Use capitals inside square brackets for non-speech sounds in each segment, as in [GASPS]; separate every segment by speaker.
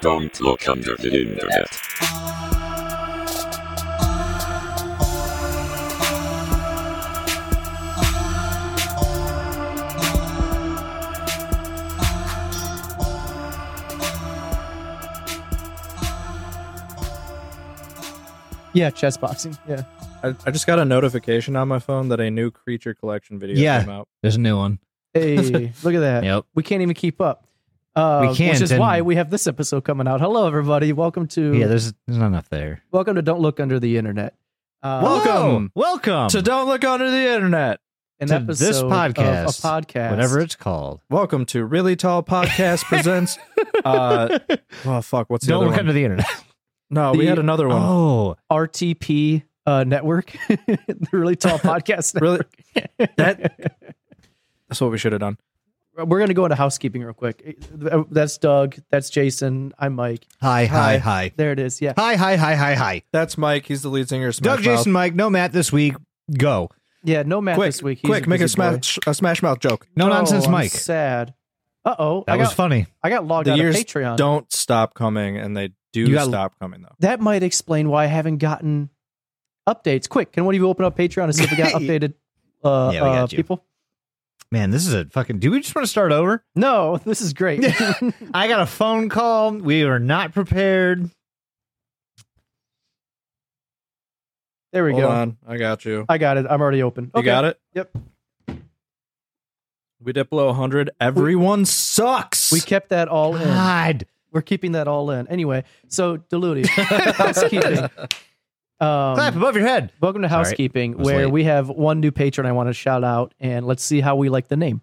Speaker 1: Don't look under the internet.
Speaker 2: Yeah, chess boxing. Yeah.
Speaker 3: I, I just got a notification on my phone that a new creature collection video
Speaker 4: Yeah.
Speaker 3: came out.
Speaker 4: There's a new one.
Speaker 2: Hey,
Speaker 4: [LAUGHS]
Speaker 2: look at that.
Speaker 4: Yep.
Speaker 2: We can't even keep up. Uh,
Speaker 4: We can't,
Speaker 2: Which is
Speaker 4: and-
Speaker 2: why we have this episode coming out. Hello, everybody. Welcome to
Speaker 4: Yeah, there's there's not enough there.
Speaker 2: welcome to Don't Look Under the Internet. Uh,
Speaker 3: Welcome.
Speaker 4: Hello. Oh. welcome
Speaker 3: So don't look under the internet.
Speaker 2: an
Speaker 4: to
Speaker 2: episode
Speaker 4: this
Speaker 2: of
Speaker 4: podcast.
Speaker 2: a podcast.
Speaker 4: whatever it's called.
Speaker 3: Welcome to Really Tall [LAUGHS] Podcast presents. Uh, oh fuck, what's the
Speaker 4: Don't
Speaker 3: other
Speaker 4: look
Speaker 3: one?
Speaker 4: under the internet.
Speaker 3: no, we
Speaker 2: the-
Speaker 3: had another one.
Speaker 4: [LAUGHS] Oh,
Speaker 2: RTP uh, network, [LAUGHS] the really
Speaker 4: [LAUGHS]
Speaker 2: tall podcast.
Speaker 3: [LAUGHS] [LAUGHS] Really,
Speaker 2: network.
Speaker 3: that. That's what we should have done.
Speaker 2: We're going to go into housekeeping real quick. Uh, That's Doug. That's Jason. I'm Mike.
Speaker 4: hi,
Speaker 3: Hi.
Speaker 4: hi, hi,
Speaker 2: There it is. Yeah.
Speaker 4: hi, hi, hi, hi, hi.
Speaker 3: That's Mike. He's the lead singer. Of Smash
Speaker 4: Doug,
Speaker 3: Mouth.
Speaker 4: Jason, Mike, no Matt this week. Go.
Speaker 2: Yeah. No Matt
Speaker 3: quick,
Speaker 2: this week. He's
Speaker 3: quick, make a
Speaker 2: busy boy.
Speaker 3: smash a Smash Mouth joke.
Speaker 4: No
Speaker 2: Oh,
Speaker 4: nonsense,
Speaker 2: I'm
Speaker 4: Mike.
Speaker 2: sad. Uh oh.
Speaker 4: That
Speaker 2: I
Speaker 4: was
Speaker 2: got,
Speaker 4: funny.
Speaker 2: I got logged
Speaker 3: The
Speaker 2: out of
Speaker 3: years
Speaker 2: Patreon.
Speaker 3: Don't stop coming, and they do
Speaker 4: You got-
Speaker 3: stop coming though.
Speaker 2: that might explain why I haven't gotten updates. Quick, can one of you open up Patreon and see if
Speaker 4: [LAUGHS]
Speaker 2: we got updated uh,
Speaker 4: Yeah, we
Speaker 2: uh,
Speaker 4: got you.
Speaker 2: people?
Speaker 4: Man, this is a fucking. Do we just want to start over?
Speaker 2: No, [LAUGHS] this is great.
Speaker 4: I got a phone call. We were not prepared.
Speaker 2: there we
Speaker 3: Hold
Speaker 2: go.
Speaker 3: on, I got you.
Speaker 2: I got it. I'm already open.
Speaker 3: You got it.
Speaker 2: Yep.
Speaker 3: We did below 100. Everyone sucks.
Speaker 2: We kept that all in.
Speaker 4: God.
Speaker 2: We're keeping that all in. Anyway, so
Speaker 4: [LAUGHS]
Speaker 2: Diluti,
Speaker 3: [LAUGHS]
Speaker 2: housekeeping.
Speaker 4: Clap
Speaker 2: Um,
Speaker 4: above your head.
Speaker 2: welcome to
Speaker 4: Sorry,
Speaker 2: housekeeping,
Speaker 4: was
Speaker 2: where
Speaker 4: late.
Speaker 2: we have one new patron I want to shout out, and let's see how we like the name.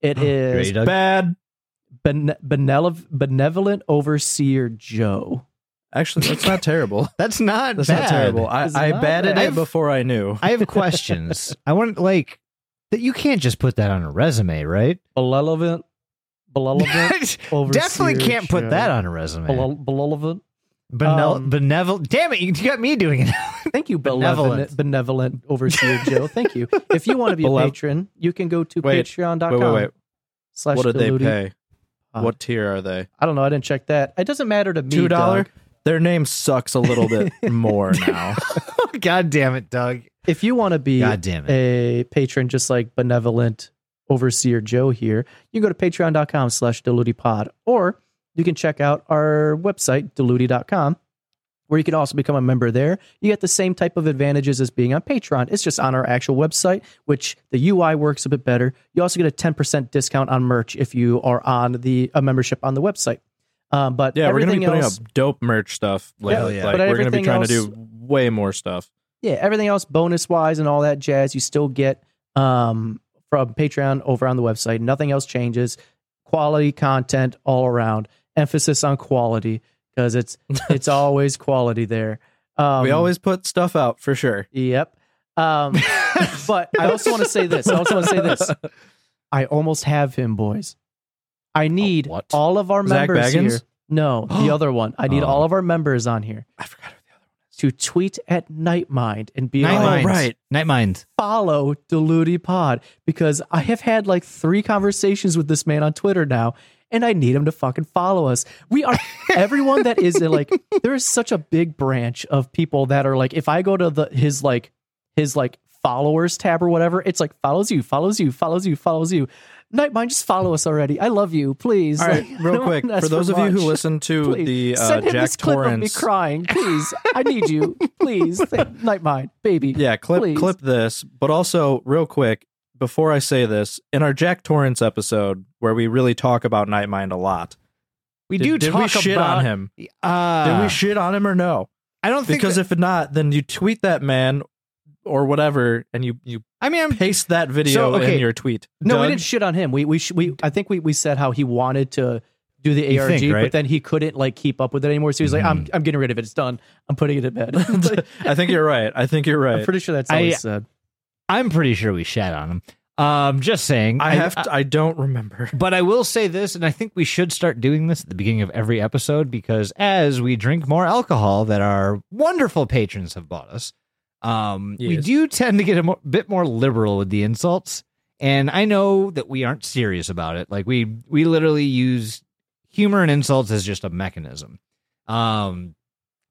Speaker 2: It
Speaker 4: You ready,
Speaker 2: is
Speaker 4: Doug?
Speaker 3: bad.
Speaker 2: Bene- Benev- Benevolent Overseer Joe.
Speaker 3: Actually, that's not terrible.
Speaker 4: That's not
Speaker 3: That's not
Speaker 4: bad.
Speaker 3: terrible. I,
Speaker 2: It's
Speaker 3: I
Speaker 2: not
Speaker 3: batted
Speaker 2: bad.
Speaker 3: it before I knew.
Speaker 4: I have questions. [LAUGHS] I want like that. You can't just put that on a resume, right?
Speaker 2: Belelevant. Belelevant.
Speaker 4: [LAUGHS]
Speaker 2: Overseer
Speaker 4: Definitely can't put
Speaker 2: Joe.
Speaker 4: that on a resume.
Speaker 2: Belel- Belelevant.
Speaker 4: Benel-
Speaker 2: Um,
Speaker 4: benevolent. Damn it! You you got me doing it. [LAUGHS]
Speaker 2: Thank you,
Speaker 4: Benevolent.
Speaker 2: benevolent, benevolent overseer Joe. Thank you. If you want to be a
Speaker 3: Belev-
Speaker 2: patron, you can go to
Speaker 3: Wait,
Speaker 2: patreon.com
Speaker 3: Wait, wait, wait.
Speaker 2: slash
Speaker 3: what do they
Speaker 2: Diluti.
Speaker 3: pay?
Speaker 2: Uh,
Speaker 3: what tier are they?
Speaker 2: I don't know. I didn't check that. It doesn't matter to me.
Speaker 3: Two dollar.
Speaker 2: Doug.
Speaker 3: Their name sucks a little [LAUGHS] bit more now.
Speaker 4: God damn it, Doug.
Speaker 2: If you want to be
Speaker 4: God damn
Speaker 3: eh,
Speaker 4: it.
Speaker 2: a patron, just like benevolent overseer Joe here, you can go to patreon.com slash dilutipod, or you can check out our website, diluti.com, where you can also become a member there. You get the same type of advantages as being on Patreon. It's just on our actual website, which the UI works a bit better. You also get a 10% discount on merch if you are on the a membership on the website. Um, but
Speaker 3: Yeah, we're gonna
Speaker 2: everything
Speaker 3: be putting
Speaker 2: else,
Speaker 3: up dope merch stuff. Like,
Speaker 4: Hell yeah.
Speaker 3: like
Speaker 2: But
Speaker 3: we're gonna be
Speaker 2: everything
Speaker 3: trying to
Speaker 2: else-
Speaker 3: do way more stuff.
Speaker 2: yeah, everything else bonus wise and all that jazz you still get um, from Patreon over on the website. Nothing else changes. Quality content all around. Emphasis on quality because
Speaker 3: [LAUGHS]
Speaker 2: it's it's always quality there. Um,
Speaker 3: we always put stuff out for sure.
Speaker 2: yep.
Speaker 3: [LAUGHS]
Speaker 2: Um, but I also want to say this. I also want to say this. I almost have him, boys. I need
Speaker 4: what?
Speaker 2: all of our
Speaker 3: Zach
Speaker 2: members
Speaker 3: Baggins?
Speaker 2: here. No,
Speaker 3: [GASPS]
Speaker 2: the other one. I need
Speaker 4: Oh.
Speaker 2: all of our members on here
Speaker 3: I forgot who the other
Speaker 2: to
Speaker 3: one
Speaker 2: tweet at Nightmind and be
Speaker 4: Night
Speaker 2: on
Speaker 4: mind.
Speaker 3: Oh, right.
Speaker 4: Night mind.
Speaker 2: follow Diluti Pod because I have had like three conversations with this man on Twitter now, and I need him to fucking follow us. We
Speaker 3: [LAUGHS]
Speaker 2: are everyone that is in, like there is such a big branch of people that are like if I go to the his like his like followers tab or whatever, it's like follows you, follows you, follows you, follows you. Nightmind, just follow us already. I love you, please.
Speaker 3: All right,
Speaker 2: Like, I
Speaker 3: real
Speaker 2: don't
Speaker 3: quick
Speaker 2: ask
Speaker 3: for those of you
Speaker 2: much.
Speaker 3: who listen to
Speaker 2: [LAUGHS] Please,
Speaker 3: the uh,
Speaker 2: send him
Speaker 3: Jack
Speaker 2: this clip of me
Speaker 3: Torrance
Speaker 2: crying, please. I need you,
Speaker 3: [LAUGHS]
Speaker 2: please. Thank- Nightmind, baby.
Speaker 3: Yeah, clip
Speaker 2: Please.
Speaker 3: clip this, but also real quick before I say this, in our Jack Torrance episode where we really talk about Nightmind a lot,
Speaker 4: We
Speaker 3: did,
Speaker 4: do
Speaker 3: did
Speaker 4: talk
Speaker 3: we shit
Speaker 4: about
Speaker 3: on him?
Speaker 4: Uh,
Speaker 3: did we shit on him or no?
Speaker 4: I don't think
Speaker 3: Because
Speaker 4: that-
Speaker 3: if not, then you tweet that man or whatever, and you you
Speaker 4: I mean, I'm,
Speaker 3: paste that video
Speaker 4: So, okay.
Speaker 3: in your tweet.
Speaker 2: No, we
Speaker 3: Doug, [LAUGHS]
Speaker 2: didn't shit on him. We we sh- we I think we, we said how he wanted to do the
Speaker 4: You
Speaker 2: ARG,
Speaker 4: think,
Speaker 2: but
Speaker 4: right? Mm-hmm.
Speaker 2: then he couldn't like keep up with it anymore. So he was like, "I'm I'm getting rid of it. It's done. I'm putting it in
Speaker 4: [LAUGHS]
Speaker 2: bed." [LAUGHS] Like,
Speaker 3: I think you're right. I think you're
Speaker 2: I'm
Speaker 3: right.
Speaker 2: pretty sure that's all he
Speaker 4: I-
Speaker 2: said.
Speaker 4: I'm pretty sure we shat on him. Um, just saying.
Speaker 3: I have. To, I don't [LAUGHS]
Speaker 4: [LAUGHS]
Speaker 3: remember.
Speaker 4: But I will say this, and I think we should start doing this at the beginning of every episode because as we drink more alcohol that our wonderful patrons have bought us, um, we
Speaker 3: Yes.
Speaker 4: do tend to get a mo- bit more liberal with the insults. And I know that we aren't serious about it. Like we we literally use humor and insults as just a mechanism. Um,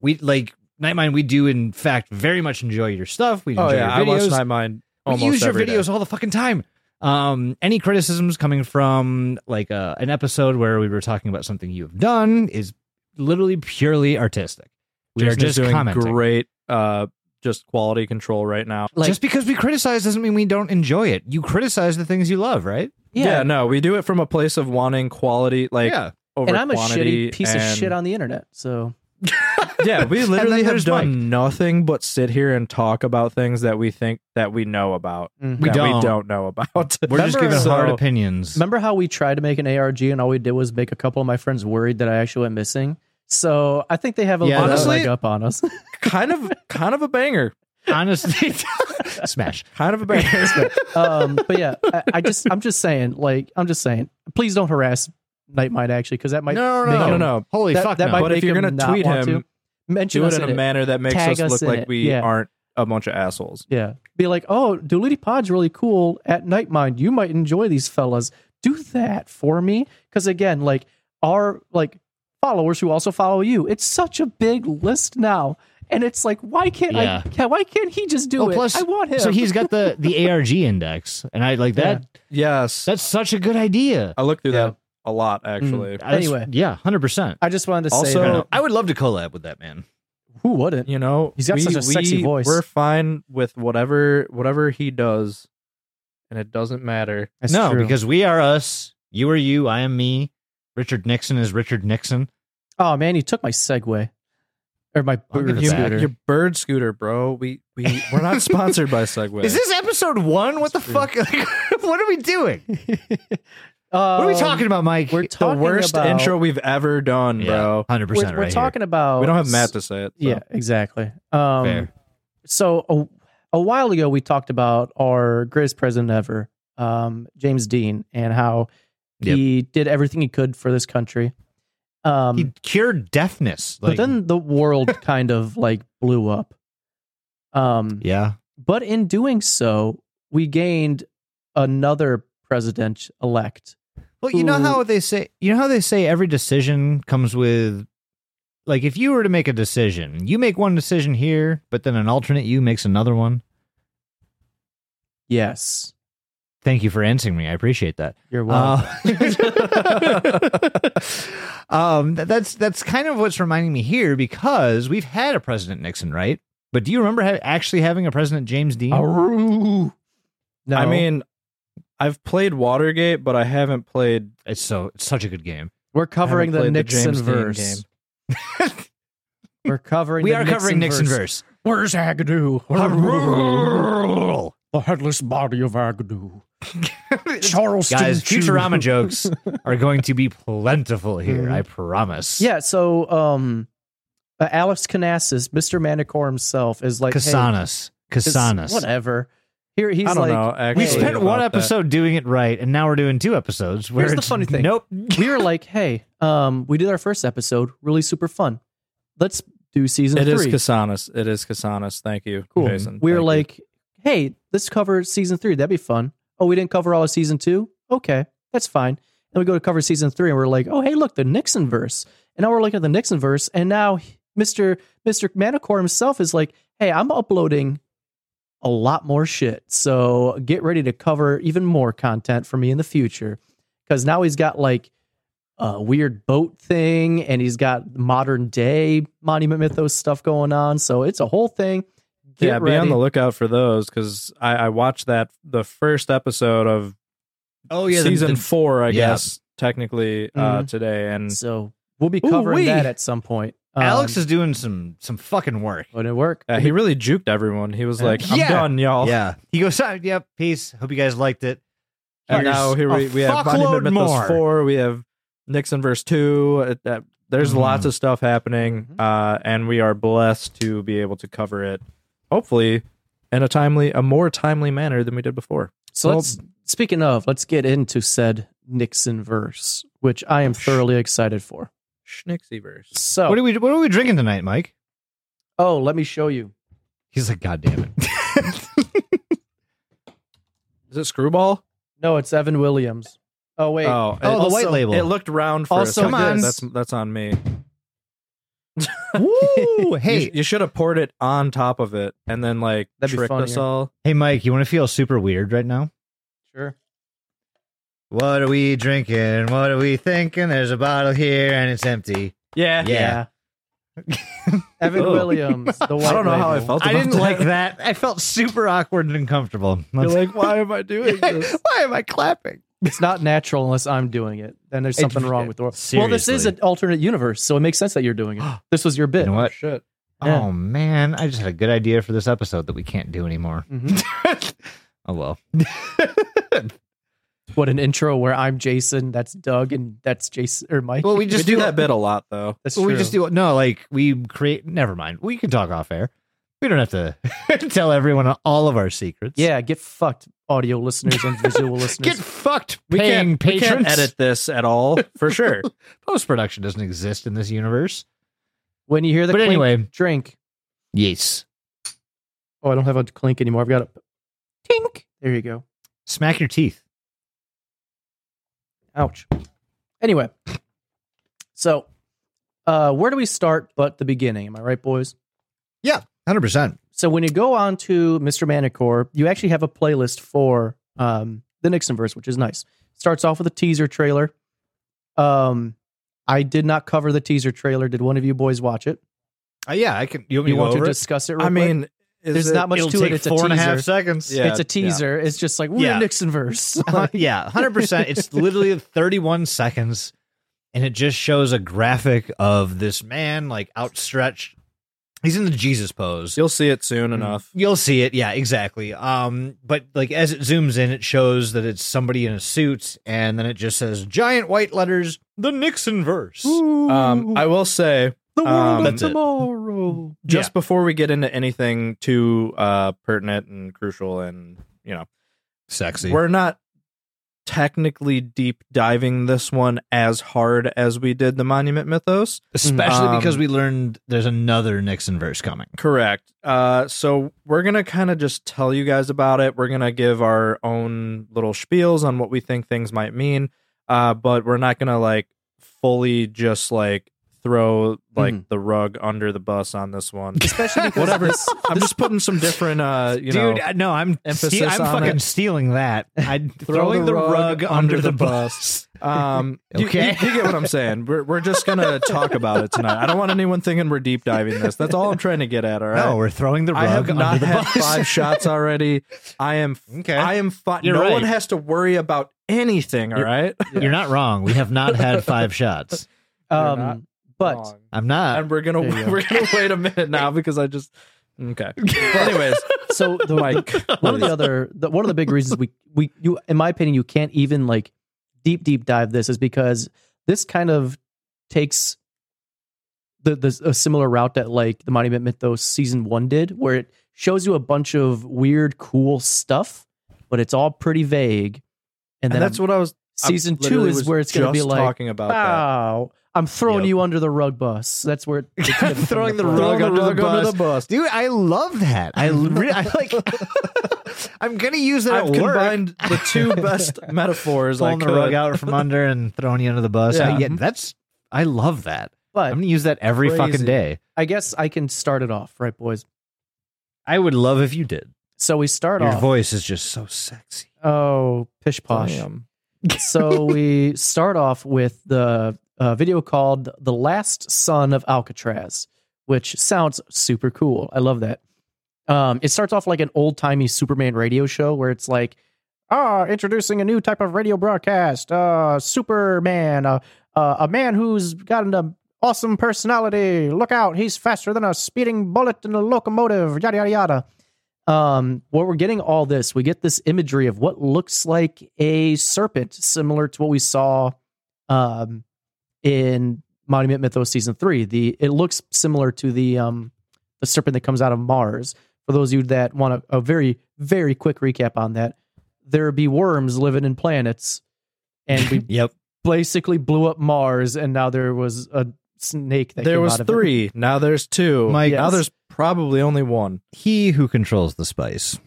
Speaker 4: we like Nightmind. We do in fact very much enjoy your stuff. We enjoy
Speaker 3: Oh yeah, I
Speaker 4: your videos.
Speaker 3: watch Night Mind almost
Speaker 4: we use your
Speaker 3: every day.
Speaker 4: videos all the fucking time. Um, any criticisms coming from like uh, an episode where we were talking about something you've done is literally purely artistic. We
Speaker 3: Jason's
Speaker 4: are just
Speaker 3: doing
Speaker 4: commenting.
Speaker 3: great. Uh, just quality control right now.
Speaker 4: Like, just because we criticize doesn't mean we don't enjoy it. You criticize the things you love, right?
Speaker 3: Yeah. no, we do it from a place of wanting quality, like
Speaker 4: yeah.
Speaker 3: over
Speaker 2: And I'm a
Speaker 3: quantity
Speaker 2: shitty piece
Speaker 3: and-
Speaker 2: of shit on the internet. So [LAUGHS]
Speaker 3: yeah, we literally
Speaker 4: then
Speaker 3: have
Speaker 4: there's
Speaker 3: done nothing but sit here and talk about things that we think that we know about
Speaker 4: We
Speaker 3: that
Speaker 4: don't.
Speaker 3: we don't know about.
Speaker 4: [LAUGHS] We're just
Speaker 2: Remember-
Speaker 4: giving
Speaker 3: So-
Speaker 4: hard opinions.
Speaker 2: remember how we tried to make an ARG and all we did was make a couple of my friends worried that I actually went missing. So I think they have a
Speaker 4: Yeah,
Speaker 2: lot
Speaker 3: honestly-
Speaker 2: of leg up on us.
Speaker 3: [LAUGHS]
Speaker 2: [LAUGHS]
Speaker 3: kind of, kind of a banger.
Speaker 4: Honestly, [LAUGHS] smash.
Speaker 3: Kind of a
Speaker 4: [LAUGHS]
Speaker 3: banger.
Speaker 2: um, but yeah, I, I just I'm just saying, like I'm just saying, please don't harass Nightmind actually because that might
Speaker 4: no,
Speaker 2: make
Speaker 3: no, no,
Speaker 2: him-
Speaker 3: no.
Speaker 4: Holy
Speaker 2: that,
Speaker 4: fuck!
Speaker 2: that
Speaker 4: no.
Speaker 2: might
Speaker 3: But if
Speaker 2: make
Speaker 3: you're
Speaker 2: him
Speaker 3: gonna
Speaker 2: not
Speaker 3: tweet
Speaker 2: want
Speaker 3: him,
Speaker 2: to. mention
Speaker 3: Do it
Speaker 2: us
Speaker 3: in a
Speaker 2: it.
Speaker 3: manner that makes
Speaker 2: Tag
Speaker 3: us
Speaker 2: us
Speaker 3: look
Speaker 2: in
Speaker 3: like
Speaker 2: it,
Speaker 3: we
Speaker 2: yeah.
Speaker 3: aren't a bunch of assholes.
Speaker 2: Yeah. Be like, oh, Doolittle Pod's really cool at Nightmind. You might enjoy these fellas. Do that for me. Because again, like our like followers who also follow you, it's such a big list now. And it's like, why can't
Speaker 4: Yeah.
Speaker 2: I yeah, why can't he just do
Speaker 4: Well,
Speaker 2: it?
Speaker 4: plus-
Speaker 2: I want him.
Speaker 4: so he's got the the ARG index, and I like that.
Speaker 3: Yes,
Speaker 4: That's such a good idea.
Speaker 3: I look through
Speaker 2: Yeah. Mm.
Speaker 3: that a lot actually.
Speaker 4: That's-
Speaker 2: Anyway.
Speaker 4: yeah, hundred percent.
Speaker 2: I just wanted to say
Speaker 3: Also-
Speaker 2: that.
Speaker 3: No, no.
Speaker 4: I would love to collab with that man.
Speaker 2: who wouldn't?
Speaker 3: You know,
Speaker 2: He's got
Speaker 3: we,
Speaker 2: such a sexy
Speaker 3: we-
Speaker 2: voice.
Speaker 3: We're fine with whatever whatever he does, and it doesn't matter.
Speaker 2: That's
Speaker 4: no,
Speaker 2: true.
Speaker 4: because we are us. You are you. I am me. Richard Nixon is Richard Nixon.
Speaker 2: Oh man, you took my segue. Or my
Speaker 4: I'll give
Speaker 2: bird
Speaker 4: you-
Speaker 2: scooter.
Speaker 3: Your bird scooter, bro. We we
Speaker 2: [LAUGHS]
Speaker 3: we're not sponsored by Segway.
Speaker 4: Is this episode one? What the
Speaker 3: That's
Speaker 4: fuck? [LAUGHS] Like, what are we doing? What
Speaker 2: [LAUGHS] Uh,
Speaker 4: are we
Speaker 2: Um,
Speaker 4: talking about, Mike?
Speaker 2: We're
Speaker 3: the
Speaker 2: talking
Speaker 3: worst
Speaker 2: about,
Speaker 3: intro we've ever done, bro?
Speaker 4: hundred
Speaker 2: We're,
Speaker 4: percent.
Speaker 2: we're
Speaker 4: right
Speaker 2: talking about
Speaker 3: We don't have Matt to say it. so.
Speaker 2: Yeah, exactly. Um,
Speaker 4: Fair.
Speaker 2: So a, a while ago, we talked about our greatest president ever, um, James Dean, and how he did everything he could for this country. Um,
Speaker 4: Here. He cured deafness.
Speaker 2: but
Speaker 4: Like,
Speaker 2: then the
Speaker 4: [LAUGHS]
Speaker 2: world kind of like blew up. Um,
Speaker 4: yeah,
Speaker 2: But in doing so, we gained another president elect.
Speaker 4: Well, you know
Speaker 2: who-
Speaker 4: how they say you know how they say every decision comes with like if you were to make a decision, you make one decision here, but then an alternate you makes another one.
Speaker 2: Yes,
Speaker 4: Thank you for answering me. I appreciate that.
Speaker 2: you're welcome.
Speaker 4: Uh, [LAUGHS] um, th- that's that's kind of what's reminding me here because we've had a President Nixon, right? But do you remember ha- actually having a President James Dean?
Speaker 2: Aroo. no,
Speaker 3: I mean, I've played Watergate, but I haven't played
Speaker 4: It's so it's such a good game.
Speaker 2: we're covering the
Speaker 3: played the
Speaker 2: Nixon
Speaker 3: James Dean
Speaker 2: verse. [LAUGHS] we're covering.
Speaker 4: We
Speaker 2: the
Speaker 4: are covering Nixon verse.
Speaker 2: Where's Agadoo?
Speaker 4: Guys, [LAUGHS]
Speaker 2: The headless body of Agadoo. Charles
Speaker 4: Futurama jokes Mm-hmm. are going to be plentiful here. I promise.
Speaker 2: Yeah, so um, uh, Alex Canassis, Mr. Manicor himself, is like hey,
Speaker 4: Kasanas.
Speaker 2: this-
Speaker 4: Kasanas.
Speaker 2: whatever. Here he's
Speaker 3: I don't
Speaker 2: like,
Speaker 3: know. Actually,
Speaker 4: We spent
Speaker 3: about
Speaker 4: one
Speaker 3: that.
Speaker 4: episode doing it right, and now we're doing two episodes. Where
Speaker 2: Here's the
Speaker 4: it's-
Speaker 2: funny thing.
Speaker 4: Nope.
Speaker 2: we were like, hey, um, we did our first episode, really super fun. Let's do season
Speaker 3: It is
Speaker 2: three.
Speaker 3: Casanas. It is Casanas. Thank you,
Speaker 2: Cool.
Speaker 3: Jason.
Speaker 2: we were
Speaker 3: Thank you.
Speaker 2: like, hey, let's cover season three. That'd be fun. Oh, we didn't cover all of season two? Okay, that's fine. Then we go to cover season three and we're like, oh, hey, look, the Nixon verse. And now we're looking at the Nixon verse. And now Mr. Mr. Manicore himself is like, hey, I'm uploading a lot more shit. So get ready to cover even more content for me in the future. Because now he's got like a weird boat thing and he's got modern day monument mythos stuff going on. So it's a whole thing. Get
Speaker 3: yeah, be
Speaker 2: ready.
Speaker 3: on the lookout for those because I, I watched that the first episode of
Speaker 4: Oh
Speaker 3: season four, I
Speaker 4: yeah. Mm-hmm.
Speaker 3: guess technically uh, today, and
Speaker 2: So we'll be
Speaker 4: Ooh,
Speaker 2: covering
Speaker 4: wee.
Speaker 2: that at some point. Um,
Speaker 4: Alex is doing some some fucking work.
Speaker 2: would it work?
Speaker 3: uh, he really juked everyone. He was like, "I'm
Speaker 4: Yeah.
Speaker 3: done, y'all."
Speaker 4: Yeah. He goes. "Ah, Yep. Peace. Hope you guys liked it.
Speaker 3: And
Speaker 4: Here's
Speaker 3: now here
Speaker 4: a
Speaker 3: we, we have
Speaker 4: fuckload
Speaker 3: Monument Mythos
Speaker 4: more.
Speaker 3: four. We have Nixon verse two. Uh, that- there's
Speaker 4: Mhm.
Speaker 3: lots of stuff happening,
Speaker 4: Mm-hmm.
Speaker 3: uh, and we are blessed to be able to cover it. Hopefully, in a timely, a more timely manner than we did before.
Speaker 2: So
Speaker 3: Well,
Speaker 2: let's Speaking of, let's get into said Nixon verse, which I am thoroughly excited for.
Speaker 3: Schnixiverse.
Speaker 2: So,
Speaker 4: What are we? What are we drinking tonight, Mike?
Speaker 2: oh, let me show you.
Speaker 4: He's like, God damn [LAUGHS] it.
Speaker 3: Is it Screwball?
Speaker 2: No, it's Evan Williams. Oh wait,
Speaker 3: Oh,
Speaker 4: oh,
Speaker 3: it,
Speaker 4: the white label.
Speaker 3: it looked round for
Speaker 4: Also
Speaker 3: a second.
Speaker 4: good.
Speaker 3: That's that's on me.
Speaker 4: [LAUGHS] Woo! Hey,
Speaker 3: you, you should have poured it on top of it and then like
Speaker 2: That'd be
Speaker 3: tricked us
Speaker 2: funnier.
Speaker 3: all.
Speaker 4: hey, Mike. You want to feel super weird right now?
Speaker 2: sure.
Speaker 4: What are we drinking? What are we thinking? There's a bottle here and it's empty.
Speaker 3: Yeah.
Speaker 4: Yeah.
Speaker 3: [LAUGHS]
Speaker 2: Evan
Speaker 3: Oh.
Speaker 2: Williams. The white
Speaker 3: [LAUGHS] I don't know how I
Speaker 2: label.
Speaker 3: felt.
Speaker 4: I
Speaker 3: about
Speaker 4: didn't
Speaker 3: that.
Speaker 4: [LAUGHS] like that. I felt super awkward and uncomfortable.
Speaker 3: You're
Speaker 4: Let's-
Speaker 3: like, why am I [LAUGHS]
Speaker 4: [LAUGHS]
Speaker 3: doing this?
Speaker 4: Why am I clapping?
Speaker 2: It's not natural unless I'm doing it. Then there's something
Speaker 4: It-
Speaker 2: wrong with the world. Well, this is
Speaker 4: Seriously.
Speaker 2: an alternate universe, so it makes sense that you're doing
Speaker 3: [GASPS]
Speaker 2: it. This was your bit.
Speaker 4: You know what?
Speaker 3: Shit.
Speaker 2: Yeah.
Speaker 4: Oh man, I just had a good idea for this episode that we can't do anymore.
Speaker 2: Mhm.
Speaker 4: [LAUGHS] oh well.
Speaker 2: What an intro where I'm Jason, that's Doug, and that's Jason or Mike.
Speaker 4: Well, we just
Speaker 3: we do that bit a lot though.
Speaker 2: that's
Speaker 4: Well, we
Speaker 2: true.
Speaker 4: just do no, like we create. Never mind. We can talk off air. We don't have to [LAUGHS] tell everyone all of our secrets.
Speaker 2: Yeah, get fucked, audio listeners and
Speaker 4: [LAUGHS]
Speaker 2: visual
Speaker 4: Get
Speaker 2: listeners.
Speaker 4: fucked,
Speaker 3: We
Speaker 4: paying
Speaker 3: can't, we
Speaker 4: patrons.
Speaker 3: can't edit this at all for sure.
Speaker 4: Post production doesn't exist in this universe.
Speaker 2: when you hear the
Speaker 4: But
Speaker 2: clink,
Speaker 4: anyway,
Speaker 2: drink.
Speaker 4: yes.
Speaker 2: Oh, I don't have a clink anymore. I've got a tink. There you go.
Speaker 4: Smack your teeth.
Speaker 2: Ouch. Anyway, so uh, where do we start but the beginning? Am I right, boys?
Speaker 4: Hundred percent.
Speaker 2: So when you go on to Mr. Manicore, you actually have a playlist for um, the Nixonverse, which is nice. Starts off with a teaser trailer. Um, I did not cover the teaser trailer. Did one of you boys watch it?
Speaker 4: Uh, yeah, I can. You want me
Speaker 2: You
Speaker 4: to
Speaker 2: want
Speaker 4: go
Speaker 2: to
Speaker 4: over it?
Speaker 2: discuss it? Real
Speaker 3: [LAUGHS] I mean, is
Speaker 2: There's
Speaker 3: it-
Speaker 2: not much
Speaker 4: It'll
Speaker 2: to it.
Speaker 4: take
Speaker 2: It's a
Speaker 4: four and a half
Speaker 2: teaser.
Speaker 4: seconds.
Speaker 3: Yeah. Um,
Speaker 2: it's a teaser. It's just like we're
Speaker 4: Yeah.
Speaker 3: [LAUGHS]
Speaker 2: Nixonverse. [LAUGHS]
Speaker 4: [LAUGHS] Uh, yeah, hundred percent. It's literally thirty-one seconds, and it just shows a graphic of this man like outstretched. He's in the Jesus pose.
Speaker 3: You'll see it soon enough.
Speaker 4: You'll see it. Yeah, exactly. Um, but like as it zooms in, it shows that it's somebody in a suit, and then it just says giant white letters, the Nixon verse.
Speaker 3: Um, I will say
Speaker 2: the
Speaker 3: um,
Speaker 2: world of
Speaker 3: that's it.
Speaker 2: tomorrow.
Speaker 3: just
Speaker 4: Yeah.
Speaker 3: before we get into anything too uh, pertinent and crucial, and you know,
Speaker 4: Sexy.
Speaker 3: we're not technically deep diving this one as hard as we did the Monument Mythos.
Speaker 4: Especially
Speaker 3: Um,
Speaker 4: because we learned there's another Nixon verse coming.
Speaker 3: Correct. Uh, so we're gonna kind of just tell you guys about it. We're gonna give our own little spiels on what we think things might mean, uh, but we're not gonna like fully just like throw like
Speaker 4: Mm-hmm.
Speaker 2: Mhm.
Speaker 3: the rug under the bus on this
Speaker 4: [LAUGHS]
Speaker 3: one.
Speaker 2: Especially because
Speaker 3: Whatever.
Speaker 2: this-
Speaker 3: I'm just putting some different, uh, you
Speaker 4: Dude,
Speaker 3: know,
Speaker 4: I- no, I'm
Speaker 3: emphasis
Speaker 4: I'm
Speaker 3: on
Speaker 4: fucking
Speaker 3: it.
Speaker 4: stealing
Speaker 3: [LAUGHS]
Speaker 4: that. I'm
Speaker 3: Throw
Speaker 4: [LAUGHS] throwing
Speaker 3: the
Speaker 4: the rug,
Speaker 3: rug
Speaker 4: under, the,
Speaker 3: bus.
Speaker 4: bus.
Speaker 3: Um, you-
Speaker 4: Okay.
Speaker 3: you, you, get what I'm saying. We're we're just gonna talk about it tonight. I don't want anyone thinking we're deep diving this. That's all I'm trying to get at. All right.
Speaker 4: [LAUGHS] No, we're throwing the rug
Speaker 3: I have not
Speaker 4: under the
Speaker 3: had
Speaker 4: bus. [LAUGHS]
Speaker 3: five shots already. [LAUGHS] I am.
Speaker 4: Okay.
Speaker 3: I am fine.
Speaker 4: You're
Speaker 3: No
Speaker 4: right.
Speaker 3: one has to worry about anything. All
Speaker 4: You're-
Speaker 3: right.
Speaker 4: You're not wrong. We have not had five shots.
Speaker 3: You're not
Speaker 2: [LAUGHS] um, but uh,
Speaker 4: I'm
Speaker 3: [LAUGHS]
Speaker 4: not.
Speaker 3: and we're gonna
Speaker 2: There you go.
Speaker 3: we're gonna wait a minute now because I just okay. But anyways,
Speaker 2: so the,
Speaker 3: Mike,
Speaker 2: one of the other the, one of the big reasons we we you in my opinion you can't even like deep deep dive this is because this kind of takes the the a similar route that like the monument mythos season one did where it shows you a bunch of weird cool stuff but it's all pretty vague [LAUGHS] and
Speaker 3: and
Speaker 2: then
Speaker 3: that's what I was. I
Speaker 2: season two
Speaker 3: literally
Speaker 2: is
Speaker 3: was
Speaker 2: where it's going to be
Speaker 3: just
Speaker 2: like ah,
Speaker 3: talking about that.
Speaker 2: wow i'm throwing
Speaker 4: Yep.
Speaker 2: you under the rug bus that's where
Speaker 3: [LAUGHS]
Speaker 2: it's gonna become
Speaker 4: Throwing the
Speaker 2: plot.
Speaker 4: rug
Speaker 3: Throw
Speaker 4: under the bus.
Speaker 3: bus.
Speaker 4: Dude, I love that.
Speaker 3: [LAUGHS]
Speaker 4: I, re- I like. [LAUGHS] I'm gonna use that
Speaker 3: I've
Speaker 4: at work.
Speaker 3: combined the two
Speaker 4: [LAUGHS]
Speaker 3: best metaphors. I
Speaker 4: Pulling the rug
Speaker 3: could.
Speaker 4: out from under and throwing you under the bus.
Speaker 3: Yeah. Mm-hmm.
Speaker 4: I- yeah, that's. I love that. I'm
Speaker 2: but
Speaker 4: gonna use that every
Speaker 3: Crazy.
Speaker 4: fucking day.
Speaker 2: i guess i can start it off right boys
Speaker 4: I would love if you did.
Speaker 2: so we start
Speaker 4: Your
Speaker 2: off
Speaker 4: voice is just so sexy.
Speaker 2: Oh, pish posh.
Speaker 3: Damn.
Speaker 2: so we start off with the uh, video called The Last Son of Alcatraz, which sounds super cool. I love that. Um, it starts off like an old timey Superman radio show where it's like, ah, introducing a new type of radio broadcast, uh, Superman, uh, uh, a man who's got an um, awesome personality. Look out, he's faster than a speeding bullet in a locomotive, yada, yada, yada um where we're getting all this we get this imagery of what looks like a serpent similar to what we saw um in monument mythos season three the it looks similar to the um the serpent that comes out of mars for those of you that want a, a very very quick recap on that there be worms living in planets, and
Speaker 3: [LAUGHS]
Speaker 2: we
Speaker 4: Yep.
Speaker 2: basically blew up Mars, and now there was a snake that
Speaker 3: there
Speaker 2: came
Speaker 3: was
Speaker 2: out of it.
Speaker 3: three. Now there's two.
Speaker 4: Mike-
Speaker 3: now
Speaker 2: Yes.
Speaker 3: there's probably only one.
Speaker 4: He who controls the spice.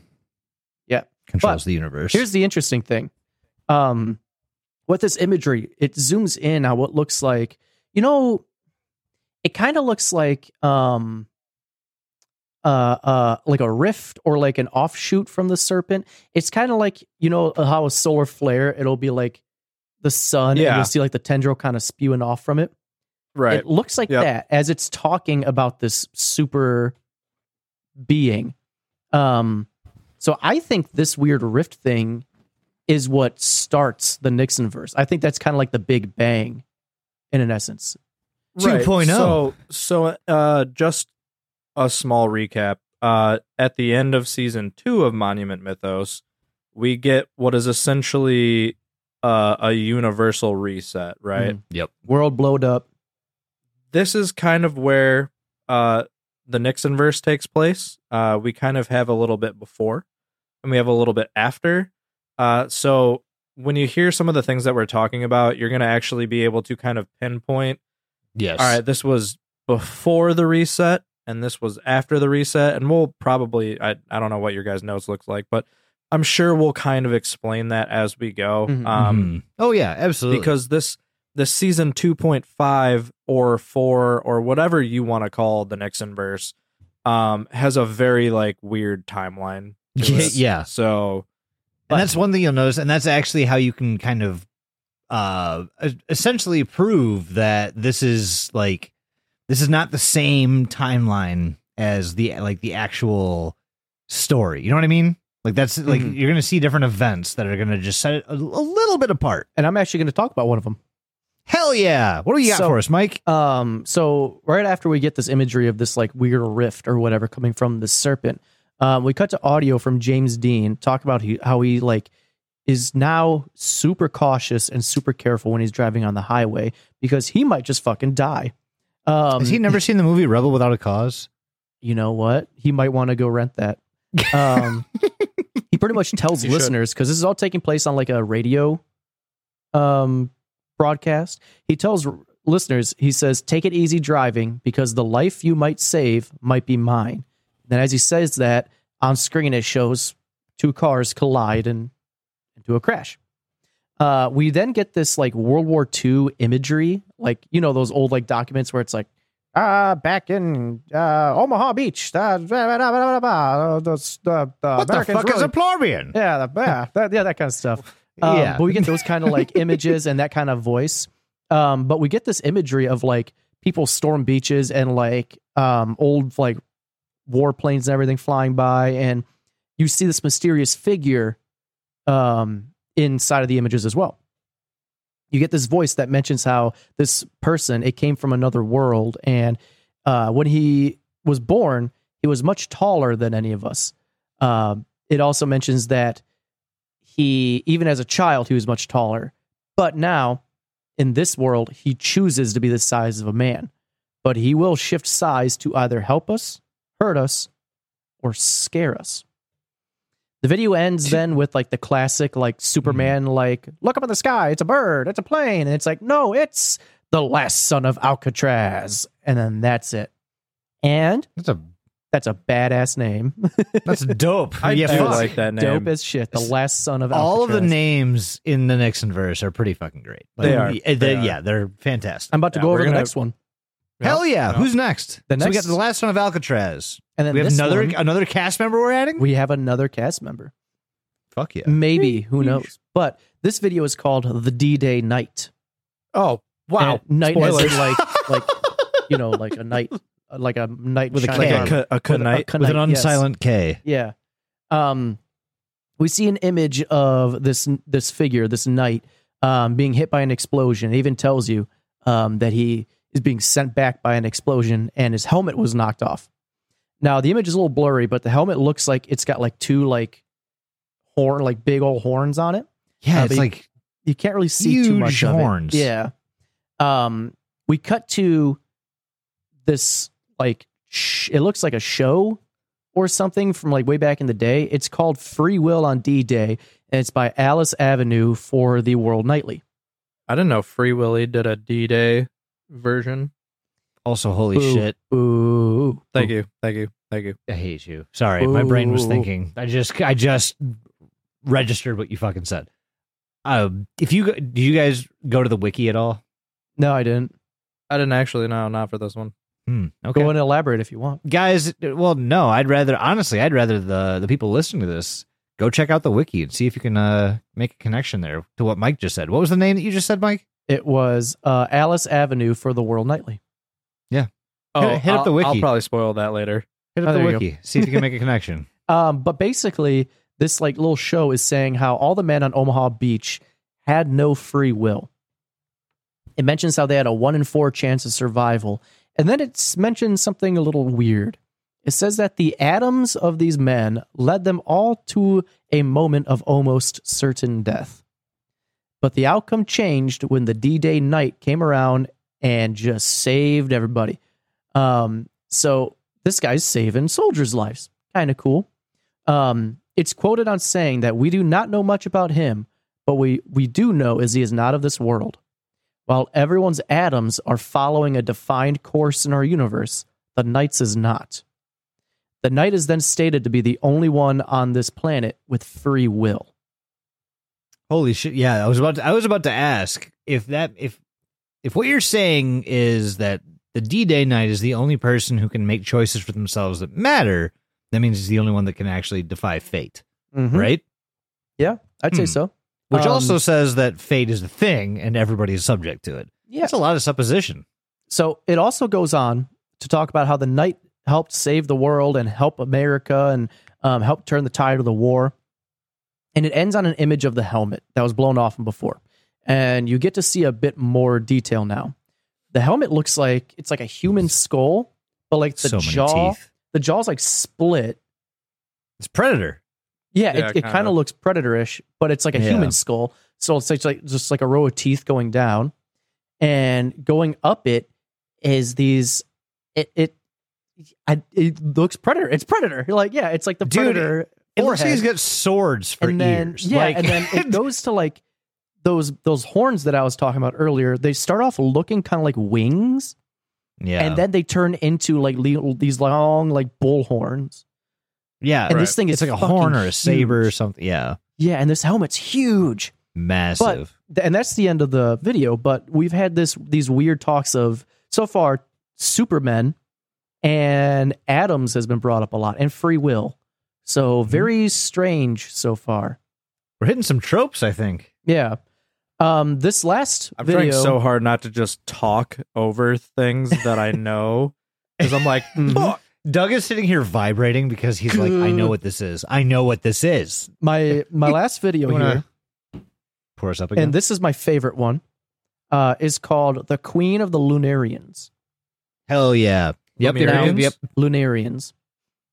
Speaker 2: Yeah.
Speaker 4: Controls
Speaker 2: But
Speaker 4: the universe.
Speaker 2: Here's the interesting thing. Um, with this imagery, it zooms in on what looks like, you know, it kind of looks like um uh uh like a rift or like an offshoot from the serpent. It's kind of like, you know, how a solar flare, it'll be like the sun and
Speaker 3: Yeah.
Speaker 2: you'll see like the tendril kind of spewing off from it.
Speaker 3: Right.
Speaker 2: It looks like
Speaker 3: Yep.
Speaker 2: that as it's talking about this super being. Um, so I think this weird rift thing is what starts the Nixon verse. I think that's kind of like the Big Bang, in an essence.
Speaker 4: 2.0.
Speaker 3: So, so uh, just a small recap. Uh, at the end of season two of Monument Mythos, we get what is essentially uh, a universal reset, right?
Speaker 2: Mhm.
Speaker 4: Yep.
Speaker 2: World blowed up.
Speaker 3: This is kind of where uh, the Nixon verse takes place. Uh, we kind of have a little bit before and we have a little bit after. Uh, so when you hear some of the things that we're talking about, you're going to actually be able to kind of pinpoint
Speaker 4: Yes.
Speaker 3: all right, this was before the reset, and this was after the reset, and we'll probably I I don't know what your guys' notes look like, but I'm sure we'll kind of explain that as we go.
Speaker 2: Mhm.
Speaker 3: Um,
Speaker 4: Mhm. oh yeah, absolutely.
Speaker 3: because this this season 2.5 or 4 or whatever you want to call the Nixon verse um has a very like weird timeline. to it.
Speaker 4: [LAUGHS] yeah.
Speaker 3: So
Speaker 4: and that's one thing you'll notice, and that's actually how you can kind of uh es- essentially prove that this is like this is not the same timeline as the like the actual story. You know what I mean? Like that's like
Speaker 2: Mhm.
Speaker 4: you're gonna see different events that are gonna just set it a, a little bit apart.
Speaker 2: And I'm actually going to talk about one of them.
Speaker 4: Hell yeah! What do you got
Speaker 2: So-
Speaker 4: for us, Mike?
Speaker 2: Um, so right after we get this imagery of this like weird rift or whatever coming from the serpent, um, we cut to audio from James Dean talk about he, how he like is now super cautious and super careful when he's driving on the highway because he might just fucking die. Um,
Speaker 4: Has he [LAUGHS] never seen the movie Rebel Without a Cause?
Speaker 2: you know what? He might want to go rent that. Um, he pretty much
Speaker 4: [LAUGHS]
Speaker 2: tells
Speaker 3: You should.
Speaker 2: listeners because this is all taking place on like a radio um, broadcast. He tells r- listeners, he says, "Take it easy driving because the life you might save might be mine." Then, as he says that on screen, it shows two cars collide and into a crash. Uh, we then get this like World War II imagery, like you know those old like documents where it's like uh, back in uh, Omaha Beach. Uh, blah, blah, blah, blah, blah, blah, uh, those, uh, the
Speaker 4: what the
Speaker 2: Americans
Speaker 4: fuck is
Speaker 2: really-
Speaker 4: a plorian?
Speaker 2: yeah, the, yeah, that, yeah, that kind of stuff. Um,
Speaker 4: Yeah.
Speaker 2: But we get those kind of like images and that kind of voice. Um, but we get this imagery of like people storm beaches and like um, old like warplanes and everything flying by, and you see this mysterious figure um, inside of the images as well. You get this voice that mentions how this person it came from another world, and uh, when he was born, he was much taller than any of us. Um, it also mentions that he, even as a child, he was much taller, but now in this world, he chooses to be the size of a man. But he will shift size to either help us, hurt us, or scare us. The video ends then with like the classic, like Superman, like look up in the sky, it's a bird, it's a plane, and it's like no, it's the last son of Alcatraz, and then that's it. And
Speaker 4: That's a
Speaker 2: that's a badass name. [LAUGHS]
Speaker 4: [LAUGHS] that's dope.
Speaker 3: I
Speaker 4: yeah,
Speaker 3: do
Speaker 4: fuck.
Speaker 3: like that name.
Speaker 2: Dope as shit. The last son of
Speaker 4: all of the
Speaker 2: Alcatraz.
Speaker 4: names in the Nixon verse are pretty fucking great.
Speaker 3: They are.
Speaker 4: uh,
Speaker 3: They are.
Speaker 4: Yeah, they're fantastic.
Speaker 2: I'm about to
Speaker 3: Yeah,
Speaker 2: go
Speaker 3: we're
Speaker 2: over the
Speaker 3: gonna-
Speaker 2: next one,
Speaker 4: Hell
Speaker 3: Yeah.
Speaker 4: yeah! Who's next?
Speaker 2: The
Speaker 4: So we got
Speaker 2: next-
Speaker 4: the last one of Alcatraz.
Speaker 2: and then
Speaker 4: we have
Speaker 2: this
Speaker 4: another
Speaker 2: one,
Speaker 4: another cast member we're adding.
Speaker 2: we have another cast member.
Speaker 4: Fuck yeah!
Speaker 2: Maybe who knows? But this video is called the D-Day Night.
Speaker 3: Oh, wow.
Speaker 2: And night as in,
Speaker 3: Spoilers.
Speaker 2: [LAUGHS] like like you know like a night like a night
Speaker 4: With a
Speaker 2: shining
Speaker 4: K.
Speaker 2: on-
Speaker 3: Like a, a,
Speaker 2: with a
Speaker 3: kunite.
Speaker 4: With an
Speaker 2: knight, yes.
Speaker 4: unsilent K.
Speaker 2: [LAUGHS] Yeah. Um, we see an image of this this figure, this knight, um, being hit by an explosion. It even tells you um, that he is being sent back by an explosion, and his helmet was knocked off. Now the image is a little blurry, but the helmet looks like it's got like two like horn, like big old horns on it.
Speaker 4: Yeah,
Speaker 2: Uh,
Speaker 4: it's
Speaker 2: but-
Speaker 4: like
Speaker 2: You can't really see too
Speaker 4: Huge
Speaker 2: much of it.
Speaker 4: horns.
Speaker 2: Yeah. Um, we cut to this like sh- it looks like a show or something from like way back in the day. It's called Free Will on D Day, and it's by Alice Avenue for the World Nightly.
Speaker 3: I didn't know Free Willy did a D Day version.
Speaker 4: Also, holy
Speaker 2: Boo.
Speaker 4: shit.
Speaker 2: Ooh,
Speaker 3: Thank you. Thank you. Thank you.
Speaker 4: I hate you. Sorry, my brain was
Speaker 2: Ooh.
Speaker 4: thinking. I just I just registered what you fucking said. Um, if you go- do you guys go to the wiki at all?
Speaker 2: No, I didn't.
Speaker 3: I didn't actually know, not for this one.
Speaker 4: Hmm,
Speaker 2: Go
Speaker 4: okay,
Speaker 2: on and elaborate if you want.
Speaker 4: guys. Well, no, I'd rather honestly, I'd rather the the people listening to this go check out the wiki and see if you can uh make a connection there to what Mike just said. What was the name that you just said, Mike?
Speaker 2: It was uh, Alice Avenue for the World Nightly.
Speaker 3: Oh,
Speaker 4: hit up
Speaker 3: I'll-
Speaker 4: the wiki.
Speaker 3: I'll probably spoil that later.
Speaker 4: Hit
Speaker 2: Oh,
Speaker 4: up
Speaker 2: there
Speaker 4: the
Speaker 2: you go.
Speaker 4: wiki. See if you can make a connection.
Speaker 2: [LAUGHS] Um, but basically, this like little show is saying how all the men on Omaha Beach had no free will. It mentions how they had a one in four chance of survival, and then it mentions something a little weird. It says that the atoms of these men led them all to a moment of almost certain death. But the outcome changed when the D Day night came around and just saved everybody. Um, so this guy's saving soldiers' lives. Kind of cool. Um, it's quoted on saying that we do not know much about him, but we, we do know is he is not of this world. While everyone's atoms are following a defined course in our universe, the Knight's is not. The Knight is then stated to be the only one on this planet with free will.
Speaker 4: Holy shit! Yeah, I was about to, I was about to ask if that if if what you're saying is that the D Day Knight is the only person who can make choices for themselves that matter. That means he's the only one that can actually defy fate, right?
Speaker 2: I'd say
Speaker 4: Mm-hmm. Hmm.
Speaker 2: so.
Speaker 4: Which
Speaker 2: Mm-hmm. Um,
Speaker 4: also says that fate is the thing and everybody is subject to it.
Speaker 2: Yeah.
Speaker 4: That's a lot of supposition.
Speaker 2: So it also goes on to talk about how the knight helped save the world and help America and um, help turn the tide of the war. And it ends on an image of the helmet that was blown off from before. And you get to see a bit more detail now. The helmet looks like it's like a human skull, but like the
Speaker 4: so many
Speaker 2: jaw,
Speaker 4: teeth.
Speaker 2: the jaw's like split.
Speaker 4: It's Predator.
Speaker 2: Yeah, it,
Speaker 3: Yeah,
Speaker 2: it
Speaker 3: kinda.
Speaker 2: kind of looks predator-ish, but it's like a
Speaker 4: Yeah.
Speaker 2: human skull. So it's like, like- just like a row of teeth going down, and going up it is these. It it I, it looks predator. It's predator. You're like yeah, it's like the
Speaker 4: Dude,
Speaker 2: predator.
Speaker 4: It looks like
Speaker 2: forehead.
Speaker 4: he's got swords for
Speaker 2: and then
Speaker 4: ears.
Speaker 2: yeah,
Speaker 4: Like-
Speaker 2: and then it goes to like those those horns that I was talking about earlier. They start off looking kind of like wings,
Speaker 4: [LAUGHS] yeah,
Speaker 2: and then they turn into like le- these long like bull horns.
Speaker 4: yeah.
Speaker 2: and this
Speaker 4: right.
Speaker 2: thing is
Speaker 4: it's like a
Speaker 2: fucking
Speaker 4: horn or a saber or
Speaker 2: huge.
Speaker 4: something. Yeah,
Speaker 2: Yeah, and this helmet's huge.
Speaker 4: massive.
Speaker 2: Th- and that's the end of the video but we've had this these weird talks of so far supermen and adams has been brought up a lot and free will so very strange so far
Speaker 4: We're hitting some tropes, I think.
Speaker 2: yeah um this last
Speaker 3: I'm
Speaker 2: video
Speaker 3: trying so hard not to just talk over things that I know. Because I'm
Speaker 4: [LAUGHS]
Speaker 3: like, "Mm-hmm."
Speaker 2: Mhm.
Speaker 3: "Look,
Speaker 4: Doug is sitting here vibrating because he's like, I know what this is. I know what this is.
Speaker 2: my my last video
Speaker 4: You wanna
Speaker 2: here
Speaker 4: Pour us up again.
Speaker 2: and this is my favorite one uh is called the queen of the lunarians
Speaker 4: Hell yeah. Yep, yep, yep,
Speaker 3: Lumerians?
Speaker 4: yep.
Speaker 2: lunarians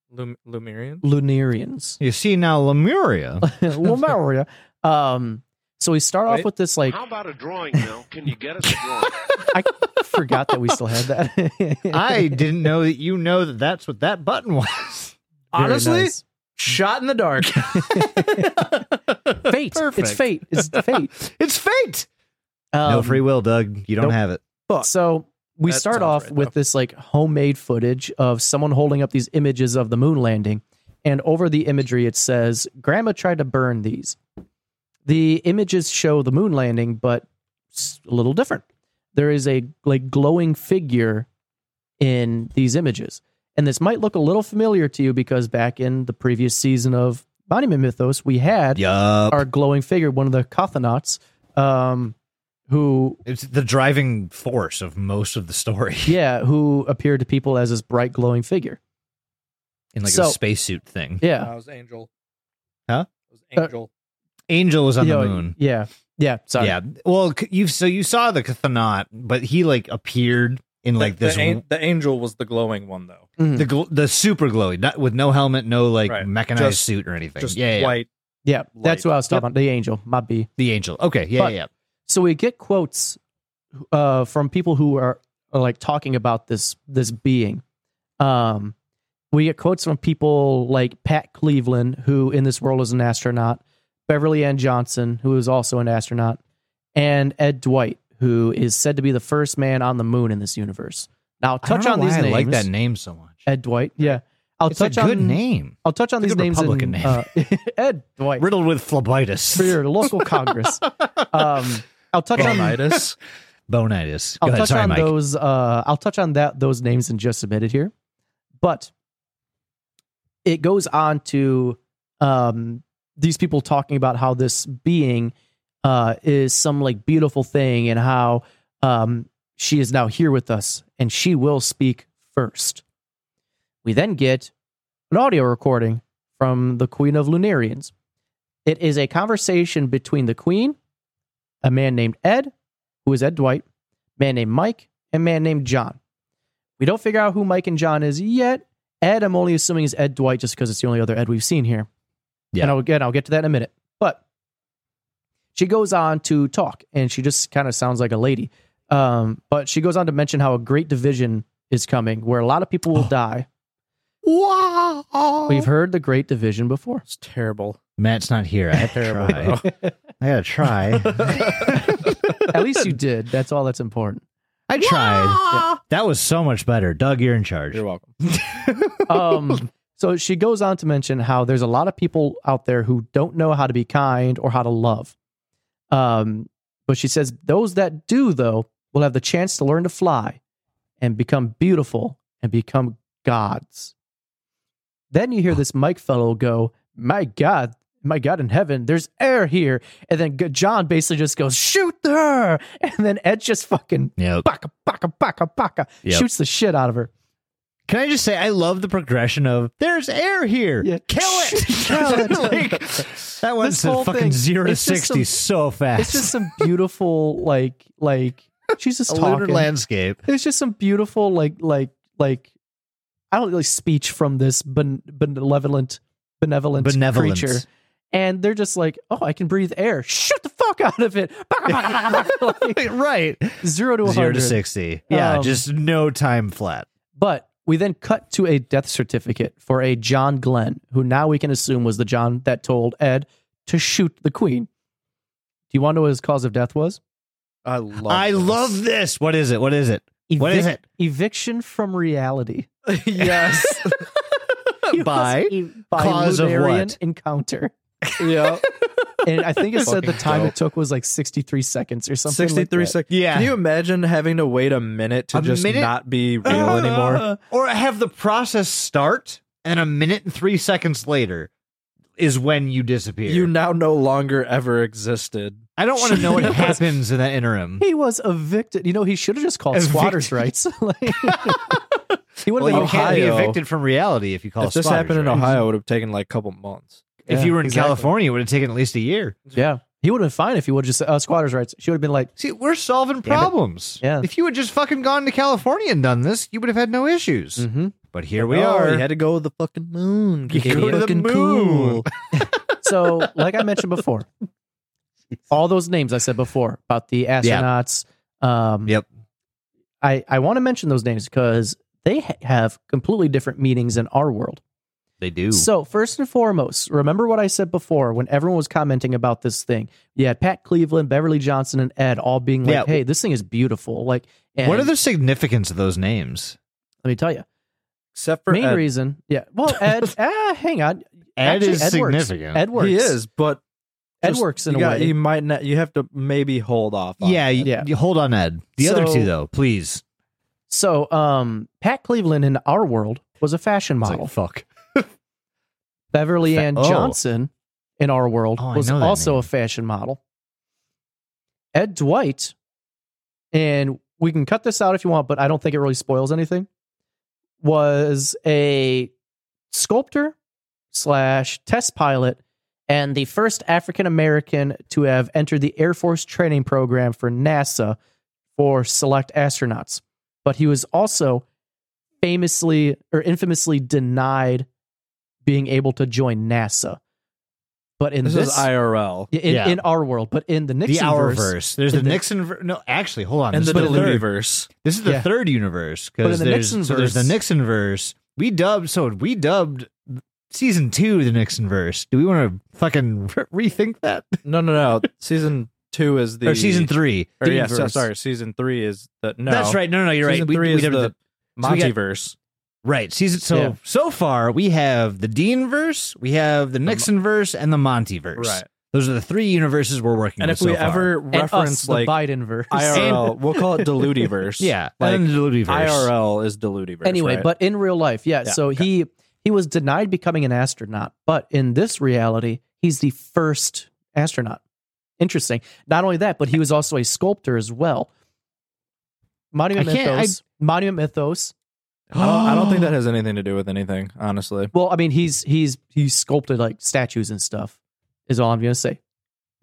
Speaker 3: Lum- Lumerian?
Speaker 4: [LAUGHS]
Speaker 2: lunarians [LAUGHS]
Speaker 4: You see now Lemuria.
Speaker 2: lumaria um so we start off
Speaker 3: Wait.
Speaker 2: with this like
Speaker 5: How about a drawing now? Can you get us a drawing?
Speaker 2: I forgot that we still had that.
Speaker 4: I didn't know that you know that that's what that button was.
Speaker 2: Very
Speaker 3: Honestly,
Speaker 2: nice.
Speaker 3: shot in the [LAUGHS] dark.
Speaker 2: [LAUGHS] fate. It's
Speaker 4: Perfect.
Speaker 2: fate. It's fate.
Speaker 4: [LAUGHS] It's fate.
Speaker 2: Um,
Speaker 4: no free will, Doug. You don't
Speaker 2: nope.
Speaker 4: have it.
Speaker 2: So we
Speaker 3: That
Speaker 2: start
Speaker 3: sounds
Speaker 2: off
Speaker 3: right,
Speaker 2: with
Speaker 3: though.
Speaker 2: this like homemade footage of someone holding up these images of the moon landing, and over the imagery it says, "Grandma tried to burn these." The images show the moon landing, but s- a little different. There is a like glowing figure in these images. And this might look a little familiar to you because back in the previous season of Monument Mythos, we had
Speaker 4: Yup.
Speaker 2: our glowing figure, one of the Kothanauts, um, who
Speaker 4: It's the driving force of most of the story [LAUGHS]
Speaker 2: yeah, who appeared to people as this bright glowing figure.
Speaker 4: in like
Speaker 2: So-
Speaker 4: a spacesuit thing.
Speaker 2: Yeah,
Speaker 3: was Angel.
Speaker 4: Huh?
Speaker 3: It was
Speaker 2: Uh,
Speaker 4: Angel was on
Speaker 2: Yeah,
Speaker 4: the moon.
Speaker 2: Yeah, yeah. Sorry.
Speaker 4: Yeah. Well, c- you so you saw the Cathanaut, but he like appeared in like
Speaker 3: the,
Speaker 4: this
Speaker 3: the, an- the angel was the glowing one, though.
Speaker 2: Mhm.
Speaker 4: the gl- the super glowy, not with no helmet, no like
Speaker 3: Right.
Speaker 4: mechanized
Speaker 3: Just-
Speaker 4: suit or anything.
Speaker 3: Just
Speaker 4: yeah, yeah, yeah.
Speaker 3: white.
Speaker 2: yeah. That's
Speaker 3: Light.
Speaker 2: what I was talking about. The angel, my B.
Speaker 4: the angel. Okay, yeah,
Speaker 2: But-
Speaker 4: yeah.
Speaker 2: So we get quotes uh, from people who are, are like talking about this this being. Um, We get quotes from people like Pat Cleveland, who in this world is an astronaut, Beverly Ann Johnson, who is also an astronaut, and Ed Dwight, who is said to be the first man on the moon in this universe. Now, I'll
Speaker 4: I don't
Speaker 2: touch
Speaker 4: know
Speaker 2: on
Speaker 4: why
Speaker 2: these
Speaker 4: I
Speaker 2: names.
Speaker 4: like that name so much.
Speaker 2: Ed Dwight, yeah. I'll
Speaker 4: it's
Speaker 2: touch
Speaker 4: a good
Speaker 2: on
Speaker 4: name.
Speaker 2: I'll touch on these
Speaker 4: It's a good
Speaker 2: names
Speaker 4: Republican
Speaker 2: in,
Speaker 4: name.
Speaker 2: uh, [LAUGHS] Ed Dwight
Speaker 4: Riddled with
Speaker 2: for
Speaker 4: phlebitis.
Speaker 2: your
Speaker 4: [LAUGHS]
Speaker 2: local Congress. Um, I'll touch on
Speaker 3: Leonidas.
Speaker 4: Bonitis. Go
Speaker 2: I'll
Speaker 4: ahead.
Speaker 2: touch
Speaker 4: Sorry,
Speaker 2: on
Speaker 4: Mike.
Speaker 2: those. Uh, I'll touch on that those names in just a minute here, but it goes on to um, these people talking about how this being uh, is some like beautiful thing and how um, she is now here with us and she will speak first. We then get an audio recording from the Queen of Lunarians. It is a conversation between the Queen, a man named Ed, who is Ed Dwight, man named Mike, and man named John. We don't figure out who Mike and John is yet. Ed, I'm only assuming is Ed Dwight just because it's the only other Ed we've seen here.
Speaker 4: Yeah.
Speaker 2: And I'll, again, I'll get to that in a minute. But she goes on to talk, and she just kind of sounds like a lady. Um, but she goes on to mention how a great division is coming, where a lot of people will die.
Speaker 4: Oh. Wow.
Speaker 2: We've heard the Great Division before.
Speaker 3: It's [LAUGHS] terrible.
Speaker 4: Matt's not here. I have to
Speaker 3: Terrible. [LAUGHS]
Speaker 4: [LAUGHS] try. I gotta try.
Speaker 2: At
Speaker 4: [LAUGHS]
Speaker 2: least you did. That's all that's important.
Speaker 4: I tried. That was so much better. Doug, you're in charge.
Speaker 3: You're welcome.
Speaker 2: um, so she goes on to mention how there's a lot of people out there who don't know how to be kind or how to love. Um, but she says those that do, though, will have the chance to learn to fly and become beautiful and become gods. Then you hear this Mike fellow go, My God, my God in heaven, there's air here. And then G- John basically just goes, Shoot her. [LAUGHS] And then Ed just fucking
Speaker 4: Yep.
Speaker 2: baka, baka, baka, baka,
Speaker 4: Yep.
Speaker 2: shoots the shit out of her.
Speaker 4: Can I just say I love the progression of there's air here.
Speaker 2: Yeah.
Speaker 4: Kill
Speaker 2: [LAUGHS]
Speaker 4: it.
Speaker 2: Kill it.
Speaker 4: [LAUGHS] Like, that went
Speaker 2: This
Speaker 4: to
Speaker 2: whole
Speaker 4: fucking
Speaker 2: thing,
Speaker 4: zero to
Speaker 2: it's just
Speaker 4: sixty so fast.
Speaker 2: It's just some beautiful, like, like she's
Speaker 4: [LAUGHS]
Speaker 2: just
Speaker 4: a lunar
Speaker 2: talking.
Speaker 4: landscape.
Speaker 2: It's just some beautiful, like, like, like, I don't really speech from this ben- benevolent, benevolent,
Speaker 4: Benevolence.
Speaker 2: creature. And they're just like, oh, I can breathe air. Shoot the fuck out of it. [LAUGHS] Baka, baka, baka, baka. Like,
Speaker 4: right.
Speaker 2: zero to a
Speaker 4: Zero to
Speaker 2: hundred.
Speaker 4: sixty. Yeah,
Speaker 2: Um,
Speaker 4: just no time flat.
Speaker 2: But we then cut to a death certificate for a John Glenn, who now we can assume was the John that told Ed to shoot the queen. Do you want to know what his cause of death was?
Speaker 3: I love.
Speaker 4: I
Speaker 3: this. [LAUGHS]
Speaker 4: love this. What is it? What is it? What is
Speaker 2: Evic-
Speaker 4: it?
Speaker 2: Eviction from reality.
Speaker 3: yes.
Speaker 2: [LAUGHS] He was
Speaker 4: [LAUGHS] By
Speaker 2: e- by
Speaker 4: cause of
Speaker 2: Lunarian
Speaker 4: what? [LAUGHS]
Speaker 2: encounter.
Speaker 3: yeah.
Speaker 2: And I think it said the
Speaker 3: Fucking
Speaker 2: time
Speaker 3: dope.
Speaker 2: it took was like 63 seconds or something. like
Speaker 3: Sixty-three
Speaker 2: that.
Speaker 3: seconds.
Speaker 4: Yeah.
Speaker 3: Can
Speaker 4: [LAUGHS]
Speaker 3: you imagine having to wait a minute to
Speaker 4: A
Speaker 3: just
Speaker 4: minute?
Speaker 3: not be real
Speaker 4: [LAUGHS]
Speaker 3: anymore?
Speaker 2: [LAUGHS]
Speaker 4: Or have the process start and a minute and three seconds later is when you disappear.
Speaker 3: You now no longer ever existed.
Speaker 4: I don't want to know what happens in that interim.
Speaker 2: He was evicted. You know, he should have just called squatters' rights. [LAUGHS] Like-
Speaker 4: [LAUGHS]
Speaker 2: he would have
Speaker 4: Well, you
Speaker 2: been
Speaker 4: can't
Speaker 2: Ohio.
Speaker 4: be
Speaker 3: Ohio.
Speaker 4: evicted from reality if you call
Speaker 3: if this
Speaker 4: spotters,
Speaker 3: happened in
Speaker 4: right?
Speaker 3: Ohio, it would have taken like a couple months.
Speaker 4: If
Speaker 2: Yeah,
Speaker 4: you were in
Speaker 2: exactly.
Speaker 4: California, it would have taken at least a year.
Speaker 2: Yeah. He would have been fine if he would have just uh, squatters' rights. She would have been like,
Speaker 4: See, we're solving
Speaker 2: it.
Speaker 4: problems.
Speaker 2: Yeah.
Speaker 4: If you had just fucking gone to California and done this, you would have had no issues.
Speaker 2: mm-hmm.
Speaker 4: But here we
Speaker 3: Oh,
Speaker 4: are.
Speaker 3: You had to go to the fucking moon.
Speaker 4: You
Speaker 3: Katie.
Speaker 4: go to the
Speaker 3: Fucking
Speaker 4: moon.
Speaker 2: So, like I mentioned
Speaker 4: [LAUGHS]
Speaker 2: before, all those names I said before about the astronauts. Um,
Speaker 4: Yep.
Speaker 2: I, I want to mention those names because they ha- have completely different meanings in our world.
Speaker 4: They do.
Speaker 2: So, first and foremost, remember what I said before when everyone was commenting about this thing. You had Pat Cleveland, Beverly Johnson, and Ed all being like,
Speaker 4: Yeah.
Speaker 2: hey, this thing is beautiful. Like, and
Speaker 4: what are the significance of those names?
Speaker 2: Let me tell you.
Speaker 3: [LAUGHS] Except for
Speaker 2: main
Speaker 3: Ed.
Speaker 2: reason. Yeah. Well, Ed,
Speaker 3: [LAUGHS]
Speaker 2: ah, hang on.
Speaker 4: Ed
Speaker 2: Actually,
Speaker 4: is
Speaker 2: works.
Speaker 4: significant.
Speaker 2: Ed works.
Speaker 3: He is, but
Speaker 2: Ed
Speaker 3: just-
Speaker 2: works in
Speaker 3: you
Speaker 2: a
Speaker 3: got- e
Speaker 2: way.
Speaker 3: You might not. You have to maybe hold off. On
Speaker 4: yeah,
Speaker 3: that.
Speaker 4: y-
Speaker 2: Yeah.
Speaker 4: You hold on, Ed. The other
Speaker 2: So-
Speaker 4: two, though, please.
Speaker 2: So, um, Pat Cleveland in our world was a fashion
Speaker 4: It's
Speaker 2: model.
Speaker 4: Like, fuck.
Speaker 2: Beverly
Speaker 4: Fa-
Speaker 2: Ann
Speaker 4: oh.
Speaker 2: Johnson in our world
Speaker 4: Oh, I
Speaker 2: was
Speaker 4: know that
Speaker 2: also
Speaker 4: name.
Speaker 2: a fashion model. Ed Dwight, and we can cut this out if you want, but I don't think it really spoils anything, was a sculptor slash test pilot and the first African American to have entered the Air Force training program for NASA for select astronauts. But he was also famously or infamously denied being able to join NASA. But in
Speaker 3: This,
Speaker 2: this,
Speaker 3: is IRL
Speaker 2: in,
Speaker 4: Yeah.
Speaker 2: in our world, but in the
Speaker 4: the
Speaker 2: Nixon
Speaker 4: hour
Speaker 2: verse,
Speaker 4: verse. There's the
Speaker 2: The-
Speaker 4: Nixon. Ver- no, actually, hold on.
Speaker 3: and
Speaker 4: this
Speaker 3: the
Speaker 4: is the third.
Speaker 3: Dilutiverse.
Speaker 4: This is the
Speaker 2: Yeah.
Speaker 4: third universe
Speaker 2: But in
Speaker 4: because
Speaker 2: the
Speaker 4: there's
Speaker 2: Nixon
Speaker 4: so there's the
Speaker 2: verse-
Speaker 4: Nixon verse, we dubbed so we dubbed season two the Nixon verse. Do we want to fucking re- rethink that
Speaker 3: No, no, no. season two is the
Speaker 4: or season three?
Speaker 3: Or, yeah,
Speaker 4: Deanverse.
Speaker 3: so- sorry. Season three is the no.
Speaker 4: That's right. No, no, you're
Speaker 3: Season
Speaker 4: right. We-
Speaker 3: three
Speaker 4: we
Speaker 3: is
Speaker 4: dubbed
Speaker 3: the
Speaker 4: so we got-
Speaker 3: Montyverse.
Speaker 4: Right. Season so
Speaker 2: Yeah.
Speaker 4: so far we have the Dean verse, we have the Nixon verse, and the Monty verse.
Speaker 3: right.
Speaker 4: Those are the three universes we're working
Speaker 3: And
Speaker 4: with
Speaker 3: if we
Speaker 4: so far.
Speaker 3: ever
Speaker 2: And
Speaker 3: reference
Speaker 2: us,
Speaker 3: like
Speaker 2: the Biden verse.
Speaker 3: IRL, we'll call it Diludiverse.
Speaker 4: [LAUGHS] Yeah.
Speaker 3: Like,
Speaker 4: and the Duluth verse.
Speaker 3: IRL is Diludiverse.
Speaker 2: anyway,
Speaker 3: right?
Speaker 2: but in real life, yeah.
Speaker 3: Yeah,
Speaker 2: so he he was denied becoming an astronaut, but in this reality, he's the first astronaut. Interesting. Not only that,
Speaker 4: [LAUGHS]
Speaker 2: but he was also a sculptor as well. Monument
Speaker 4: I can't- I-
Speaker 2: Mythos. Monument Mythos.
Speaker 3: I don't, I don't
Speaker 4: [GASPS]
Speaker 3: think that has anything to do with anything, honestly.
Speaker 2: Well, I mean, he's he's he sculpted like statues and stuff. Is all I'm gonna say.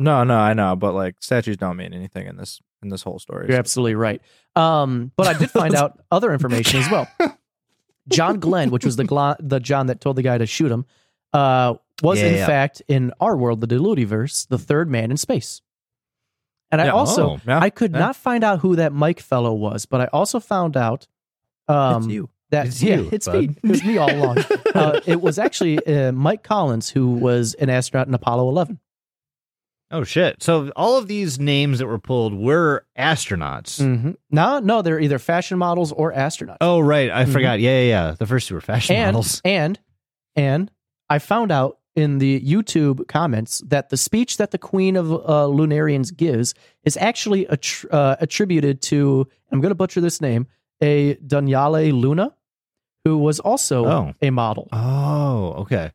Speaker 3: No, no, I know, but like statues don't mean anything in this in this whole story.
Speaker 2: You're absolutely right. Um, but I did find
Speaker 4: [LAUGHS]
Speaker 2: out other information as well. John Glenn, which was the gla- the John that told the guy to shoot him, uh, was
Speaker 4: Yeah,
Speaker 2: in
Speaker 4: yeah.
Speaker 2: fact in our world, the Diludiverse, the third man in space. And I
Speaker 3: Yeah,
Speaker 2: also
Speaker 4: Oh.
Speaker 3: Yeah,
Speaker 2: I could
Speaker 3: yeah.
Speaker 2: not find out who that Mike fellow was, but I also found out um,
Speaker 3: you.
Speaker 2: that [LAUGHS]
Speaker 4: It's
Speaker 2: yeah,
Speaker 4: you,
Speaker 2: it's
Speaker 4: bud.
Speaker 2: me, it was me all
Speaker 4: [LAUGHS]
Speaker 2: along. uh, it was actually uh, Mike Collins who was an astronaut in Apollo 11.
Speaker 4: Oh shit. So all of these names that were pulled were astronauts.
Speaker 2: Mm-hmm. No, no, they're either fashion models or astronauts.
Speaker 4: Oh right, I
Speaker 2: Mhm.
Speaker 4: forgot. Yeah, yeah, yeah. The first two were fashion
Speaker 2: and,
Speaker 4: models.
Speaker 2: And and I found out in the YouTube comments that the speech that the Queen of uh, Lunarians gives is actually attr- uh, attributed to I'm going to butcher this name a Daniele Luna, who was also
Speaker 4: Oh.
Speaker 2: a model.
Speaker 4: Oh, okay.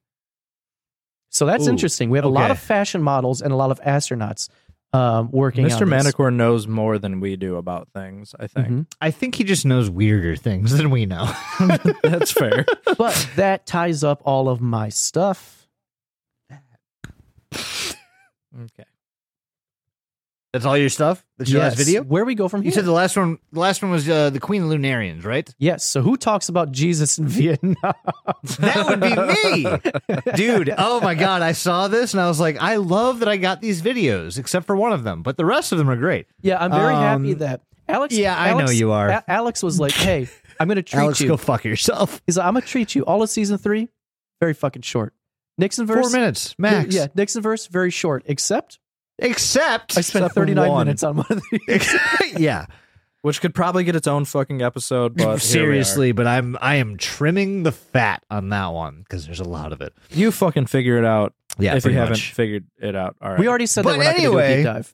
Speaker 2: So that's
Speaker 4: Ooh,
Speaker 2: interesting. We have a lot
Speaker 4: okay.
Speaker 2: of fashion models and a lot of astronauts um, working.
Speaker 3: Mr.
Speaker 2: on this.
Speaker 3: Manicore knows more than we do about things, I think.
Speaker 4: [LAUGHS]
Speaker 2: Mhm.
Speaker 4: I think he just knows weirder things than we know. [LAUGHS] Mm-hmm.
Speaker 3: [LAUGHS] That's fair.
Speaker 2: but that ties up all of my stuff.
Speaker 3: Okay.
Speaker 4: That's all your stuff? That's your last
Speaker 2: Yes.
Speaker 4: video?
Speaker 2: Where we go from
Speaker 4: You
Speaker 2: here?
Speaker 4: said the last one the last one was uh, the Queen of Lunarians, right?
Speaker 2: yes. So who talks about Jesus in [LAUGHS] Vietnam?
Speaker 4: [LAUGHS] That would be me. [LAUGHS] Dude, oh my god, I saw this and I was like, I love that I got these videos except for one of them, but the rest of them are great.
Speaker 2: Yeah, I'm very happy
Speaker 4: Um,
Speaker 2: that Alex.
Speaker 4: yeah, I know
Speaker 2: Alex-
Speaker 4: you are.
Speaker 2: A- Alex was like, "Hey, I'm
Speaker 4: [LAUGHS]
Speaker 2: gonna treat
Speaker 4: Alex,
Speaker 2: you."
Speaker 4: go fuck yourself.
Speaker 2: He's like, "I'm gonna treat you." All of season three, very fucking short. Nixon verse,
Speaker 4: Four minutes max.
Speaker 2: Yeah, Nixon verse, very short. Except
Speaker 4: Except
Speaker 2: I spent
Speaker 3: Except
Speaker 2: 39
Speaker 3: one.
Speaker 2: minutes on one of these.
Speaker 4: [LAUGHS] yeah,
Speaker 3: Which could probably get its own fucking episode,
Speaker 4: [LAUGHS]
Speaker 3: but here we are.
Speaker 4: seriously. But I'm I am trimming the fat on that one because there's a lot of it.
Speaker 3: you fucking figure it out
Speaker 4: Yeah,
Speaker 3: if you
Speaker 4: pretty
Speaker 3: haven't
Speaker 4: much.
Speaker 3: figured it out. All right.
Speaker 2: We already said
Speaker 4: But
Speaker 2: that we're not gonna do a
Speaker 4: anyway-
Speaker 2: deep dive.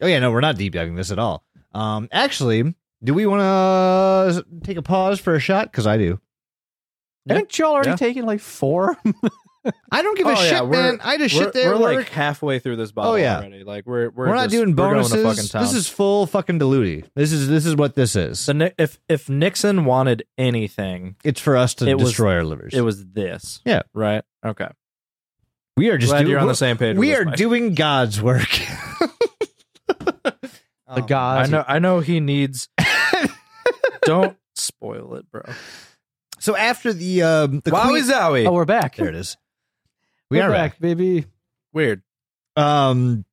Speaker 4: Oh yeah, no, we're not deep diving this at all. Um, actually, do we want to take a pause for a shot? Because I do.
Speaker 2: I think y'all already
Speaker 3: Yeah.
Speaker 2: taken like four.
Speaker 4: [LAUGHS] I don't give
Speaker 3: Oh,
Speaker 4: a
Speaker 3: yeah,
Speaker 4: shit,
Speaker 3: we're-
Speaker 4: man. I just
Speaker 3: we're,
Speaker 4: shit there.
Speaker 3: we're
Speaker 4: work.
Speaker 3: like halfway through this bottle
Speaker 4: Oh, yeah.
Speaker 3: already. Like we're we're,
Speaker 4: we're, not
Speaker 3: just-
Speaker 4: doing
Speaker 3: we're going to
Speaker 4: bonuses.
Speaker 3: fucking town.
Speaker 4: this is full fucking diluti. This is this is what this is.
Speaker 3: so Ni- if if Nixon wanted anything,
Speaker 4: it's for us to
Speaker 3: It was-
Speaker 4: destroy our livers.
Speaker 3: it was this.
Speaker 4: Yeah.
Speaker 3: Right? Okay.
Speaker 4: we are just
Speaker 3: Glad
Speaker 4: doing.
Speaker 3: you're on
Speaker 4: we're-
Speaker 3: the same page.
Speaker 4: we
Speaker 3: with us,
Speaker 4: are
Speaker 3: Mike.
Speaker 4: doing
Speaker 3: [LAUGHS]
Speaker 4: God's work. [LAUGHS]
Speaker 2: The God.
Speaker 3: Um, I know I know he
Speaker 4: [LAUGHS]
Speaker 3: needs Don't spoil it, bro.
Speaker 4: So after the um, the
Speaker 3: Wowie
Speaker 4: queen-
Speaker 3: zowie.
Speaker 2: Oh, we're back.
Speaker 4: there it is.
Speaker 2: [LAUGHS]
Speaker 4: We
Speaker 2: We're
Speaker 4: are back.
Speaker 2: back, baby.
Speaker 3: Weird.
Speaker 4: Um,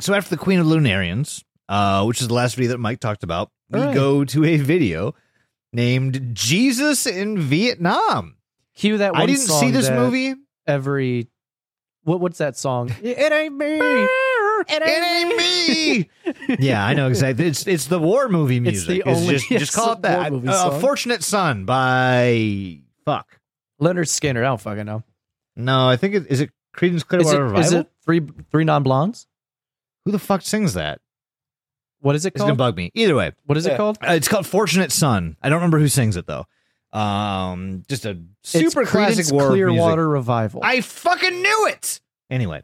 Speaker 4: so after the Queen of Lunarians, uh, which is the last video that Mike talked about, we
Speaker 2: All right.
Speaker 4: go to a video named "Jesus in Vietnam."
Speaker 2: Cue that. One
Speaker 4: I didn't
Speaker 2: song
Speaker 4: see this
Speaker 2: that
Speaker 4: movie.
Speaker 2: Every what? What's that
Speaker 4: [LAUGHS]
Speaker 2: song? it ain't me.
Speaker 4: It ain't me. yeah, I know exactly. It's it's the war movie music.
Speaker 2: the only-
Speaker 4: just,
Speaker 2: [LAUGHS] yes,
Speaker 4: just call it
Speaker 2: war
Speaker 4: that.
Speaker 2: movie
Speaker 4: uh,
Speaker 2: song.
Speaker 4: Fortunate Son by fuck.
Speaker 2: Leonard Skinner. I don't fucking know.
Speaker 4: No, I think it is it Creedence
Speaker 2: Is
Speaker 4: Clearwater
Speaker 2: it,
Speaker 4: Revival.
Speaker 2: is it three three non blondes?
Speaker 4: Who the fuck sings that?
Speaker 2: What is it
Speaker 4: It's gonna
Speaker 2: called?
Speaker 4: bug me. Either way,
Speaker 2: What is
Speaker 3: Yeah.
Speaker 2: it called?
Speaker 4: Uh, it's called Fortunate Son. I don't remember who sings it though. Um, just a super
Speaker 2: It's
Speaker 4: classic
Speaker 2: Creedence
Speaker 4: war
Speaker 2: Clearwater
Speaker 4: music.
Speaker 2: Revival.
Speaker 4: I fucking knew it. Anyway,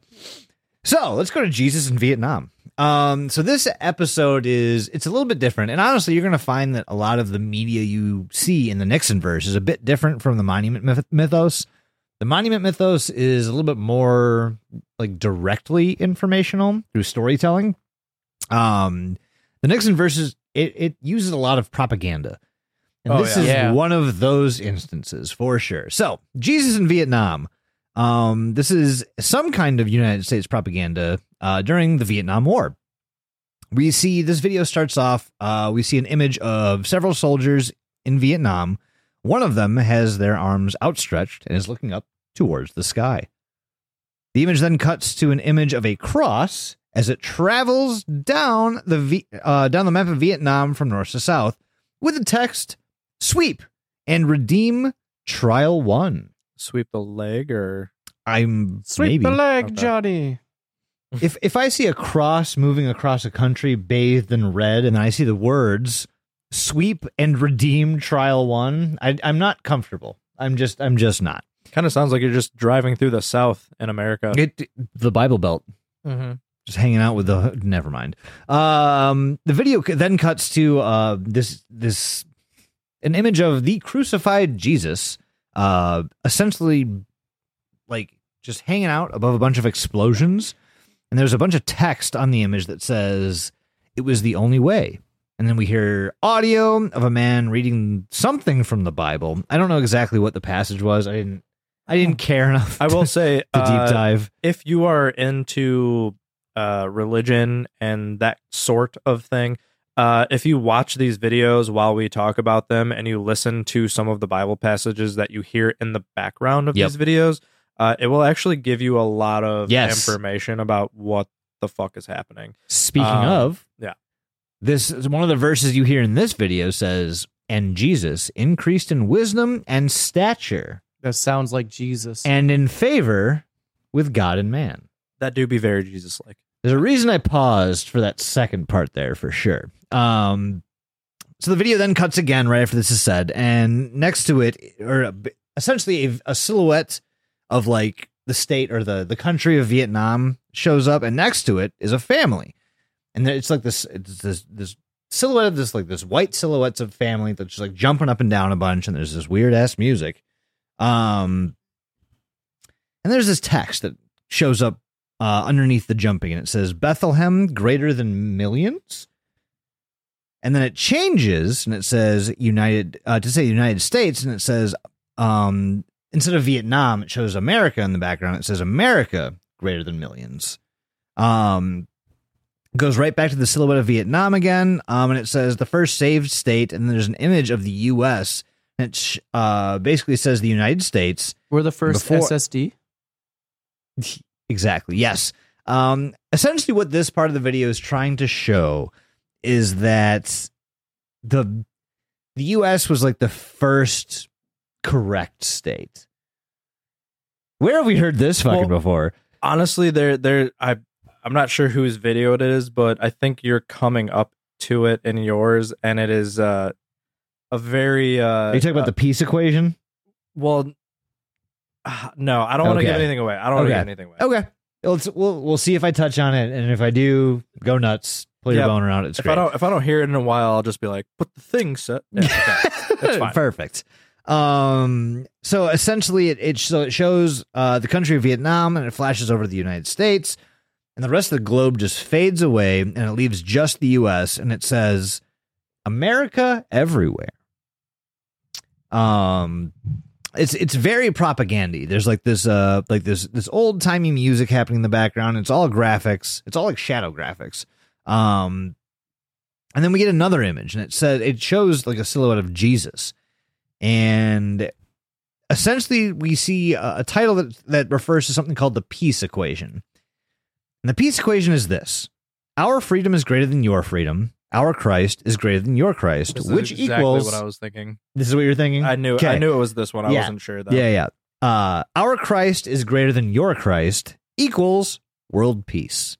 Speaker 4: so let's go to Jesus in Vietnam. Um, so this episode is it's a little bit different, and honestly, you're gonna find that a lot of the media you see in the Nixon verse is a bit different from the Monument myth- Mythos. The Monument Mythos is a little bit more like directly informational through storytelling. Um, the Nixon versus it it uses a lot of propaganda. And
Speaker 3: Oh,
Speaker 4: this
Speaker 3: yeah.
Speaker 4: is
Speaker 2: Yeah.
Speaker 4: one of those instances for sure. So, Jesus in Vietnam. Um, this is some kind of United States propaganda uh, during the Vietnam War. We see this video starts off. Uh, we see an image of several soldiers in Vietnam One of them has their arms outstretched and is looking up towards the sky. The image then cuts to an image of a cross as it travels down the v- uh, down the map of Vietnam from north to south, with the text "Sweep and redeem trial one."
Speaker 3: Sweep the leg or
Speaker 4: I'm
Speaker 2: Sweep
Speaker 4: maybe
Speaker 2: the leg,
Speaker 3: Okay.
Speaker 2: Johnny.
Speaker 4: if if I see a cross moving across a country bathed in red, and I see the words "sweep and redeem trial one," I, I'm not comfortable. I'm just I'm just not.
Speaker 3: kind of sounds like you're just driving through the South in America.
Speaker 4: It the Bible Belt
Speaker 3: Mm-hmm.
Speaker 4: just hanging out with the never mind um the video c- then cuts to uh this this an image of the crucified jesus uh essentially like just hanging out above a bunch of explosions and there's a bunch of text on the image that says it was the only way and then we hear audio of a man reading something from the bible i don't know exactly what the passage was i didn't i didn't care enough
Speaker 3: Hmm. I will
Speaker 4: [LAUGHS] to,
Speaker 3: say,
Speaker 4: to
Speaker 3: uh,
Speaker 4: deep dive
Speaker 3: if you are into uh, religion and that sort of thing, uh, if you watch these videos while we talk about them and you listen to some of the Bible passages that you hear in the background of
Speaker 4: Yep.
Speaker 3: these videos, uh, it will actually give you a lot of
Speaker 4: Yes.
Speaker 3: information about what the fuck is happening.
Speaker 4: Speaking
Speaker 3: Um,
Speaker 4: of,
Speaker 3: yeah.
Speaker 4: this is one of the verses you hear in this video says, "And Jesus increased in wisdom and stature,
Speaker 2: That sounds like Jesus.
Speaker 4: and in favor with God and man."
Speaker 3: That do be very Jesus like.
Speaker 4: There's a reason I paused for that second part there for sure. Um, so the video then cuts again right after this is said, and next to it, or a- essentially a, a silhouette of like the state or the the country of Vietnam shows up, and next to it is a family, and then it's like this it's this this silhouette of this like this white silhouettes of family that's just like jumping up and down a bunch, and there's this weird ass music, um, and there's this text that shows up uh, underneath the jumping, and it says Bethlehem greater than millions. And then it changes, and it says United uh, to say United States, and it says um, instead of Vietnam, it shows America in the background. It says America greater than millions. Um, goes right back to the silhouette of Vietnam again, um, and it says the first saved state, and there's an image of the U.S. And it sh- uh, basically says the United States,
Speaker 2: We're the first
Speaker 4: Before-
Speaker 2: SSD.
Speaker 4: Exactly. Yes. Um, essentially, what this part of the video is trying to show is that the the U.S. was like the first correct state. Where have we heard this
Speaker 3: Well-
Speaker 4: fucking before?
Speaker 3: honestly there there i i'm not sure whose video it is but i think you're coming up to it in yours and it is uh a very uh
Speaker 4: Are you talking about the peace equation?
Speaker 3: well uh, no i don't want to give
Speaker 4: Okay.
Speaker 3: anything away i don't want to
Speaker 4: Okay. Oh,
Speaker 3: give anything away
Speaker 4: Okay. Let's, we'll we'll see if I touch on it, and if I do, go nuts, pull your
Speaker 3: Yep.
Speaker 4: bone around. It's
Speaker 3: if
Speaker 4: great.
Speaker 3: i don't if i don't hear it in a while i'll just be like but the thing set Yeah,
Speaker 4: [LAUGHS]
Speaker 3: okay. That's fine.
Speaker 4: Perfect. Um, so essentially, it it, so it shows uh, the country of Vietnam, and it flashes over to the United States, and the rest of the globe just fades away, and it leaves just the U.S. and it says America everywhere. Um, it's it's very propagandy. There's like this uh like this this old timey music happening in the background. It's all graphics. It's all like shadow graphics. Um, and then we get another image, and it says it shows like a silhouette of Jesus, and essentially we see a, a title that that refers to something called the peace equation. And the peace equation is this: our freedom is greater than your freedom. Our Christ is greater than your Christ,
Speaker 3: This is
Speaker 4: which
Speaker 3: exactly
Speaker 4: equals.
Speaker 3: what i was thinking
Speaker 4: this is what you're thinking.
Speaker 3: i knew i
Speaker 4: Okay.
Speaker 3: knew it was this one i
Speaker 4: Yeah.
Speaker 3: wasn't sure though
Speaker 4: Yeah, yeah. Uh, our Christ is greater than your Christ equals world peace.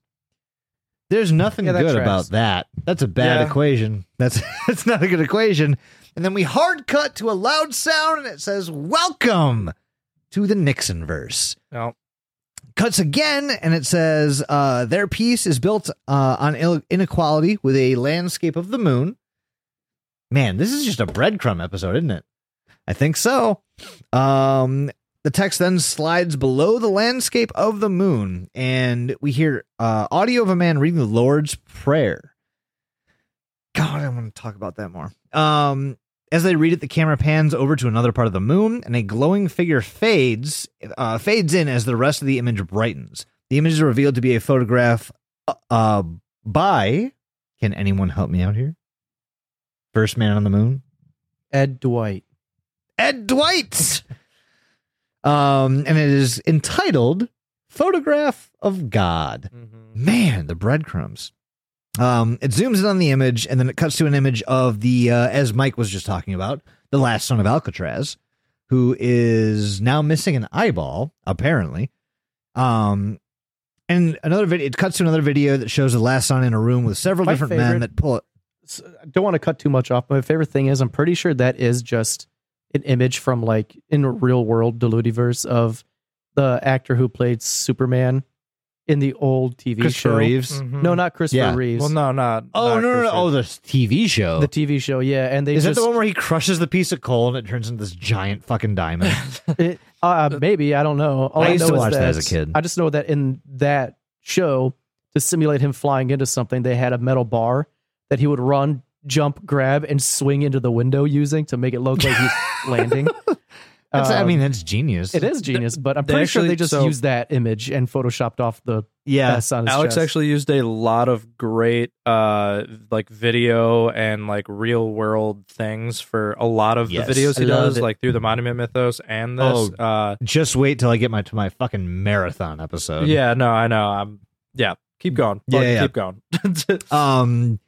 Speaker 4: There's nothing
Speaker 2: Yeah, that
Speaker 4: good
Speaker 2: tracks.
Speaker 4: about that. That's a bad
Speaker 3: Yeah.
Speaker 4: equation. That's [LAUGHS] that's not a good equation. And then we hard cut to a loud sound, and it says "Welcome to the Nixon verse."
Speaker 3: No.
Speaker 4: Cuts again, and it says uh, their peace is built uh, on Ill- inequality with a landscape of the moon. Man, this is just a breadcrumb episode, isn't it? I think so. Um, the text then slides below the landscape of the moon, and we hear uh, audio of a man reading the Lord's Prayer. God, I want to talk about that more. Um, as they read it, the camera pans over to another part of the moon, and a glowing figure fades uh, fades in as the rest of the image brightens. The image is revealed to be a photograph uh, by. Can anyone help me out here? First man on the moon,
Speaker 2: Ed Dwight.
Speaker 4: at Dwight's. Um, and it is entitled Photograph of God. Man, the breadcrumbs. Um, it zooms in on the image, and then it cuts to an image of the, uh, as Mike was just talking about, the last son of Alcatraz, who is now missing an eyeball, apparently. Um, and another video, it cuts to another video that shows the last son in a room with several
Speaker 2: My
Speaker 4: different men
Speaker 2: favorite-
Speaker 4: that pull it.
Speaker 2: So, I don't want to cut too much off. but My favorite thing is I'm pretty sure that is just an image from like in real world Deludiverse of the actor who played Superman in the old TV show. Mm.
Speaker 4: Christopher Reeves.
Speaker 2: No, not Christopher
Speaker 4: Yeah.
Speaker 2: Reeves.
Speaker 3: Mm-hmm. Well, no, not. not
Speaker 4: Oh no, no, no!
Speaker 3: Christian.
Speaker 4: Oh, the TV show.
Speaker 2: The TV show, yeah, and they
Speaker 4: is
Speaker 2: just
Speaker 4: that the one where he crushes the piece of coal and it turns into this giant fucking diamond?
Speaker 2: It, uh, maybe I don't know. All
Speaker 4: I
Speaker 2: I,
Speaker 4: used
Speaker 2: know
Speaker 4: to
Speaker 2: is
Speaker 4: watch that as a kid.
Speaker 2: I just know that in that show, to simulate him flying into something, they had a metal bar that he would run, jump, grab, and swing into the window using to make it look
Speaker 4: [LAUGHS]
Speaker 2: like he's landing.
Speaker 4: [LAUGHS] That's, I
Speaker 2: Um,
Speaker 4: mean, that's genius.
Speaker 2: it is genius, but I'm
Speaker 3: they
Speaker 2: pretty sure
Speaker 3: actually-
Speaker 2: they just
Speaker 3: so-
Speaker 2: used that image and photoshopped off the
Speaker 4: Yeah,
Speaker 2: S on his
Speaker 3: Alex
Speaker 2: chest.
Speaker 3: actually used a lot of great uh like video and like real world things for a lot of
Speaker 4: Yes.
Speaker 3: the videos he
Speaker 2: I love
Speaker 3: does,
Speaker 2: it.
Speaker 3: like through the Monument Mythos and this.
Speaker 4: Oh,
Speaker 3: Uh
Speaker 4: Just wait till I get my to my fucking marathon episode. Mm.
Speaker 3: yeah, no, I know. I'm yeah, keep going.
Speaker 4: Yeah,
Speaker 3: Fuck,
Speaker 4: yeah, yeah.
Speaker 3: keep going. [LAUGHS]
Speaker 4: Um.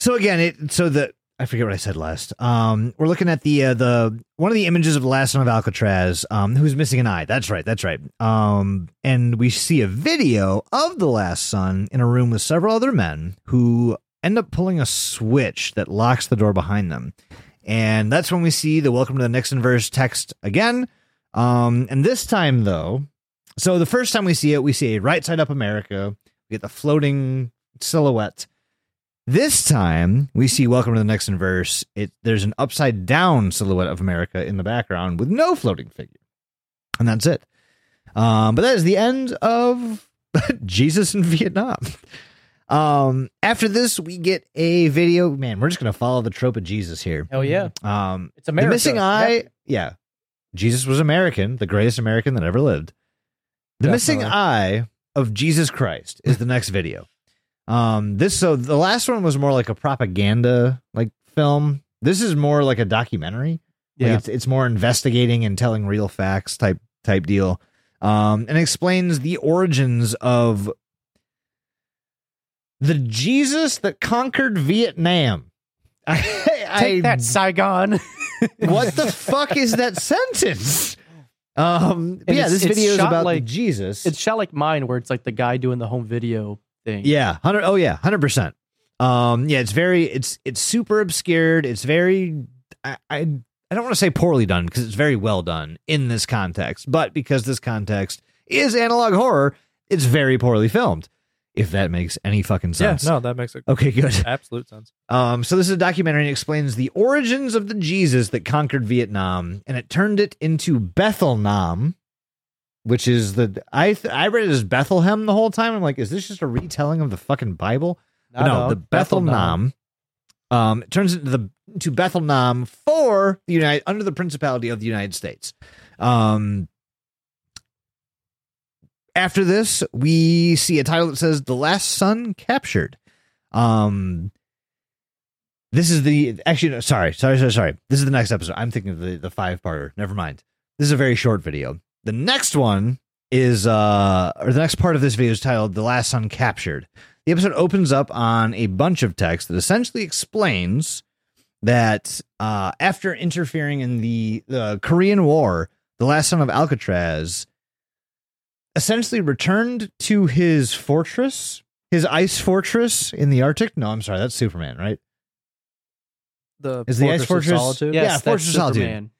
Speaker 4: So again, it so the I forget what I said last. Um, we're looking at the uh, the one of the images of the last son of Alcatraz, um, who's missing an eye. That's right. That's right. Um, and we see a video of the last son in a room with several other men who end up pulling a switch that locks the door behind them, and that's when we see the "Welcome to the Nixon verse" text again. Um, and this time though, so the first time we see it, we see a right side up America. We get the floating silhouette. This time we see Welcome to the Next Verse. It there's an upside down silhouette of America in the background with no floating figure. And that's it. Um, but that is the end of [LAUGHS] Jesus in Vietnam. Um, after this, we get a video. Man, we're just gonna follow the trope of Jesus here.
Speaker 2: Hell yeah,
Speaker 4: Um,
Speaker 2: it's America.
Speaker 4: the missing eye,
Speaker 2: Yep.
Speaker 4: yeah. Jesus was American, the greatest American that ever lived. The missing
Speaker 2: Definitely.
Speaker 4: eye of Jesus Christ is the next video. Um, this so the last one was more like a propaganda like film. This is more like a documentary. Like
Speaker 2: Yeah.
Speaker 4: it's it's more investigating and telling real facts type type deal. Um, and explains the origins of the Jesus that conquered Vietnam. [LAUGHS] I, I- [LAUGHS]
Speaker 2: Saigon.
Speaker 4: what the fuck is that sentence? Um, but
Speaker 2: And
Speaker 4: yeah,
Speaker 2: it's-
Speaker 4: this
Speaker 2: it's
Speaker 4: video is
Speaker 2: shot
Speaker 4: about
Speaker 2: like-
Speaker 4: Jesus.
Speaker 2: It's shot like mine, where it's like the guy doing the home video thing.
Speaker 4: yeah, hundred. Oh yeah, hundred percent. Um, yeah, it's very, it's it's super obscured. It's very, I, I, I don't want to say poorly done because it's very well done in this context, but because this context is analog horror, it's very poorly filmed. If that makes any fucking
Speaker 3: yeah,
Speaker 4: sense.
Speaker 3: no, that makes a
Speaker 4: Okay, good.
Speaker 3: absolute sense.
Speaker 4: Um, so this is a documentary and it explains the origins of the Jesus that conquered Vietnam, and it turned it into Bethel-nam, which is the I th- I read it as Bethlehem the whole time. I'm like, is this just a retelling of the fucking Bible? But no, the Bethel-nam. Um, it turns into the to Bethel-nam for the United under the Principality of the United States. Um, after this, we see a title that says "The Last Son Captured." Um, this is the actually no, sorry, sorry, sorry, sorry. This is the next episode. I'm thinking of the the five parter. Never mind. This is a very short video. The next one is uh or the next part of this video is titled "The Last Son Captured." The episode opens up on a bunch of text that essentially explains that uh, after interfering in the the Korean War, the last son of Alcatraz essentially returned to his fortress, his ice fortress in the Arctic. No, I'm sorry, that's Superman, right?
Speaker 3: The
Speaker 4: Is the Ice
Speaker 3: Fortress of
Speaker 4: Fortress-
Speaker 3: Solitude?
Speaker 4: Yeah,
Speaker 2: Yes, that's
Speaker 4: Fortress of Solitude.
Speaker 2: Superman.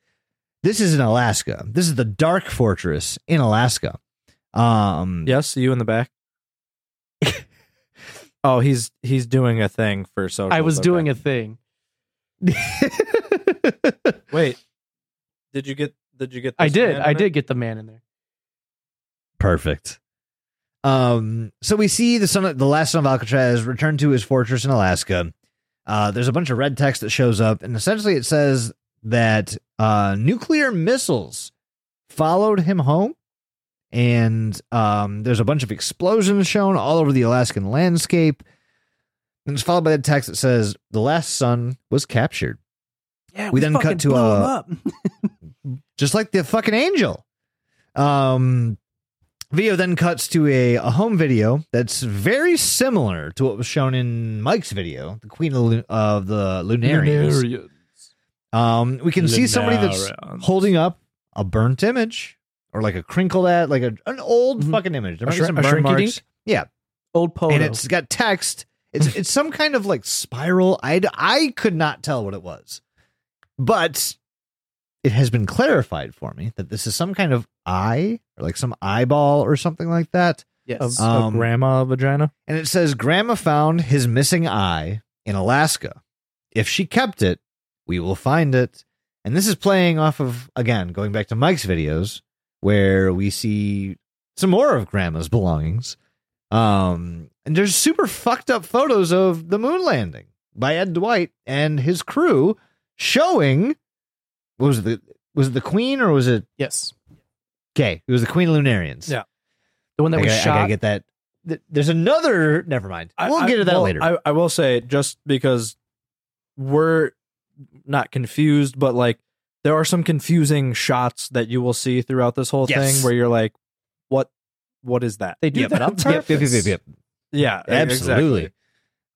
Speaker 4: This is in Alaska. This is the Dark Fortress in Alaska. Um,
Speaker 3: Yes, you in the
Speaker 4: [LAUGHS]
Speaker 3: back. oh, he's he's doing a thing for social.
Speaker 2: I was doing a thing.
Speaker 3: Wait, did you get? Did you get?
Speaker 2: I
Speaker 3: this
Speaker 2: did.
Speaker 3: man
Speaker 2: I
Speaker 3: in it?
Speaker 2: did get the man in there.
Speaker 4: Perfect. Um, so we see the son, of, the last son of Alcatraz, return to his fortress in Alaska. Uh, there's a bunch of red text that shows up, and essentially it says that uh, nuclear missiles followed him home, and um, there's a bunch of explosions shown all over the Alaskan landscape. And it's followed by the text that says the last son was captured.
Speaker 2: Yeah,
Speaker 4: We then cut
Speaker 2: fucking
Speaker 4: to
Speaker 2: blew
Speaker 4: a-
Speaker 2: him up.
Speaker 4: [LAUGHS] just like the fucking angel. Um, video then cuts to a, a home video that's very similar to what was shown in Mike's video, the Queen of, the Lu- of the Lunarians. Um, we can see somebody that's
Speaker 3: Lunarians.
Speaker 4: holding up a burnt image or like a crinkled at like a, an old
Speaker 2: Mhm.
Speaker 4: fucking image. There
Speaker 3: Mm-hmm. A shrink-
Speaker 4: might be some
Speaker 3: a
Speaker 4: burn
Speaker 3: shrinky
Speaker 4: marks,
Speaker 3: dink?
Speaker 2: Old polo.
Speaker 4: and it's got text.
Speaker 3: [LAUGHS]
Speaker 4: It's it's some kind of like spiral. I I could not tell what it was, but it has been clarified for me that this is some kind of eye or like some eyeball or something like that.
Speaker 2: yes.
Speaker 4: Uh, Um,
Speaker 3: a grandma vagina.
Speaker 4: And it says Grandma found his missing eye in Alaska. If she kept it, we will find it. And this is playing off of again going back to Mike's videos where we see some more of Grandma's belongings. Um, and there's super fucked up photos of the moon landing by Ed Dwight and his crew showing what was it, the was it the Queen or was it
Speaker 2: yes.
Speaker 4: okay? It was the Queen of Lunarians.
Speaker 3: Yeah.
Speaker 2: The one that
Speaker 4: I,
Speaker 2: was
Speaker 4: gotta- I
Speaker 2: shot.
Speaker 4: gotta get that. th- There's another. Never mind.
Speaker 3: I-
Speaker 4: we'll
Speaker 3: I-
Speaker 4: get to that
Speaker 3: well,
Speaker 4: later.
Speaker 3: I, I will say just because we're not confused, but like there are some confusing shots that you will see throughout this whole
Speaker 4: Yes.
Speaker 3: thing where you're like, what? What is that?
Speaker 2: they do
Speaker 4: Yep.
Speaker 2: that on
Speaker 4: Yep,
Speaker 2: purpose.
Speaker 4: yep, yep, yep, yep.
Speaker 3: Yeah, e-
Speaker 4: Absolutely.
Speaker 3: exactly.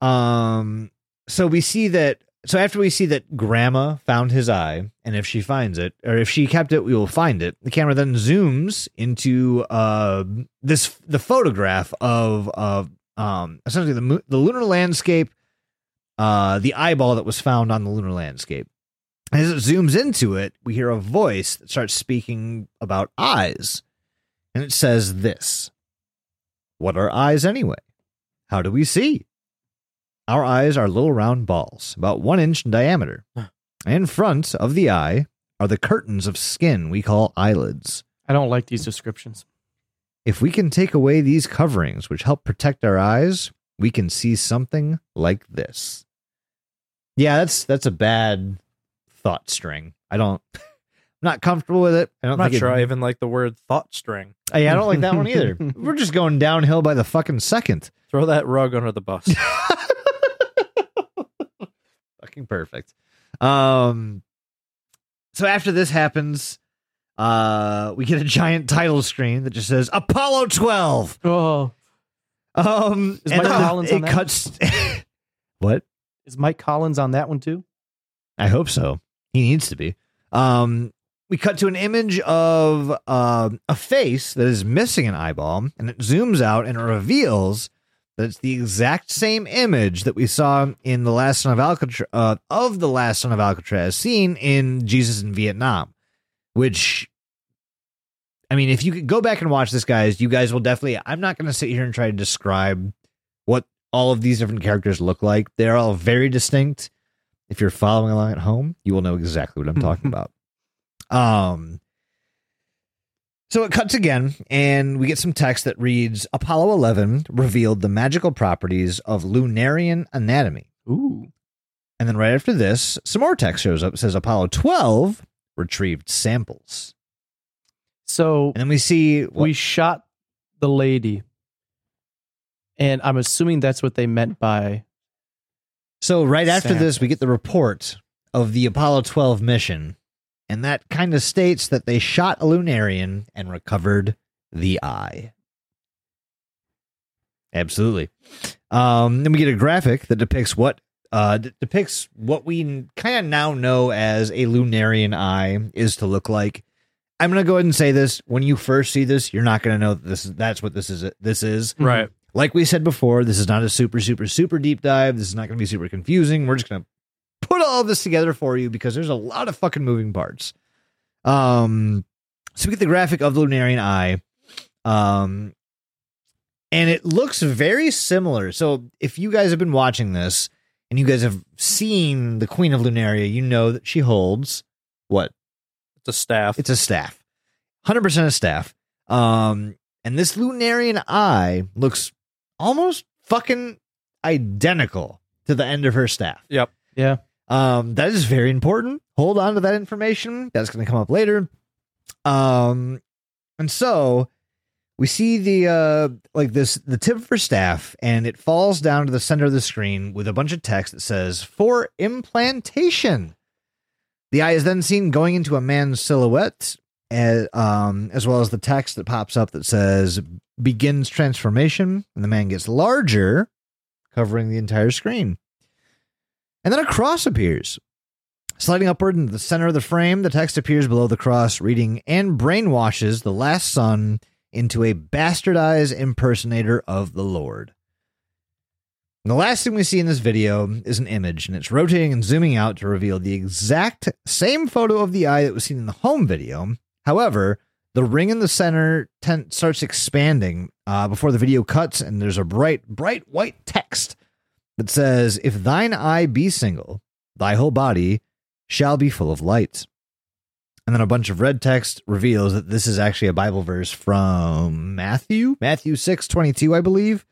Speaker 4: Um. So we see that. So after we see that Grandma found his eye, and if she finds it, or if she kept it, we will find it. The camera then zooms into uh this the photograph of of um essentially the mo- the lunar landscape, uh the eyeball that was found on the lunar landscape. As it zooms into it, we hear a voice that starts speaking about eyes, and it says this: "What are eyes anyway?" How do we see? Our eyes are little round balls, about one inch in diameter. In front of the eye are the curtains of skin we call eyelids.
Speaker 2: I don't like these descriptions.
Speaker 4: If we can take away these coverings, which help protect our eyes, we can see something like this. Yeah, that's that's a bad thought string. I don't, [LAUGHS] I'm not comfortable with it. I don't
Speaker 3: I'm not
Speaker 4: think it-
Speaker 3: sure I even like the word thought string.
Speaker 4: I, I don't like that
Speaker 3: [LAUGHS]
Speaker 4: one either. We're just going downhill by the fucking second.
Speaker 3: Throw that rug under the
Speaker 4: [LAUGHS]
Speaker 3: bus.
Speaker 4: fucking perfect. Um, so after this happens, uh, we get a giant title screen that just says Apollo 12.
Speaker 2: Oh,
Speaker 4: Um,
Speaker 2: Is
Speaker 4: and
Speaker 2: Michael
Speaker 4: then
Speaker 2: Collins
Speaker 4: it
Speaker 2: on that?
Speaker 4: cuts. [LAUGHS] what?
Speaker 2: is Mike Collins on that one too?
Speaker 4: I hope so. He needs to be. Um, we cut to an image of um a face that is missing an eyeball, and it zooms out and it reveals that it's the exact same image that we saw in the last son of Alcatraz uh, of the last son of Alcatraz seen in Jesus in Vietnam, which. I mean, if you could go back and watch this, guys, you guys will definitely. I'm not going to sit here and try to describe what all of these different characters look like. They're all very distinct if you're following along at home, you will know exactly what I'm talking about. Um, so it cuts again, and we get some text that reads Apollo 11 revealed the magical properties of Lunarian anatomy.
Speaker 2: Ooh.
Speaker 4: And then right after this, some more text shows up. It says Apollo 12 retrieved samples.
Speaker 2: So
Speaker 4: And then we see what,
Speaker 2: we shot the lady, and I'm assuming that's what they meant by
Speaker 4: So right after this,
Speaker 2: Samples.
Speaker 4: we get the report of the Apollo 12 mission, and that kind of states that they shot a Lunarian and recovered the eye. Absolutely. Um, then we get a graphic that depicts what uh, d- depicts what we kind of now know as a Lunarian eye is to look like. I'm gonna go ahead and say this: when you first see this, you're not gonna know that this. That's what this is. This is
Speaker 3: right.
Speaker 4: like we said before, this is not a super, super, super deep dive. This is not going to be super confusing. We're just going to put all this together for you because there's a lot of fucking moving parts. Um, so we get the graphic of the Lunarian Eye. Um, and it looks very similar. So if you guys have been watching this and you guys have seen the Queen of Lunaria, you know that she holds what?
Speaker 3: It's a staff.
Speaker 4: It's a staff. 100% a staff. Um, and this Lunarian eye looks almost fucking identical to the end of her staff.
Speaker 3: Yep.
Speaker 2: Yeah.
Speaker 4: Um, that is very important. Hold on to that information. That's going to come up later. Um, and so we see the uh like this the tip of her staff and it falls down to the center of the screen with a bunch of text that says for implantation The eye is then seen going into a man's silhouette, as, um, as well as the text that pops up that says begins transformation, and the man gets larger, covering the entire screen. And then a cross appears. Sliding upward into the center of the frame, the text appears below the cross, reading, and brainwashes the last son into a bastardized impersonator of the Lord. And the last thing we see in this video is an image, and it's rotating and zooming out to reveal the exact same photo of the eye that was seen in the home video. However, the ring in the center tent starts expanding uh, before the video cuts, and there's a bright, bright white text that says, If thine eye be single, thy whole body shall be full of light. And then a bunch of red text reveals that this is actually a Bible verse from Matthew, Matthew 6 22, I believe.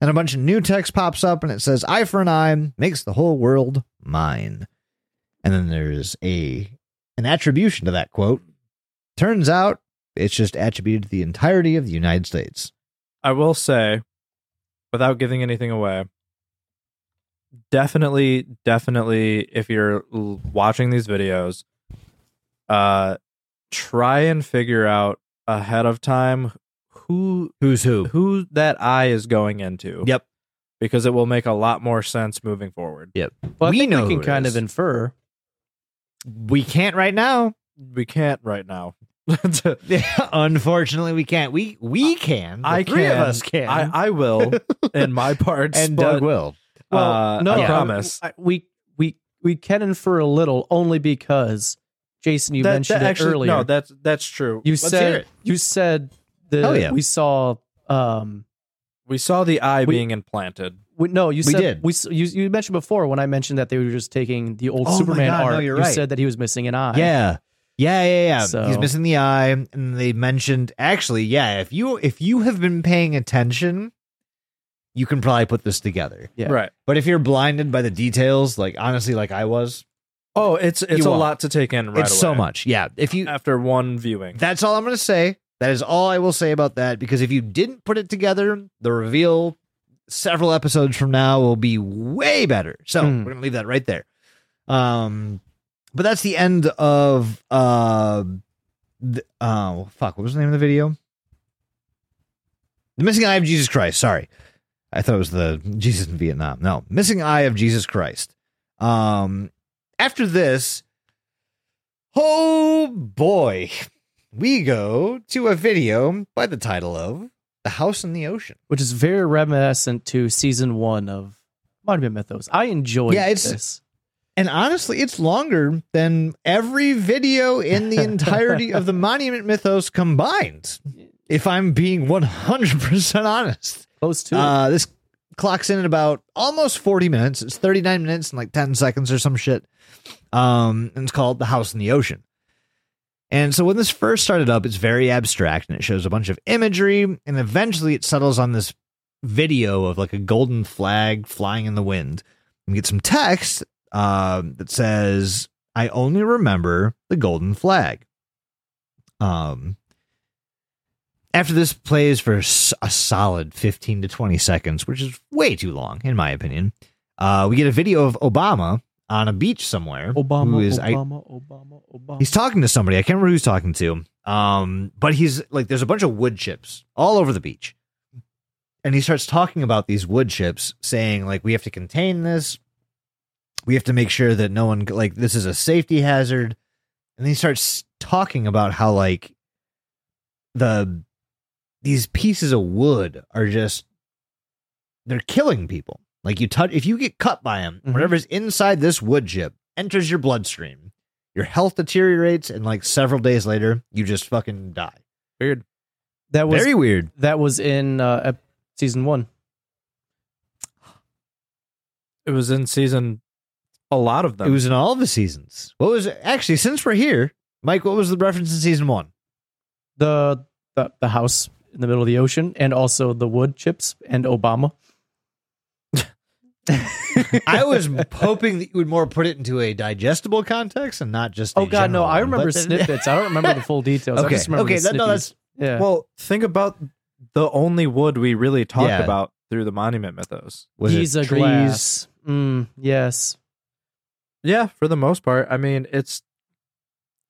Speaker 4: And a bunch of new text pops up and it says, Eye for an eye makes the whole world mine. And then there's a an attribution to that quote. Turns out it's just attributed to the entirety of the United States.
Speaker 3: I will say, without giving anything away, definitely, definitely, if you're l- watching these videos, uh, try and figure out ahead of time who
Speaker 4: Who's who?
Speaker 3: who that eye is going into.
Speaker 4: Yep.
Speaker 3: because it will make a lot more sense moving forward.
Speaker 2: Well, I
Speaker 4: We
Speaker 2: think
Speaker 4: know
Speaker 2: we can
Speaker 4: who it
Speaker 2: kind
Speaker 4: is.
Speaker 2: of infer.
Speaker 4: We can't right now.
Speaker 3: We can't right now.
Speaker 4: [LAUGHS]
Speaker 3: [LAUGHS]
Speaker 4: Unfortunately, we can't. We we can. The
Speaker 3: I
Speaker 4: three
Speaker 3: can.
Speaker 4: of us can.
Speaker 3: I, I will in [LAUGHS] my parts,
Speaker 4: and
Speaker 3: but,
Speaker 4: Doug will.
Speaker 3: uh,
Speaker 2: no,
Speaker 3: I
Speaker 2: yeah,
Speaker 3: promise.
Speaker 2: I- we we we can infer a little only because Jason, you
Speaker 3: That-
Speaker 2: mentioned
Speaker 3: that
Speaker 2: it
Speaker 3: actually-
Speaker 2: earlier.
Speaker 3: No, that's that's true.
Speaker 2: you
Speaker 4: let's hear
Speaker 2: said
Speaker 4: it.
Speaker 2: you said that
Speaker 4: Hell yeah.
Speaker 2: we saw um
Speaker 3: we saw the eye
Speaker 2: We-
Speaker 3: being implanted.
Speaker 2: we, no you
Speaker 4: We
Speaker 2: said
Speaker 4: did.
Speaker 2: we s- you, you mentioned before when I mentioned that they were just taking the old
Speaker 4: Oh my
Speaker 2: Superman
Speaker 4: God, no,
Speaker 2: art
Speaker 4: you're
Speaker 2: you
Speaker 4: right.
Speaker 2: said that he was missing an eye
Speaker 4: Yeah. Yeah, yeah, yeah. He's
Speaker 2: So-
Speaker 4: missing the eye, and they mentioned actually, yeah. If you if you have been paying attention, you can probably put this together.
Speaker 2: Yeah.
Speaker 3: Right.
Speaker 4: But if you're blinded by the details, like honestly, like I was,
Speaker 3: Oh, it's it's
Speaker 4: You
Speaker 3: a
Speaker 4: are.
Speaker 3: lot to take in. Right
Speaker 4: it's so
Speaker 3: away Uh,
Speaker 4: much. Yeah. If you,
Speaker 3: after one viewing.
Speaker 4: that's all I'm gonna say. That is all I will say about that. Because if you didn't put it together, the reveal several episodes from now will be way better. So
Speaker 2: Hmm.
Speaker 4: we're gonna leave that right there. Um, but that's the end of uh, the, oh fuck, what was the name of the video? The missing eye of Jesus Christ. Sorry, I thought it was the Jesus in Vietnam. No, missing eye of Jesus Christ. Um, after this, oh boy, we go to a video by the title of "The House in the Ocean."
Speaker 2: which is very reminiscent to season one of Modern Mythos I enjoyed
Speaker 4: Yeah, it's-
Speaker 2: this
Speaker 4: And honestly, it's longer than every video
Speaker 2: [LAUGHS]
Speaker 4: in the entirety of the Monument Mythos combined. If I'm being 100% honest,
Speaker 2: close to it.
Speaker 4: uh, this clocks in at about almost 40 minutes. It's 39 minutes and like 10 seconds or some shit. Um, and it's called The House in the Ocean. And so when this first started up, it's very abstract and it shows a bunch of imagery. And eventually it settles on this video of like a golden flag flying in the wind. And we get some text uh, that says, I only remember the golden flag. Um, after this plays for s- a solid 15 to 20 seconds, which is way too long, in my opinion, uh, we get a video of Obama on a beach somewhere.
Speaker 2: Obama
Speaker 4: who is, I-
Speaker 2: Obama Obama Obama
Speaker 4: He's talking to somebody. I can't remember who he's talking to. Um, but he's like, there's a bunch of wood chips all over the beach. And he starts talking about these wood chips, saying, like, we have to contain this. We have to make sure that no one, like, this is a safety hazard. And then he starts talking about how, like, the, these pieces of wood are just, they're killing people. Like, you touch, if you get cut by them,
Speaker 2: Mhm.
Speaker 4: whatever's inside this wood chip enters your bloodstream your health deteriorates and like several days later you just fucking die
Speaker 3: Weird.
Speaker 2: that was
Speaker 4: very weird
Speaker 2: that was in uh, ep- season one
Speaker 3: It was in season. A lot of them.
Speaker 4: it was [LAUGHS] in all the seasons what was actually since we're here mike what was the reference in season one
Speaker 2: the the, the house in the middle of the ocean and also the wood chips and Obama.
Speaker 4: i
Speaker 2: [LAUGHS]
Speaker 4: was hoping that you would more put it into a digestible context and not just a
Speaker 2: Oh god, no,
Speaker 4: general
Speaker 2: I
Speaker 4: one,
Speaker 2: remember
Speaker 4: but-
Speaker 2: snippets. I don't remember the full [LAUGHS] details. I
Speaker 4: okay
Speaker 2: just remember
Speaker 4: okay
Speaker 2: the
Speaker 4: that, no that's
Speaker 2: snippies. yeah.
Speaker 3: [LAUGHS] well, think about the only wood we really talked
Speaker 4: Yeah.
Speaker 3: about through the monument mythos.
Speaker 4: was it
Speaker 2: he's a
Speaker 4: trees?
Speaker 2: glass. Mm, yes.
Speaker 3: Yeah, for the most part. I mean, it's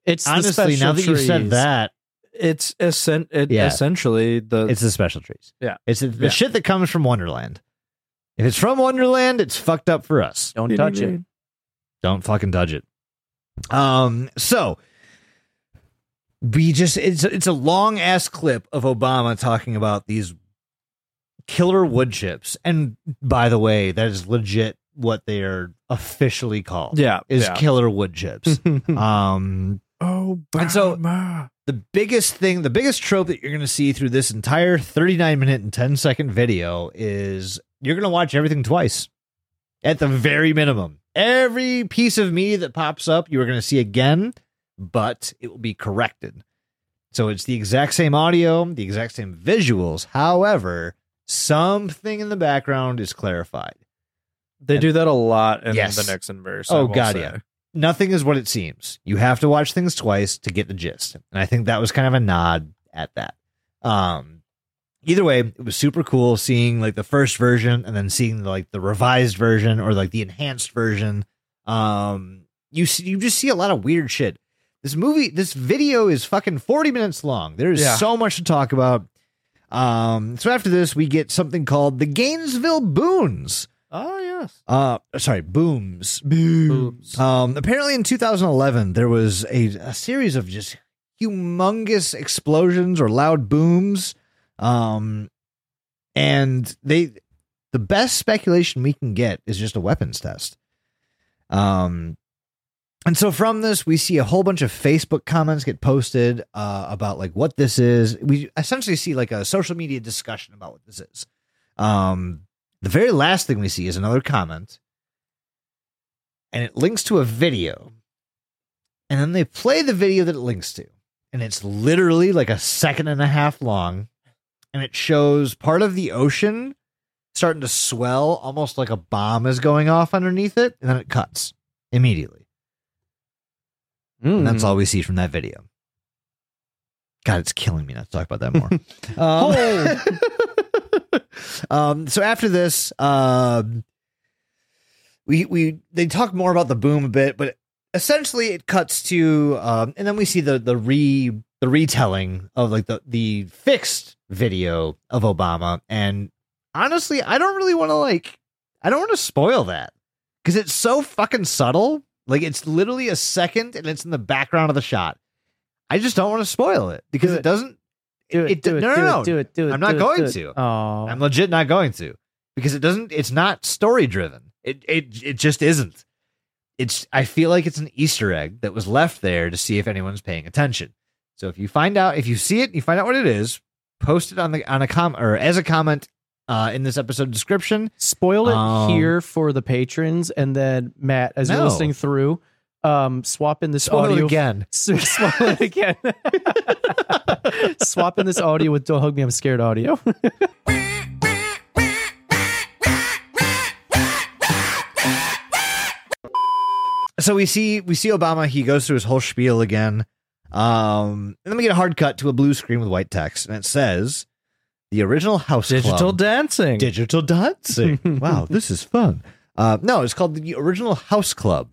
Speaker 2: It's the
Speaker 4: Honestly,
Speaker 2: special
Speaker 4: now that you said
Speaker 2: trees.
Speaker 4: that,
Speaker 3: it's essen- it,
Speaker 4: Yeah.
Speaker 3: essentially the
Speaker 4: it's the special trees.
Speaker 3: Yeah.
Speaker 4: It's the
Speaker 3: Yeah.
Speaker 4: shit that comes from Wonderland. If it's from Wonderland, it's fucked up for us.
Speaker 2: don't touch it.
Speaker 4: Don't fucking touch it. Um, so we just it's it's a long ass clip of Obama talking about these killer wood chips. And by the way, that is legit what they are officially called.
Speaker 3: Yeah,
Speaker 4: Is
Speaker 3: yeah.
Speaker 4: killer wood chips. um
Speaker 3: oh,
Speaker 4: And so-
Speaker 6: Ah,
Speaker 3: Obama.
Speaker 4: the biggest thing, the biggest trope that you're going to see through this entire 39 minute and 10 second video is you're going to watch everything twice at the very minimum. Every piece of media that pops up, you are going to see again, but it will be corrected. So it's the exact same audio, the exact same visuals. However, something in the background is clarified.
Speaker 3: they
Speaker 4: And-
Speaker 3: do that a lot in
Speaker 4: Yes.
Speaker 3: the Nixon verse.
Speaker 4: Oh,
Speaker 3: I will
Speaker 4: God,
Speaker 3: say.
Speaker 4: yeah. Nothing is what it seems. You have to watch things twice to get the gist. And I think that was kind of a nod at that. Um either way, it was super cool seeing like the first version and then seeing like the revised version or like the enhanced version. Um you see, you just see a lot of weird shit. This movie, this video is fucking 40 minutes long. There is
Speaker 3: Yeah.
Speaker 4: so much to talk about. Um so after this we get something called the Gainesville Boons.
Speaker 3: Oh yes.
Speaker 4: Uh sorry, booms.
Speaker 3: Boobs.
Speaker 4: Um, apparently, in 2011, there was a, a series of just humongous explosions or loud booms, um, and they the best speculation we can get is just a weapons test. Um, and so from this, we see a whole bunch of Facebook comments get posted uh, about like what this is. We essentially see like a social media discussion about what this is. Um, the very last thing we see is another comment and it links to a video. And then they play the video that it links to. And it's literally like a second and a half long. And it shows part of the ocean starting to swell, almost like a bomb is going off underneath it. And then it cuts immediately.
Speaker 2: Mm. [LAUGHS]
Speaker 4: And that's all we see from that video. God, it's killing me not to talk about that more.
Speaker 2: Oh, [LAUGHS]
Speaker 4: um, [LAUGHS] um, so after this, um, we we they talk more about the boom a bit, but essentially it cuts to, um, and then we see the the re the retelling of like the the fixed video of Obama, and honestly, I don't really want to like, I don't want to spoil that because it's so fucking subtle. Like it's literally a second, and it's in the background of the shot. I just don't want to spoil it because
Speaker 2: Do
Speaker 4: it
Speaker 2: it.
Speaker 4: doesn't
Speaker 2: Do it,
Speaker 4: It-
Speaker 2: do it,
Speaker 4: no, no,
Speaker 2: do it, do
Speaker 4: no.
Speaker 2: it, do it.
Speaker 4: I'm not
Speaker 2: do it,
Speaker 4: going
Speaker 2: do it.
Speaker 4: to.
Speaker 2: Oh,
Speaker 4: I'm legit not going to because it doesn't. It's not story driven. It it it just isn't. It's. I feel like it's an Easter egg that was left there to see if anyone's paying attention. So if you find out, if you see it, you find out what it is. Post it on the on a com or as a comment uh, in this episode description.
Speaker 2: spoil it
Speaker 4: Um,
Speaker 2: here for the patrons, and then Matt, as you're
Speaker 4: No.
Speaker 2: listening through, um, swap in this
Speaker 4: Spoil
Speaker 2: audio [LAUGHS]
Speaker 4: it again.
Speaker 2: So swallow it again. [LAUGHS] Swap in this audio with "Don't hug me, I'm scared" audio. [LAUGHS]
Speaker 4: so we see we see Obama. He goes through his whole spiel again. Um, and then we get a hard cut to a blue screen with white text, and it says, "The original house
Speaker 3: Digital
Speaker 4: Club-
Speaker 3: dancing.
Speaker 4: digital dancing.
Speaker 3: [LAUGHS]
Speaker 4: wow, this is fun. Uh, no, it's called the original House Club.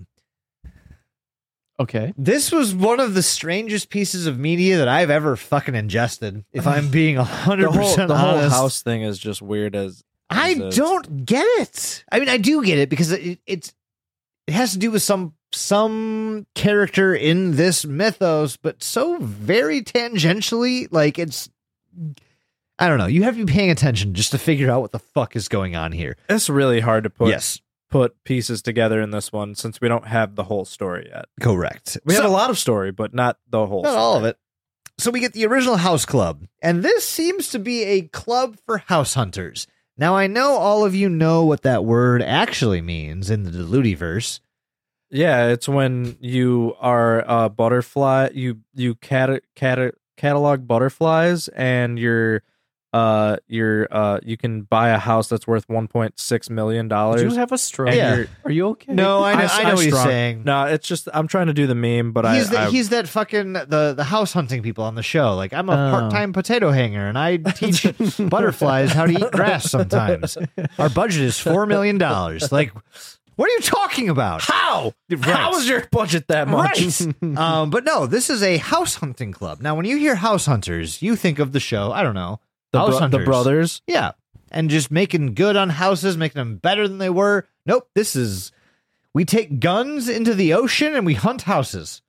Speaker 2: okay,
Speaker 4: This was one of the strangest pieces of media that I've ever fucking ingested.
Speaker 3: [SIGHS]
Speaker 4: If I'm being hundred
Speaker 3: the whole,
Speaker 4: percent
Speaker 3: the whole
Speaker 4: honest,
Speaker 3: house thing is just weird as
Speaker 4: I
Speaker 3: is a-
Speaker 4: don't get it. I mean, I do get it because it, it's it has to do with some some character in this mythos, but so very tangentially. Like it's, I don't know. You have to be paying attention just to figure out what the fuck is going on here.
Speaker 3: it's really hard to put put pieces together in this one since we don't have the whole story yet.
Speaker 4: correct.
Speaker 3: We
Speaker 4: So-
Speaker 3: have a lot of story, but not the whole.
Speaker 4: Not
Speaker 3: story.
Speaker 4: all of it. So we get the original House Club, and this seems to be a club for house hunters. Now I know all of you know what that word actually means in the Deludiverse.
Speaker 3: Yeah, it's when you are a butterfly. You you cat, cat, catalog butterflies, and you're uh you're uh you can buy a house that's worth 1.6 million
Speaker 2: do you
Speaker 3: dollars.
Speaker 2: have a stroke?
Speaker 4: Yeah.
Speaker 2: You're- Are you okay?
Speaker 4: No, I know,
Speaker 3: I-
Speaker 4: I know
Speaker 3: I
Speaker 4: what he's
Speaker 3: strong-
Speaker 4: saying.
Speaker 3: No, it's just I'm trying to do the meme, but
Speaker 4: he's
Speaker 3: I,
Speaker 4: that
Speaker 3: I- [LAUGHS]
Speaker 4: he's that fucking the the house hunting people on the show. Like I'm a
Speaker 2: Oh.
Speaker 4: part time potato hanger, and I [LAUGHS] teach butterflies how to eat grass. Sometimes our budget is four million dollars. Like What are you talking about?
Speaker 3: How?
Speaker 4: Right.
Speaker 3: How is your budget that much? [LAUGHS]
Speaker 4: Right. um, but no, this is a house hunting club. Now, when you hear house hunters, you think of the show. I don't know.
Speaker 3: The,
Speaker 4: house
Speaker 3: bro- the [LAUGHS]
Speaker 4: hunters.
Speaker 3: brothers.
Speaker 4: Yeah. And just making good on houses, making them better than they were. Nope. This is we take guns into the ocean and we hunt houses.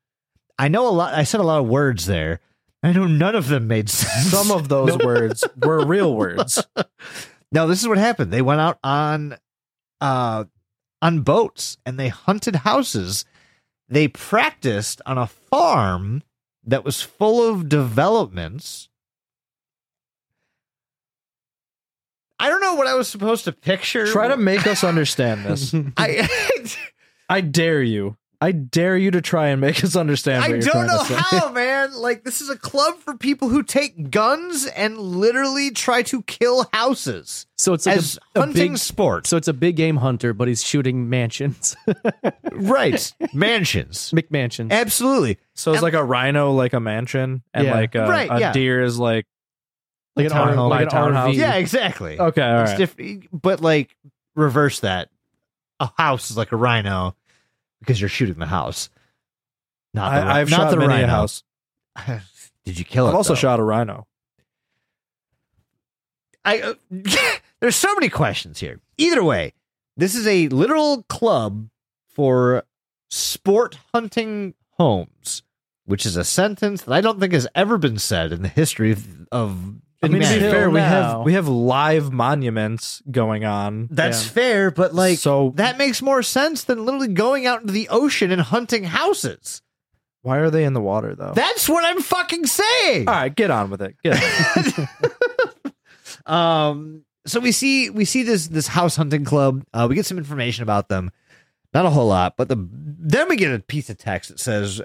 Speaker 4: I know a lot I said a lot of words there. I know none of them made sense.
Speaker 3: Some of those words were [LAUGHS] real words.
Speaker 4: no, this is what happened. They went out on uh on boats and they hunted houses. They practiced on a farm that was full of developments. I don't know what I was supposed to picture.
Speaker 3: Try to make us understand [LAUGHS] this.
Speaker 4: I [LAUGHS]
Speaker 3: I dare you. I dare you to try and make us understand. What
Speaker 4: I
Speaker 3: you're
Speaker 4: don't
Speaker 3: trying
Speaker 4: know
Speaker 3: to say. [LAUGHS]
Speaker 4: how, man. Like this is a club for people who take guns and literally try to kill houses
Speaker 2: so it's like
Speaker 4: as
Speaker 2: a, a
Speaker 4: hunting
Speaker 2: big,
Speaker 4: sport.
Speaker 2: so it's a big game hunter, but he's shooting mansions, [LAUGHS]
Speaker 3: [LAUGHS]
Speaker 4: right. Mansions.
Speaker 2: McMansions.
Speaker 4: Absolutely.
Speaker 3: So it's like a rhino, like a mansion, and
Speaker 2: Yeah.
Speaker 3: like a,
Speaker 4: Right,
Speaker 3: a
Speaker 4: yeah.
Speaker 3: deer is like
Speaker 2: like an, R-
Speaker 3: townhome,
Speaker 2: like an
Speaker 3: my townhouse.
Speaker 2: RV.
Speaker 4: Yeah, exactly.
Speaker 3: okay, all
Speaker 4: It's
Speaker 3: right.
Speaker 4: diff- e, but like reverse that. A house is like a rhino because you're shooting the house. Not the, ri-
Speaker 3: I, I've
Speaker 4: not
Speaker 3: shot
Speaker 4: the
Speaker 3: many a
Speaker 4: rhino.
Speaker 3: house.
Speaker 4: [LAUGHS] Did you kill it?
Speaker 3: I've also
Speaker 4: though?
Speaker 3: shot a rhino.
Speaker 4: I uh, [LAUGHS] there's so many questions here. Either way, this is a literal club for sport hunting homes, which is a sentence that I don't think has ever been said in the history of. of
Speaker 3: I mean, to be
Speaker 4: humanity.
Speaker 2: Until
Speaker 3: fair, we have
Speaker 2: now.
Speaker 3: we have live monuments going on.
Speaker 4: that's fair, but like
Speaker 3: so.
Speaker 4: that makes more sense than literally going out into the ocean and hunting houses.
Speaker 3: why are they in the water though?
Speaker 4: That's what I'm fucking saying.
Speaker 3: all right, get on with it. Get on.
Speaker 4: [LAUGHS] um so we see we see this this house hunting club uh we get some information about them not a whole lot but the then we get a piece of text that says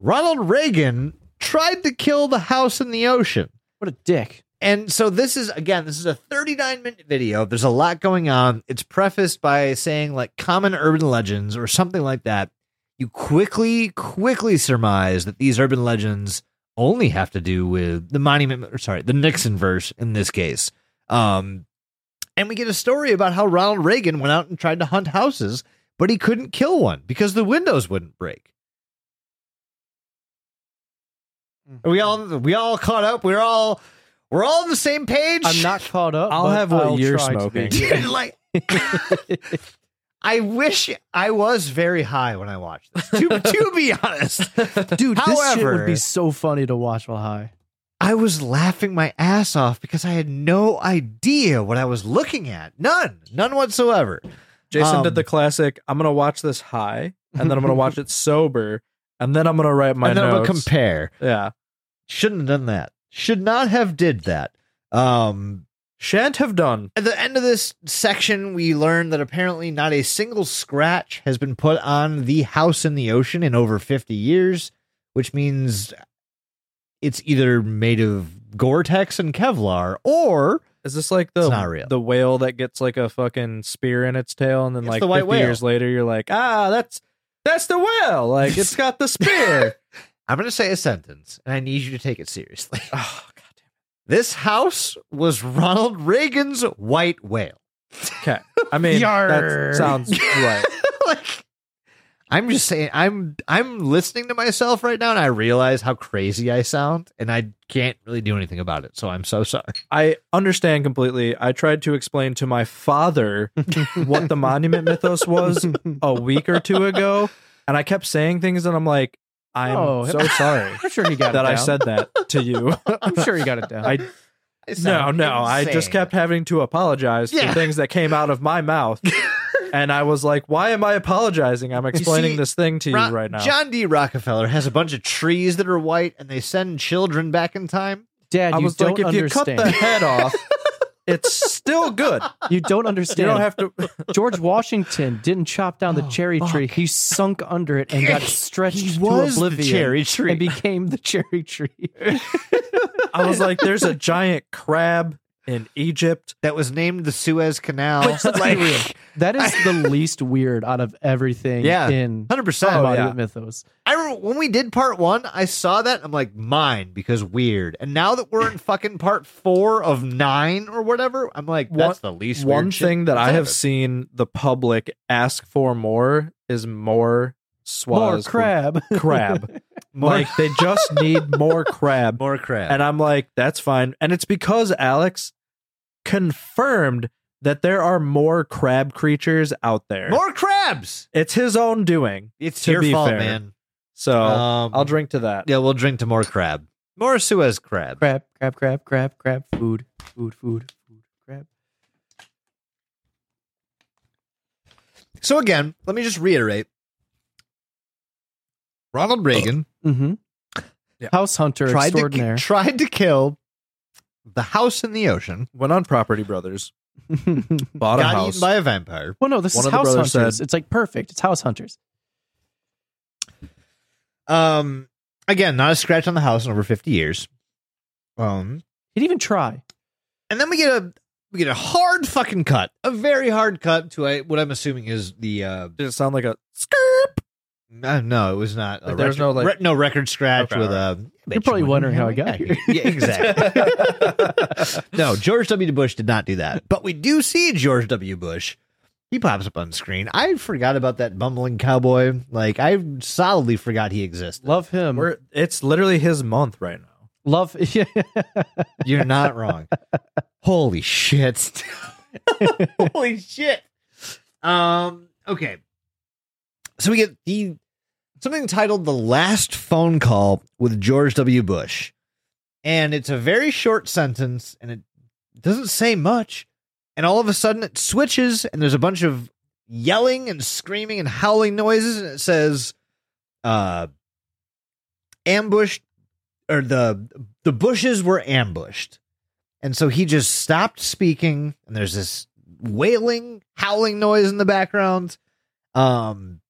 Speaker 4: ronald reagan tried to kill the house in the ocean
Speaker 2: What a dick.
Speaker 4: and so this is again this is a 39 minute video there's a lot going on it's prefaced by saying like common urban legends or something like that you quickly quickly surmise that these urban legends only have to do with the monument or sorry the nixon verse in this case um and we get a story about how ronald reagan went out and tried to hunt houses but he couldn't kill one because the windows wouldn't break Are we all we all caught up we're all we're all on the same page
Speaker 2: I'm
Speaker 4: [LAUGHS]
Speaker 2: not caught up.
Speaker 3: I'll
Speaker 2: but
Speaker 3: have what
Speaker 2: I'll
Speaker 3: you're
Speaker 2: try to
Speaker 3: smoking.
Speaker 2: [LAUGHS] be.
Speaker 4: Dude, like I wish I was very high when I watched this. To, [LAUGHS] to be honest,
Speaker 2: Dude, this shit
Speaker 4: However-
Speaker 2: would be so funny to watch while high.
Speaker 4: I was laughing my ass off because I had no idea what I was looking at. None, none whatsoever.
Speaker 3: Jason
Speaker 4: Um,
Speaker 3: did the classic. I'm gonna watch this high, and then I'm gonna
Speaker 4: [LAUGHS]
Speaker 3: watch it sober, and then I'm gonna write my
Speaker 4: and then I'm
Speaker 3: notes.
Speaker 4: gonna compare.
Speaker 3: yeah,
Speaker 4: Shouldn't have done that. Should not have did that. Um,
Speaker 3: shan't have done.
Speaker 4: At the end of this section, we learn that apparently not a single scratch has been put on the house in the ocean in over 50 years, which means it's either made of Gore Tex and Kevlar or
Speaker 3: Is this like
Speaker 4: It's
Speaker 3: the
Speaker 4: not real.
Speaker 3: the whale that gets like a fucking spear in its tail, and then
Speaker 4: It's
Speaker 3: like
Speaker 4: the white
Speaker 3: 50 years later, you're like, ah, that's that's the whale. Like it's got the [LAUGHS]
Speaker 4: [LAUGHS]
Speaker 3: spear.
Speaker 4: I'm going to say a sentence and I need you to take it seriously.
Speaker 3: oh,
Speaker 4: This house was Ronald Reagan's white whale.
Speaker 3: okay, I mean
Speaker 2: Yarr.
Speaker 3: that sounds right.
Speaker 4: [LAUGHS] like I'm just saying I'm I'm listening to myself right now and I realize how crazy I sound and I can't really do anything about it. So I'm so sorry.
Speaker 3: I understand completely. I tried to explain to
Speaker 2: [LAUGHS]
Speaker 3: my father what the monument mythos was a week or two ago, and I kept saying things, and I'm like, I'm
Speaker 2: Oh. [LAUGHS]
Speaker 3: so sorry
Speaker 2: I'm sure he got
Speaker 3: that
Speaker 2: it down.
Speaker 3: I said that to
Speaker 2: [LAUGHS]
Speaker 3: you. [LAUGHS]
Speaker 2: I'm sure he got it down.
Speaker 3: I no, no, I just kept having to apologize
Speaker 4: Yeah.
Speaker 3: for things that came out of
Speaker 2: [LAUGHS]
Speaker 3: my mouth, and I was like, why am I apologizing? I'm explaining
Speaker 4: see,
Speaker 3: this thing to you
Speaker 4: Ro-
Speaker 3: right now.
Speaker 4: John D. Rockefeller has a bunch of trees that are white and they send children back in time.
Speaker 2: Dad,
Speaker 3: I
Speaker 2: you
Speaker 3: was
Speaker 2: don't
Speaker 3: like, if you cut
Speaker 2: understand.
Speaker 3: the head off, it's still good.
Speaker 2: You don't
Speaker 3: You
Speaker 2: understand.
Speaker 3: don't have to.
Speaker 2: George Washington didn't chop down the
Speaker 4: Oh,
Speaker 2: cherry tree.
Speaker 4: fuck.
Speaker 2: He sunk under it and got stretched to oblivion
Speaker 4: tree.
Speaker 2: and became the cherry tree.
Speaker 3: I was like, there's a giant crab in Egypt.
Speaker 4: that was named the Suez Canal.
Speaker 2: Which, let's be
Speaker 4: [LAUGHS] Like,
Speaker 2: real. That is the least weird out of everything
Speaker 4: Yeah. Oh,
Speaker 2: in
Speaker 4: 100%.
Speaker 2: Mario
Speaker 3: yeah.
Speaker 2: Mythos.
Speaker 4: I remember when we did part one, I saw that. I'm like, mine, because weird. And now that [LAUGHS] we're in fucking part four of nine or whatever, I'm like,
Speaker 3: One-
Speaker 4: that's the least
Speaker 3: One
Speaker 4: weird shit
Speaker 3: thing that I
Speaker 4: that's
Speaker 3: have
Speaker 4: happened.
Speaker 3: seen the public ask for more is more
Speaker 2: More
Speaker 3: swaz
Speaker 2: crab.
Speaker 3: crab. like they just need more crab.
Speaker 4: More crap.
Speaker 3: And I'm like, that's fine. And it's because Alex confirmed that there are more crab creatures out there.
Speaker 4: More crabs.
Speaker 3: It's his own doing.
Speaker 4: It's
Speaker 3: To
Speaker 4: your
Speaker 3: be
Speaker 4: fault,
Speaker 3: fair.
Speaker 4: man.
Speaker 3: So
Speaker 4: Um,
Speaker 3: I'll drink to that.
Speaker 4: Yeah, we'll drink to more crab. More Suez crab.
Speaker 2: crab, crab, crab, crab, crab, food, food, food, food, crab.
Speaker 4: So again, let me just reiterate. Ronald Reagan
Speaker 2: Mm-hmm.
Speaker 3: Yeah.
Speaker 2: House hunter
Speaker 4: tried to
Speaker 2: extraordinaire.
Speaker 4: ki- tried to kill the house in the ocean,
Speaker 3: Went on Property Brothers,
Speaker 2: [LAUGHS]
Speaker 3: bought a
Speaker 4: got
Speaker 3: house.
Speaker 4: eaten by a vampire.
Speaker 2: well, no, this
Speaker 3: One
Speaker 2: is
Speaker 3: of the
Speaker 2: House
Speaker 3: brothers
Speaker 2: Hunters.
Speaker 3: said-
Speaker 2: it's like perfect. It's House Hunters.
Speaker 4: Um, again, not a scratch on the house in over fifty years. Um,
Speaker 2: He'd even try.
Speaker 4: and then we get a we get a hard fucking cut, a very hard cut to a, what I'm assuming is the uh,
Speaker 3: Did it sound like a [LAUGHS]
Speaker 4: [LAUGHS]
Speaker 3: skirp?
Speaker 4: no, no, it was not. A
Speaker 3: Like, there was
Speaker 4: record,
Speaker 3: no, like-
Speaker 4: re- no record scratch
Speaker 3: Okay,
Speaker 4: with
Speaker 3: alright.
Speaker 4: a.
Speaker 2: You're probably wondering how I got here.
Speaker 4: [LAUGHS] Yeah,
Speaker 3: [LAUGHS]
Speaker 4: exactly. no, George W. Bush did not do that, but we do see George W. Bush. He pops up on screen. I forgot about that bumbling cowboy. Like I solidly forgot he existed.
Speaker 2: Love him.
Speaker 3: We're, it's literally his month right now.
Speaker 2: Love. [LAUGHS] Yeah.
Speaker 4: You're not wrong. Holy shit. [LAUGHS] Holy shit. Um, okay. So we get the something titled The Last Phone Call with George W. Bush. And it's a very short sentence and it doesn't say much. And all of a sudden it switches and there's a bunch of yelling and screaming and howling noises and it says uh ambushed or the the bushes were ambushed. And so he just stopped speaking and there's this wailing, howling noise in the background. Um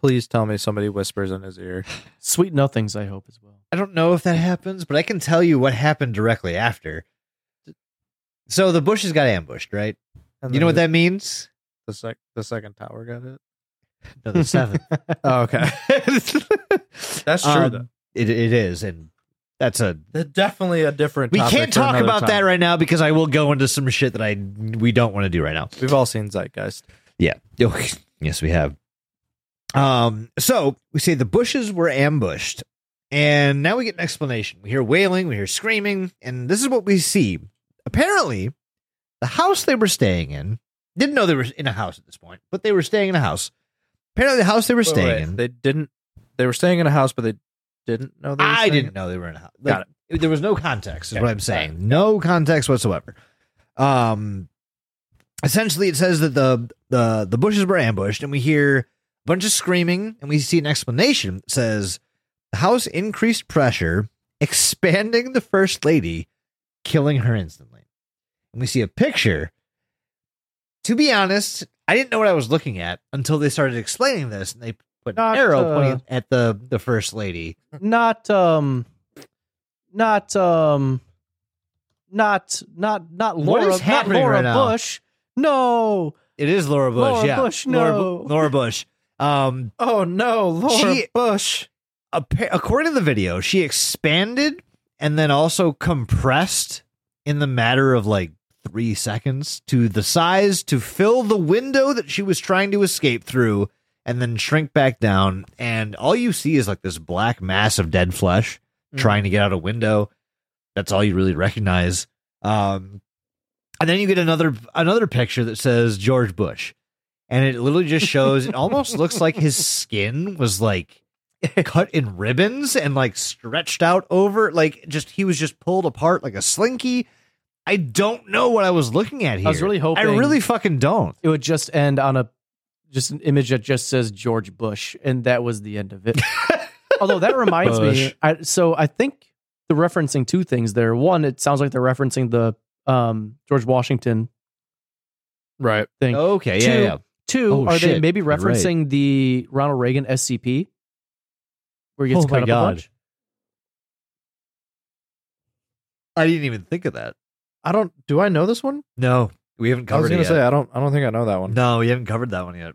Speaker 3: Please tell me somebody whispers in his ear.
Speaker 2: Sweet nothings, I hope, as well.
Speaker 4: I don't know if that happens, but I can tell you what happened directly after. So the bushes got ambushed, right?
Speaker 3: And
Speaker 4: You know what
Speaker 3: then
Speaker 4: that means?
Speaker 3: the sec- the second tower got hit.
Speaker 4: No, the [LAUGHS] seventh.
Speaker 3: Oh, okay, [LAUGHS] that's true.
Speaker 4: Um,
Speaker 3: though.
Speaker 4: It it is, and that's a
Speaker 3: That's definitely a different.
Speaker 4: we
Speaker 3: topic
Speaker 4: can't
Speaker 3: for
Speaker 4: talk
Speaker 3: another
Speaker 4: about
Speaker 3: time.
Speaker 4: that right now because I will go into some shit that I we don't want to do right now.
Speaker 3: We've all seen Zeitgeist.
Speaker 4: Yeah. [LAUGHS] Oh, yes, we have. Um, so we say the bushes were ambushed, and now we get an explanation. We hear wailing, we hear screaming, and this is what we see. Apparently, the house they were staying in didn't know they were in a house at this point, but they were staying in a house. Apparently, the house they were
Speaker 3: Wait,
Speaker 4: staying
Speaker 3: wait,
Speaker 4: in.
Speaker 3: They didn't. They were staying in a house, but they didn't know. They were
Speaker 4: I
Speaker 3: staying
Speaker 4: didn't know they were in a house. Like,
Speaker 3: Got
Speaker 4: There was no context, is
Speaker 3: Okay,
Speaker 4: what I'm saying. No context whatsoever. Um, essentially, it says that the the the bushes were ambushed, and we hear a bunch of screaming, and we see an explanation. It says the house increased pressure, expanding the first lady, killing her instantly. And we see a picture. To be honest, I didn't know what I was looking at until they started explaining this, and they put an
Speaker 2: Not,
Speaker 4: arrow
Speaker 2: uh,
Speaker 4: pointing at the the first lady.
Speaker 2: Not um, not um, not not not
Speaker 4: What
Speaker 2: Laura.
Speaker 4: is happening
Speaker 2: not Laura
Speaker 4: right now?
Speaker 2: Bush. No.
Speaker 4: It is Laura Bush.
Speaker 2: Laura
Speaker 4: yeah,
Speaker 2: Bush,
Speaker 4: Laura,
Speaker 2: no.
Speaker 4: Bu- Laura Bush. Um,
Speaker 3: Oh no, Laura
Speaker 4: She-
Speaker 3: Bush.
Speaker 4: appa- according to the video, she expanded and then also compressed in the matter of like three seconds to the size to fill the window that she was trying to escape through, and then shrink back down. And all you see is like this black mass of dead flesh
Speaker 3: Mm.
Speaker 4: trying to get out a window. That's all you really recognize. Um, and then you get another another picture that says George Bush, and it literally just shows. it almost looks like [LAUGHS] his skin was like cut in ribbons and like stretched out over, like just he was just pulled apart like a slinky. I don't know what I was looking at here.
Speaker 2: I was really
Speaker 4: I
Speaker 2: hoping.
Speaker 4: really fucking don't.
Speaker 2: it would just end on a just an image that just says George Bush, and that was the end of
Speaker 4: [LAUGHS]
Speaker 2: it. Although that reminds
Speaker 3: Bush.
Speaker 2: me, I, so I think they're referencing two things there. One, it sounds like they're referencing the um, George Washington
Speaker 3: Right.
Speaker 2: thing.
Speaker 4: Okay,
Speaker 2: Two-
Speaker 4: yeah, yeah.
Speaker 2: Two,
Speaker 4: Oh,
Speaker 2: are they
Speaker 4: shit.
Speaker 2: maybe
Speaker 4: You're right.
Speaker 2: referencing the Ronald Reagan SCP, where he gets
Speaker 4: Oh my
Speaker 2: cut up
Speaker 4: God.
Speaker 2: a bunch?
Speaker 4: I didn't even think of that.
Speaker 3: I don't. Do I know this one?
Speaker 4: No, we
Speaker 3: I
Speaker 4: haven't
Speaker 3: was
Speaker 4: covered
Speaker 3: gonna
Speaker 4: it
Speaker 3: say
Speaker 4: yet.
Speaker 3: I don't. I don't think I know that one.
Speaker 4: No, we haven't covered that one yet.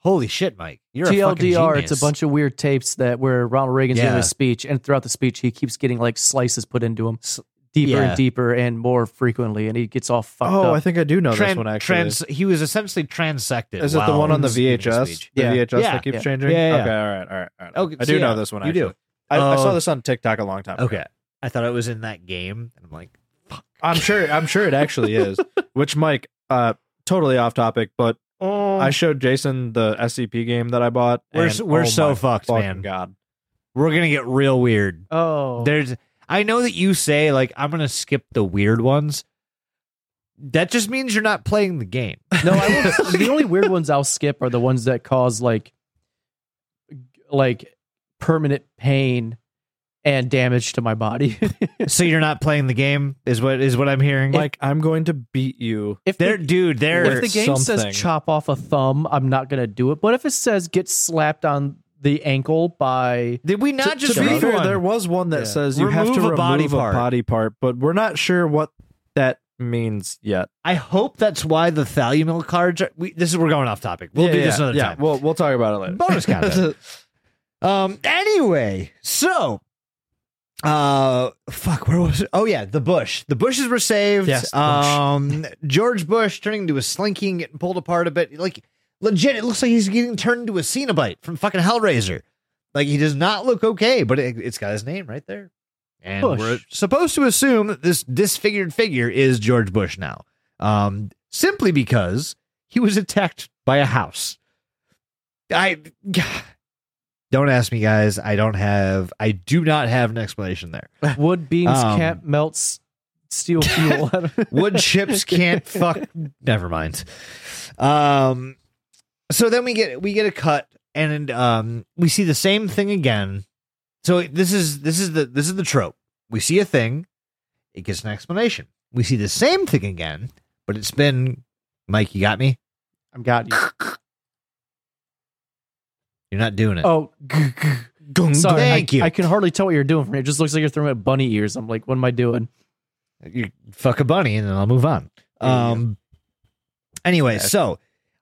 Speaker 4: Holy shit, Mike! You're a fucking
Speaker 2: TLDR, it's a
Speaker 4: genius.
Speaker 2: bunch of weird tapes that where Ronald Reagan's doing
Speaker 4: Yeah.
Speaker 2: his speech, and throughout the speech, he keeps getting like slices put into him
Speaker 4: S-
Speaker 2: deeper
Speaker 4: yeah.
Speaker 2: and deeper and more frequently, and he gets all fucked
Speaker 3: Oh,
Speaker 2: up.
Speaker 3: I think I do know this
Speaker 4: Tran-
Speaker 3: one actually.
Speaker 4: trans- he was essentially transected.
Speaker 3: Is it the
Speaker 4: while
Speaker 3: one on the
Speaker 4: he's giving
Speaker 3: VHS?
Speaker 4: speech.
Speaker 3: The
Speaker 2: Yeah.
Speaker 3: VHS
Speaker 4: Yeah.
Speaker 3: that keeps
Speaker 2: Yeah.
Speaker 3: changing.
Speaker 4: Yeah, yeah, yeah.
Speaker 3: Okay, all right, all right. All right.
Speaker 4: Okay,
Speaker 3: I
Speaker 4: so
Speaker 3: do
Speaker 4: yeah,
Speaker 3: know this one.
Speaker 4: you do.
Speaker 3: actually. I, I saw
Speaker 4: Uh,
Speaker 3: this on TikTok a long time. ago.
Speaker 4: Okay, I thought it was in that game, and I'm like, fuck.
Speaker 3: I'm sure. I'm sure it actually [LAUGHS] is. Which Mike, uh, totally off topic, but I showed Jason the SCP game that I bought.
Speaker 4: We're
Speaker 3: and
Speaker 4: so- we're
Speaker 3: oh
Speaker 4: so
Speaker 3: my
Speaker 4: fucked,
Speaker 3: fucking
Speaker 4: man.
Speaker 3: God.
Speaker 4: We're gonna get real weird.
Speaker 2: oh,
Speaker 4: There's, I know that you say like I'm gonna skip the weird ones. That just means you're not playing
Speaker 3: [LAUGHS]
Speaker 4: the game.
Speaker 2: no, I
Speaker 4: [LAUGHS]
Speaker 2: won't, the only weird ones I'll skip are the ones that cause like like permanent pain and damage to my body. [LAUGHS]
Speaker 4: so you're not playing the game is what is what I'm hearing.
Speaker 3: Mike, I'm going to beat you.
Speaker 2: if
Speaker 4: There,
Speaker 2: the,
Speaker 4: dude, there.
Speaker 2: if the game
Speaker 3: something.
Speaker 2: says chop off a thumb, I'm not gonna do it. But if it says get slapped on the ankle by
Speaker 4: Did we not
Speaker 3: To-
Speaker 4: just
Speaker 3: to be
Speaker 4: read
Speaker 3: fair,
Speaker 4: one?
Speaker 3: there was one that
Speaker 2: Yeah.
Speaker 3: says you have to
Speaker 4: Remove
Speaker 3: remove
Speaker 4: a body part.
Speaker 3: a body part, but we're not sure what that means yet.
Speaker 4: I hope that's why the Thalumil cards. Are, we, this is we're going off topic. We'll
Speaker 3: Yeah,
Speaker 4: do this
Speaker 3: yeah,
Speaker 4: another
Speaker 3: yeah.
Speaker 4: time.
Speaker 3: We'll we'll talk about it [LAUGHS] later.
Speaker 4: Bonus [LAUGHS] content. um. Anyway, so. Uh, fuck. Where was? It? Oh yeah, the Bush. The Bushes were saved.
Speaker 3: Yes, the Bush.
Speaker 4: Um, George Bush turning into a slinky and getting pulled apart a bit. Like legit, it looks like he's getting turned into a Cenobite from fucking Hellraiser. Like he does not look okay, but it, it's got his name right there. And
Speaker 2: Bush.
Speaker 4: we're supposed to assume that this disfigured figure is George Bush now, um, simply because he was attacked by a house. I don't ask me, guys. I don't have. I do not have an explanation there.
Speaker 2: wood beams
Speaker 4: Um,
Speaker 2: can't melt s- steel fuel.
Speaker 4: [LAUGHS]
Speaker 2: [LAUGHS]
Speaker 4: Wood chips can't fuck. Never mind. Um. So then we get we get a cut, and um, we see the same thing again. So this is this is the this is the trope. We see a thing, it gets an explanation. We see the same thing again, but it's been Mike. You got me.
Speaker 2: I'm got you.
Speaker 4: You're not doing it. [LAUGHS]
Speaker 2: Oh, g- g- Oh, sorry.
Speaker 4: Thank
Speaker 2: I,
Speaker 4: you.
Speaker 2: I can hardly tell what you're doing from here. It just looks like you're throwing at bunny ears. I'm like, what am I doing?
Speaker 4: you fuck a bunny and then I'll move on. Um anyway, so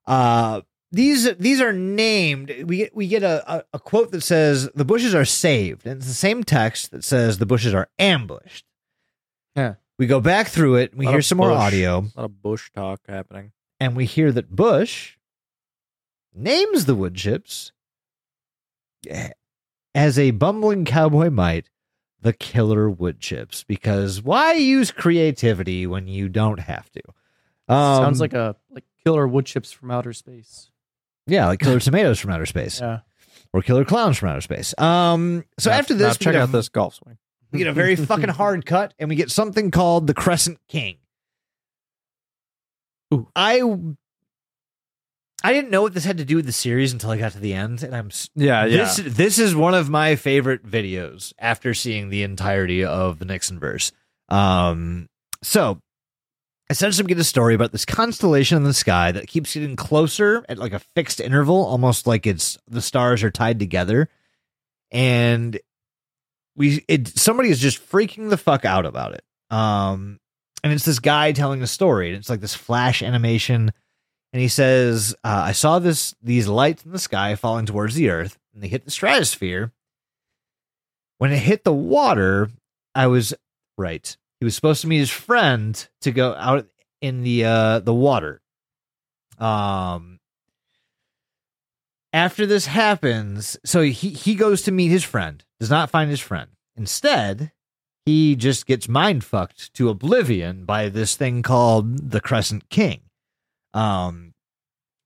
Speaker 4: uh these these are named. We get we get a, a, a quote that says the bushes are saved, and it's the same text that says the bushes are ambushed.
Speaker 2: Yeah.
Speaker 4: We go back through it, we
Speaker 3: Lot
Speaker 4: hear
Speaker 3: of
Speaker 4: some more
Speaker 3: bush.
Speaker 4: audio,
Speaker 3: A lot of bush talk happening.
Speaker 4: and we hear that Bush names the wood chips eh, as a bumbling cowboy might the killer wood chips because why use creativity when you don't have to? Um,
Speaker 2: Sounds like a like killer wood chips from outer space.
Speaker 4: yeah, like
Speaker 2: [LAUGHS]
Speaker 4: killer tomatoes from outer space
Speaker 2: Yeah.
Speaker 4: or killer clowns from outer space. Um, so
Speaker 3: Now-
Speaker 4: after
Speaker 3: now
Speaker 4: this, we
Speaker 3: check
Speaker 4: get a-
Speaker 3: out this golf swing.
Speaker 4: we get a very fucking hard cut and we get something called the crescent king
Speaker 2: Ooh.
Speaker 4: i i didn't know what this had to do with the series until i got to the end and i'm s-
Speaker 3: Yeah, yeah.
Speaker 4: this this is one of my favorite videos after seeing the entirety of the Nixon verse. Um, so essentially, we get a story about this constellation in the sky that keeps getting closer at like a fixed interval, almost like it's the stars are tied together, and we it somebody is just freaking the fuck out about it. Um, and it's this guy telling a story, and it's like this flash animation and he says, uh, "I saw this these lights in the sky falling towards the Earth, and they hit the stratosphere. When it hit the water, I was right. He was supposed to meet his friend to go out in the uh, the water. Um, after this happens, so he he goes to meet his friend, does not find his friend. Instead." He just gets mind fucked to oblivion by this thing called the Crescent King. Um,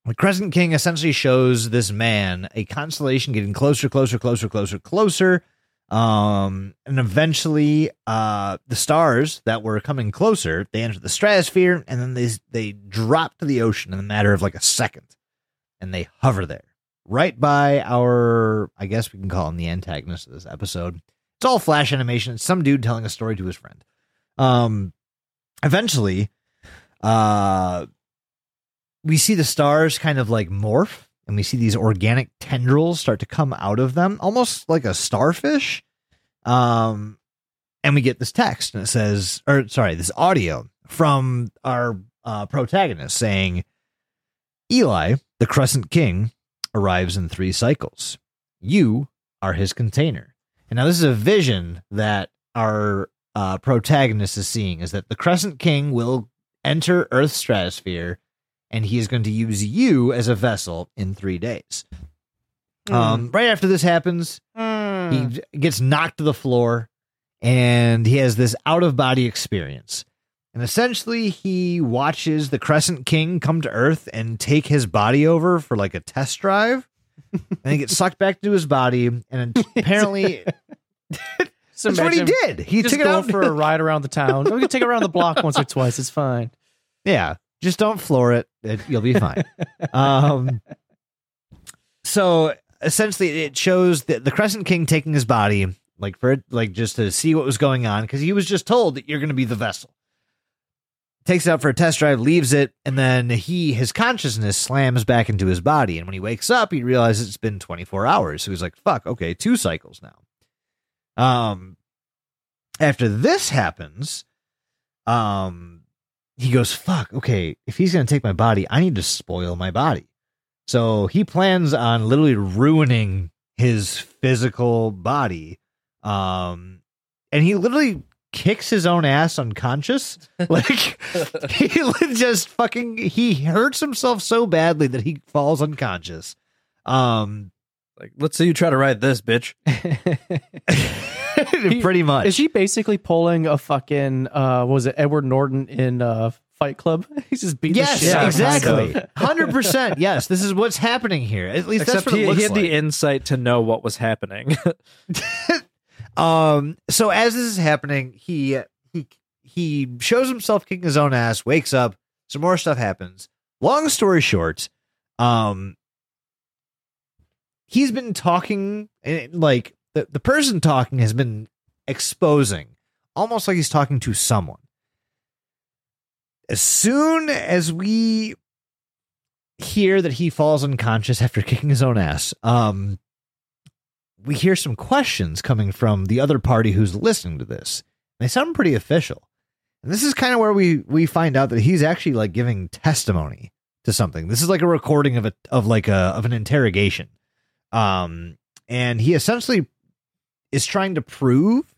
Speaker 4: the Crescent King essentially shows this man a constellation getting closer, closer, closer, closer, closer. Um, and eventually, uh, the stars that were coming closer they entered the stratosphere and then they they drop to the ocean in a matter of like a second, and they hover there right by our I guess we can call him the antagonist of this episode. It's all flash animation. It's some dude telling a story to his friend. Um, eventually, uh we see the stars kind of like morph and we see these organic tendrils start to come out of them almost like a starfish um and we get this text and it says or sorry this audio from our uh, protagonist saying eli the crescent king arrives in three cycles you are his container and now this is a vision that our uh, protagonist is seeing is that the crescent king will enter earth's stratosphere and he is going to use you as a vessel in three days um,
Speaker 2: Hmm.
Speaker 4: right after this happens he j- gets knocked to the floor and he has this out of body experience. And essentially, he watches the Crescent King come to Earth and take his body over for like a test drive. and
Speaker 2: [LAUGHS]
Speaker 4: he gets sucked back to his body. And apparently,
Speaker 2: Just
Speaker 4: that's what he
Speaker 2: imagine
Speaker 4: did. He
Speaker 2: just
Speaker 4: took it
Speaker 2: going
Speaker 4: out
Speaker 2: for a ride around the town. we can take it around the block once or twice. It's fine. [LAUGHS]
Speaker 4: Yeah, just don't floor it. it you'll be fine. um, so essentially, it shows that the Crescent King taking his body, like for like just to see what was going on, because he was just told that you're going to be the vessel. Takes it out for a test drive, leaves it, and then he his consciousness slams back into his body. And when he wakes up, he realizes it's been 24 hours. So he's like, "Fuck, okay, two cycles now." Um, after this happens, um, he goes, fuck, okay, if he's going to take my body, I need to spoil my body. So he plans on literally ruining his physical body. Um, and he literally kicks his own
Speaker 2: [LAUGHS]
Speaker 4: ass unconscious. Like, he just fucking, he hurts himself so badly that he falls unconscious. Um, [LAUGHS]
Speaker 3: Like, let's say you try to ride this, bitch.
Speaker 4: pretty much.
Speaker 2: Is he basically pulling a fucking uh what was it Edward Norton in uh Fight Club? [LAUGHS] He's just beating
Speaker 4: Yes,
Speaker 2: the shit out of
Speaker 4: exactly,
Speaker 2: himself.
Speaker 4: hundred percent. Yes, this is what's happening here. At least
Speaker 3: Except
Speaker 4: that's what
Speaker 3: he,
Speaker 4: it
Speaker 3: he
Speaker 4: looks
Speaker 3: had
Speaker 4: like.
Speaker 3: the insight to know what was happening.
Speaker 4: um so as this is happening he he he shows himself kicking his own ass wakes up some more stuff happens long story short um he's been talking eh, like the, the person talking has been exposing almost like he's talking to someone as soon as we hear that he falls unconscious after [LAUGHS] kicking his own ass um we hear some questions coming from the other party who's listening to this. They sound pretty official. And this is kind of where we we find out that he's actually like giving testimony to something. This is like a recording of a of like a of an interrogation. Um and he essentially is trying to prove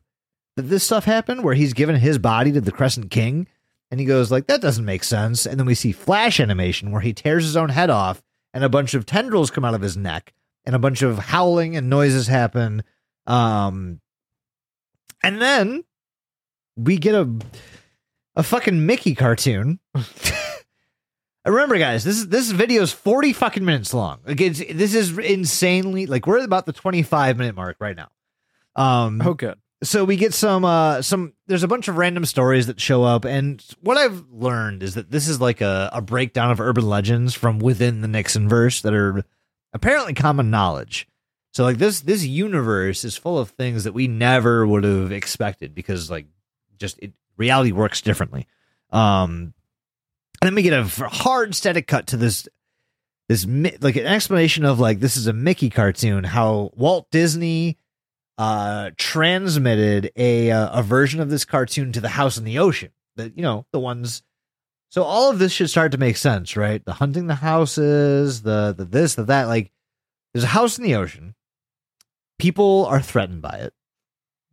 Speaker 4: that this stuff happened where he's given his body to the Crescent King and he goes like that doesn't make sense and then we see flash animation where he tears his own head off and a bunch of tendrils come out of his neck and a bunch of howling and noises happen. Um, and then we get a a fucking Mickey cartoon. [LAUGHS] Remember, guys, this is this video is forty fucking minutes long. Like it's, this is insanely like we're at about the twenty five minute mark right now. Um,
Speaker 3: oh, good.
Speaker 4: so we get some uh some there's a bunch of random stories that show up and what i've learned is that this is like a, a breakdown of urban legends from within the nixon verse that are apparently common knowledge so like this this universe is full of things that we never would have expected because like just it, reality works differently um and then we get a f- hard static cut to this this mi- like an explanation of like this is a mickey cartoon how walt disney uh, transmitted a uh, a version of this cartoon to the house in the ocean. That you know the ones. So all of this should start to make sense, right? The hunting the houses, the the this, the that. Like there's a house in the ocean. People are threatened by it.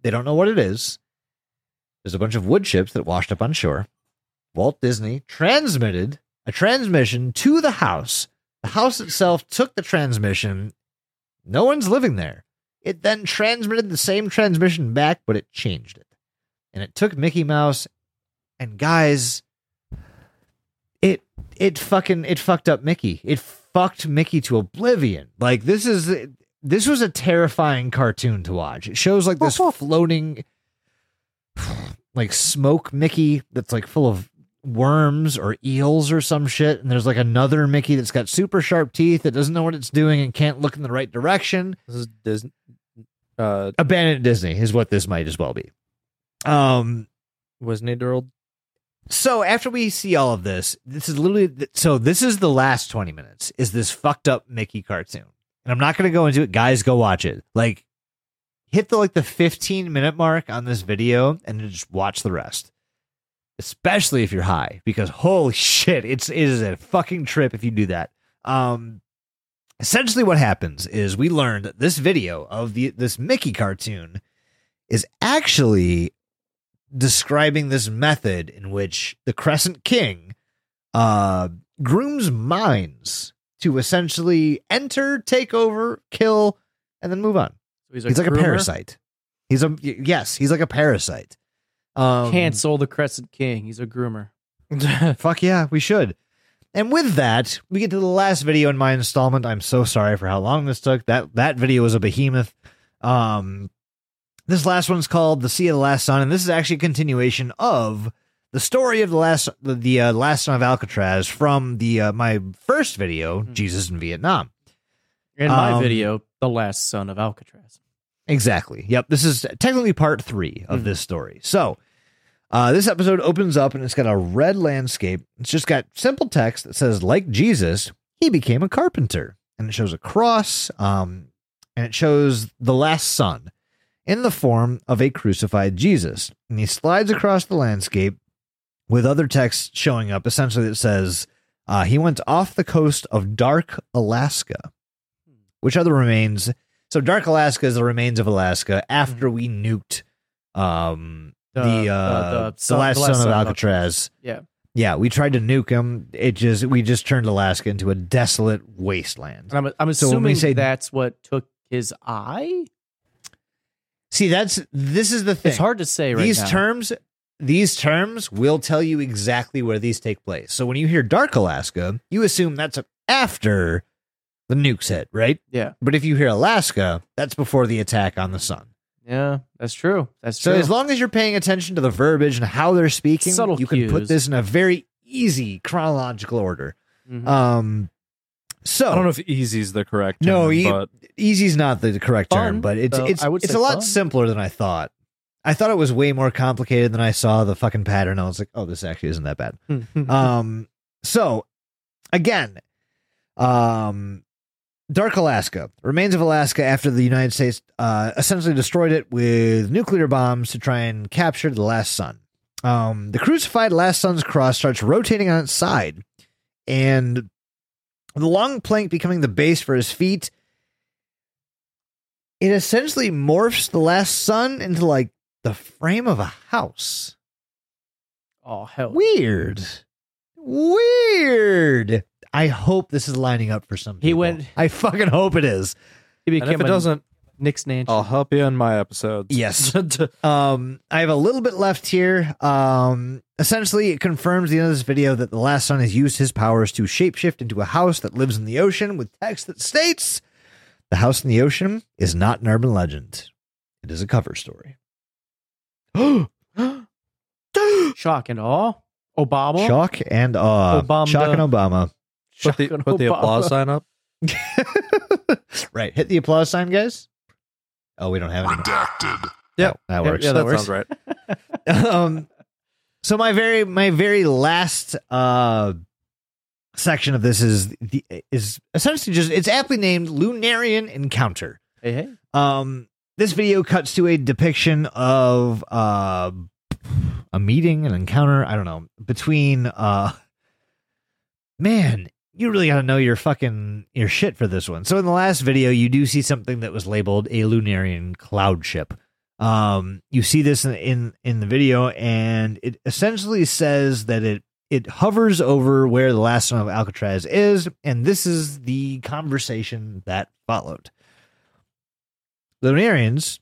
Speaker 4: They don't know what it is. There's a bunch of wood chips that washed up on shore. Walt Disney transmitted a transmission to the house. The house itself took the transmission. No one's living there. It then transmitted the same transmission back, but it changed it. And it took Mickey Mouse and guys it it fucking it fucked up Mickey. It fucked Mickey to oblivion. Like this is this was a terrifying cartoon to watch. It shows like this floating like smoke Mickey that's like full of worms or eels or some shit and there's like another Mickey that's got super sharp teeth that doesn't know what it's doing and can't look in the right direction
Speaker 3: This is Disney. Uh,
Speaker 4: abandoned Disney is what this might as well be. Um.
Speaker 3: Disney World.
Speaker 4: So after we see all of this, this is literally th- so. This is the last twenty minutes. Is this fucked up Mickey cartoon? And I'm not going to go into it. Guys, go watch it. Like hit the like the 15 minute mark on this video and then just watch the rest. Especially if you're high, because holy shit, it's it is a fucking trip if you do that. Um essentially what happens is we learned that this video of the this Mickey cartoon is actually describing this method in which the Crescent King uh grooms minds to essentially enter, take over, kill, and then move on he's like a
Speaker 2: groomer.
Speaker 4: parasite. He's a y- yes, he's like a parasite. Um,
Speaker 2: Cancel the Crescent King. He's a groomer.
Speaker 4: Fuck yeah, we should. And with that, we get to the last video in my installment. I'm so sorry for how long this took. That that video was a behemoth. Um, this last one's called "The Sea of the Last Sun," and this is actually a continuation of the story of the last the, the uh, last son of Alcatraz from the uh, my first video,
Speaker 2: Mhm.
Speaker 4: Jesus in Vietnam.
Speaker 2: In my
Speaker 4: Um,
Speaker 2: video, the last son of Alcatraz.
Speaker 4: Exactly. Yep. This is technically part three of
Speaker 2: Mhm.
Speaker 4: this story. So, uh, this episode opens up and it's got a red landscape. It's just got simple text that says, like Jesus, he became a carpenter. And it shows a cross um, and it shows the last son in the form of a crucified Jesus. And he slides across the landscape with other text showing up essentially that says, uh, he went off the coast of dark Alaska, which are the remains so dark Alaska is the remains of Alaska after
Speaker 2: Mm-hmm.
Speaker 4: we nuked um the uh, the,
Speaker 2: son-
Speaker 4: last son of
Speaker 2: Alcatraz.
Speaker 4: Alcatraz.
Speaker 2: Yeah.
Speaker 4: Yeah, we tried to nuke him. It just we just turned Alaska into a desolate wasteland.
Speaker 2: And I'm, I'm
Speaker 4: So when we
Speaker 2: assuming
Speaker 4: say-
Speaker 2: that's what took his eye.
Speaker 4: See, that's this is the thing.
Speaker 2: It's hard to say right
Speaker 4: these
Speaker 2: now.
Speaker 4: terms these terms will tell you exactly where these take place. So when you hear dark Alaska, you assume that's after the nukes hit, right?
Speaker 2: Yeah.
Speaker 4: But if you hear Alaska, that's before the attack on the sun.
Speaker 2: yeah, that's true. That's
Speaker 4: So
Speaker 2: true.
Speaker 4: as long as you're paying attention to the verbiage and how they're speaking,
Speaker 2: Subtle
Speaker 4: you can put
Speaker 2: cues.
Speaker 4: this in a very easy chronological order.
Speaker 2: Mhm.
Speaker 4: Um, so
Speaker 3: I don't know if easy is the correct.
Speaker 4: No,
Speaker 3: term,
Speaker 4: e-
Speaker 3: but
Speaker 4: easy's not the correct
Speaker 2: Fun,
Speaker 4: term, but it's
Speaker 2: though.
Speaker 4: it's
Speaker 2: I would
Speaker 4: it's
Speaker 2: say
Speaker 4: a lot
Speaker 2: fun.
Speaker 4: simpler than I thought. I thought it was way more complicated than I saw the fucking pattern. I was like, oh, this actually isn't that bad.
Speaker 2: Mm-hmm.
Speaker 4: [LAUGHS] um so again um dark alaska remains of alaska after the united states uh essentially destroyed it with nuclear bombs to try and capture the last sun um the crucified last sun's cross starts rotating on its side and the long plank becoming the base for his feet it essentially morphs the last sun into like the frame of a house
Speaker 2: [LAUGHS] oh hell,
Speaker 4: Weird. Weird. I hope this is lining up for some.
Speaker 2: He
Speaker 4: people.
Speaker 2: went-
Speaker 4: I fucking hope it is.
Speaker 2: he
Speaker 3: and if
Speaker 2: became
Speaker 3: it
Speaker 2: a
Speaker 3: doesn't,
Speaker 2: Nick's Nancy.
Speaker 3: I'll help you in my episodes.
Speaker 2: [LAUGHS]
Speaker 3: [LAUGHS]
Speaker 4: Yes. Um, I have a little bit left here. Um, essentially, it confirms the end of this video that the last son has used his powers to shapeshift into a house that lives in the ocean with text that states the house in the ocean is not an urban legend. It is a cover
Speaker 2: [GASPS]
Speaker 4: story. [GASPS]
Speaker 2: Shock and awe. Obama.
Speaker 4: Oh. Shock and awe.
Speaker 2: Obama.
Speaker 4: Shock and Obama.
Speaker 3: put the,
Speaker 2: Shock and
Speaker 3: put the
Speaker 2: Obama.
Speaker 3: applause sign up.
Speaker 4: [LAUGHS] right. Hit the applause sign, guys. Oh, we don't have any.
Speaker 1: Redacted.
Speaker 3: Yep.
Speaker 4: Oh, that
Speaker 2: Yeah,
Speaker 4: works.
Speaker 2: yeah,
Speaker 3: that
Speaker 2: that
Speaker 3: sounds right.
Speaker 4: [LAUGHS] um so my very my very last uh section of this is the is essentially just it's aptly named lunarian encounter
Speaker 2: [LAUGHS] Hey, hey.
Speaker 4: um this video cuts to a depiction of uh a meeting an encounter i don't know between uh man you really gotta know your fucking your shit for this one so in the last video you do see something that was labeled a lunarian cloud ship um you see this in in, in the video and it essentially says that it it hovers over where the last one of alcatraz is and this is the conversation that followed Lunarians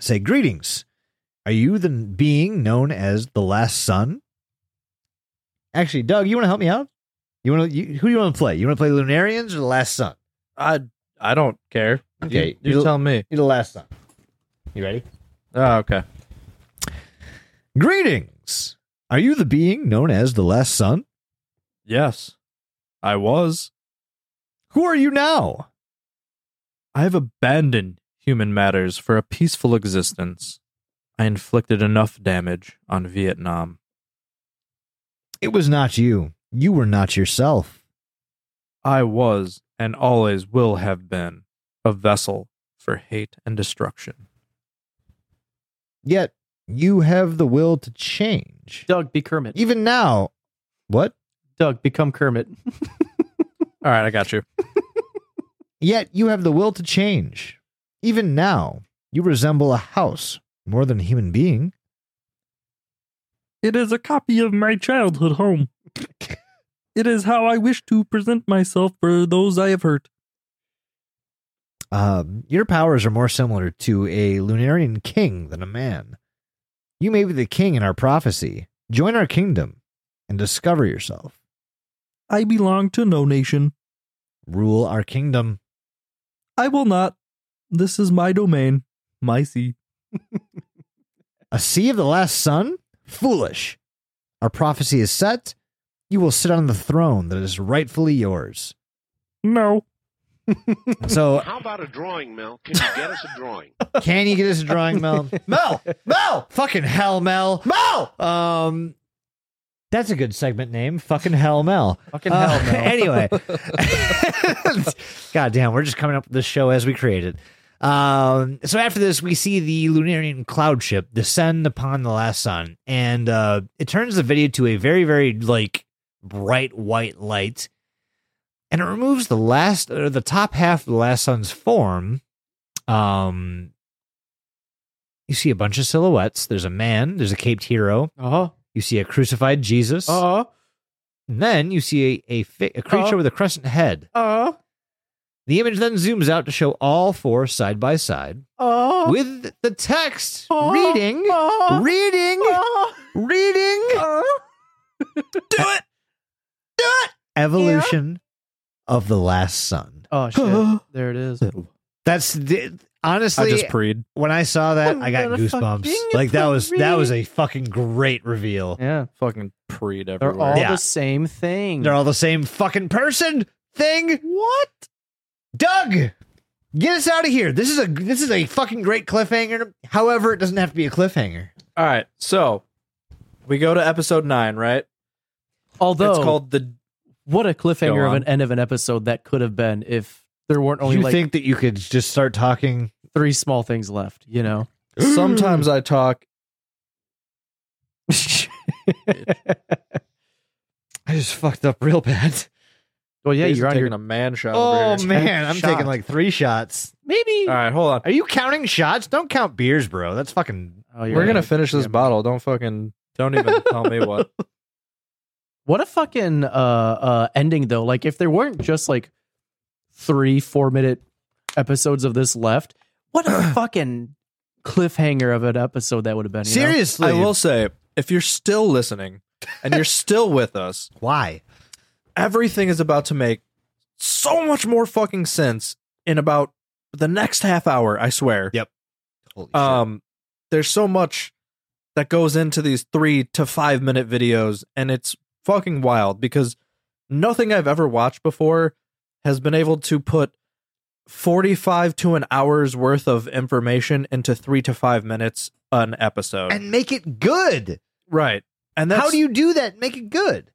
Speaker 4: say, Greetings. Are you the being known as the last son? Actually, Doug, you want to help me out? You want to? You, who do you want to play? You want to play Lunarians or the last son?
Speaker 3: I I don't care.
Speaker 4: Okay,
Speaker 3: you,
Speaker 4: you'll-
Speaker 3: you tell me.
Speaker 4: You're the last son. You ready?
Speaker 3: Oh, okay.
Speaker 4: Greetings. Are you the being known as the last son?
Speaker 3: Yes, I was.
Speaker 4: Who are you now?
Speaker 3: I have abandoned human matters for a peaceful existence. I inflicted enough damage on Vietnam.
Speaker 4: It was not you. You were not yourself.
Speaker 3: I was and always will have been a vessel for hate and destruction.
Speaker 4: yet you have the will to change.
Speaker 2: Doug, be Kermit.
Speaker 4: Even now, what?
Speaker 2: Doug, become
Speaker 4: [LAUGHS]
Speaker 2: Kermit.
Speaker 3: All right, I got you.
Speaker 4: Yet you have the will to change. Even now, you resemble a house more than a human being.
Speaker 6: It is a copy of my childhood home. it is how I wish to present myself for those I have hurt.
Speaker 4: Um, your powers are more similar to a Lunarian king than a man. You may be the king in our prophecy. Join our kingdom and discover yourself.
Speaker 6: I belong to no nation.
Speaker 4: Rule our kingdom.
Speaker 6: I will not. This is my domain, my sea.
Speaker 4: A sea of the last sun? Foolish. Our prophecy is set. You will sit on the throne that is rightfully yours.
Speaker 6: No.
Speaker 4: So,
Speaker 5: How about a drawing, Mel? Can you get us a drawing?
Speaker 4: can you get us a drawing, Mel? [LAUGHS] Mel! Mel! Fucking hell, Mel! Mel! Um, that's a good segment name. Fucking hell, Mel.
Speaker 2: Fucking
Speaker 4: Uh,
Speaker 2: hell, no.
Speaker 4: [LAUGHS] anyway, God damn, we're just coming up with this show as we create it. Um, so after this, we see the Lunarian cloud ship descend upon the last sun, and uh, it turns the video to a very, very like bright white light, and it removes the last or the top half of the last sun's form. Um, you see a bunch of silhouettes. There's a man. There's a caped hero.
Speaker 2: Uh huh.
Speaker 4: You see a crucified Jesus.
Speaker 2: Uh huh.
Speaker 4: And then you see a, a, fi- a creature
Speaker 2: Oh.
Speaker 4: with a crescent head.
Speaker 2: Uh
Speaker 4: The image then zooms out to show all four side by side
Speaker 2: huh.
Speaker 4: with the text
Speaker 2: Oh.
Speaker 4: reading,
Speaker 2: Uh
Speaker 4: reading,
Speaker 2: huh.
Speaker 4: [LAUGHS] reading.
Speaker 6: Do it!
Speaker 4: Evolution of the Last Sun.
Speaker 2: Oh shit! [LAUGHS] There it is.
Speaker 4: That's the, honestly
Speaker 3: I just preed.
Speaker 4: when I saw that
Speaker 2: I'm
Speaker 4: I got
Speaker 2: gonna
Speaker 4: goosebumps.
Speaker 2: fucking
Speaker 4: Like that was that was
Speaker 2: read.
Speaker 4: a fucking great reveal.
Speaker 2: Yeah,
Speaker 3: Fucking preed everywhere.
Speaker 2: they're all
Speaker 4: Yeah.
Speaker 2: the same thing.
Speaker 4: They're all the same fucking person thing. What? Doug, get us out of here. This is a this is a fucking great cliffhanger. However, it doesn't have to be a cliffhanger.
Speaker 3: All right, so we go to episode nine, right?
Speaker 2: Although,
Speaker 3: it's called the.
Speaker 2: what a cliffhanger
Speaker 3: Go
Speaker 2: of
Speaker 3: on.
Speaker 2: an end of an episode that could have been if there weren't only
Speaker 4: you
Speaker 2: like
Speaker 4: think that you could just start talking?
Speaker 2: three small things left. You
Speaker 3: [LAUGHS]
Speaker 2: know.
Speaker 3: [GASPS] Sometimes I talk.
Speaker 4: I just fucked up real bad.
Speaker 2: well, yeah,
Speaker 3: Dave's
Speaker 2: you're on
Speaker 3: taking
Speaker 2: your.
Speaker 3: a man shot.
Speaker 4: Oh
Speaker 3: over here.
Speaker 4: man, I'm
Speaker 3: Shot.
Speaker 4: taking like three shots. Maybe.
Speaker 3: All right, hold on.
Speaker 4: Are you counting shots? Don't count beers, bro. That's fucking.
Speaker 2: Oh, you're
Speaker 3: We're
Speaker 2: right.
Speaker 3: gonna finish this
Speaker 2: Yeah.
Speaker 3: bottle. Don't fucking. Don't even tell me [LAUGHS] what.
Speaker 2: What a fucking uh uh ending though. Like if there weren't just like three four minute episodes of this left, what
Speaker 3: [CLEARS THROAT]
Speaker 2: a fucking cliffhanger of an episode that would have been. You know?
Speaker 4: Seriously,
Speaker 3: I will say, if you're still listening and you're still with us,
Speaker 4: why?
Speaker 3: everything is about to make so much more fucking sense in about the next half hour, I swear.
Speaker 4: Yep. Holy shit.
Speaker 3: Um there's so much that goes into these 3 to 5 minute videos and it's fucking wild because nothing I've ever watched before has been able to put 45 to an hour's worth of information into 3 to 5 minutes an episode.
Speaker 4: and make it good.
Speaker 3: right. And that's
Speaker 4: How do you do that? Make it good.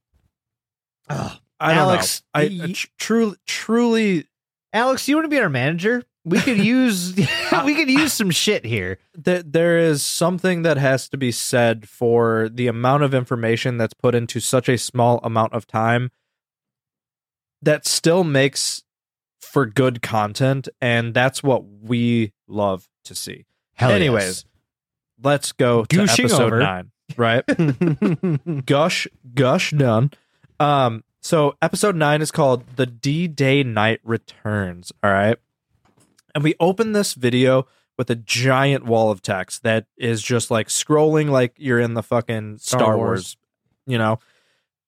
Speaker 4: Ugh.
Speaker 3: I don't
Speaker 4: Alex,
Speaker 3: know. I,
Speaker 4: y-
Speaker 3: I tr- truly truly
Speaker 4: Alex, you want to be our manager? We
Speaker 3: [LAUGHS]
Speaker 4: could use [LAUGHS] we could use some
Speaker 3: [GASPS]
Speaker 4: shit here.
Speaker 3: there, there is something that has to be said for the amount of information that's put into such a small amount of time that still makes for good content and that's what we love to see
Speaker 4: Hell
Speaker 3: Anyways, let's go to
Speaker 4: Gushing
Speaker 3: episode
Speaker 4: over.
Speaker 3: 9 right
Speaker 4: [LAUGHS]
Speaker 3: gush gush done um so episode 9 is called the d-day night returns all right and we open this video with a giant wall of text that is just like scrolling like you're in the fucking Star,
Speaker 2: Star
Speaker 3: Wars.
Speaker 2: Wars.
Speaker 3: you know.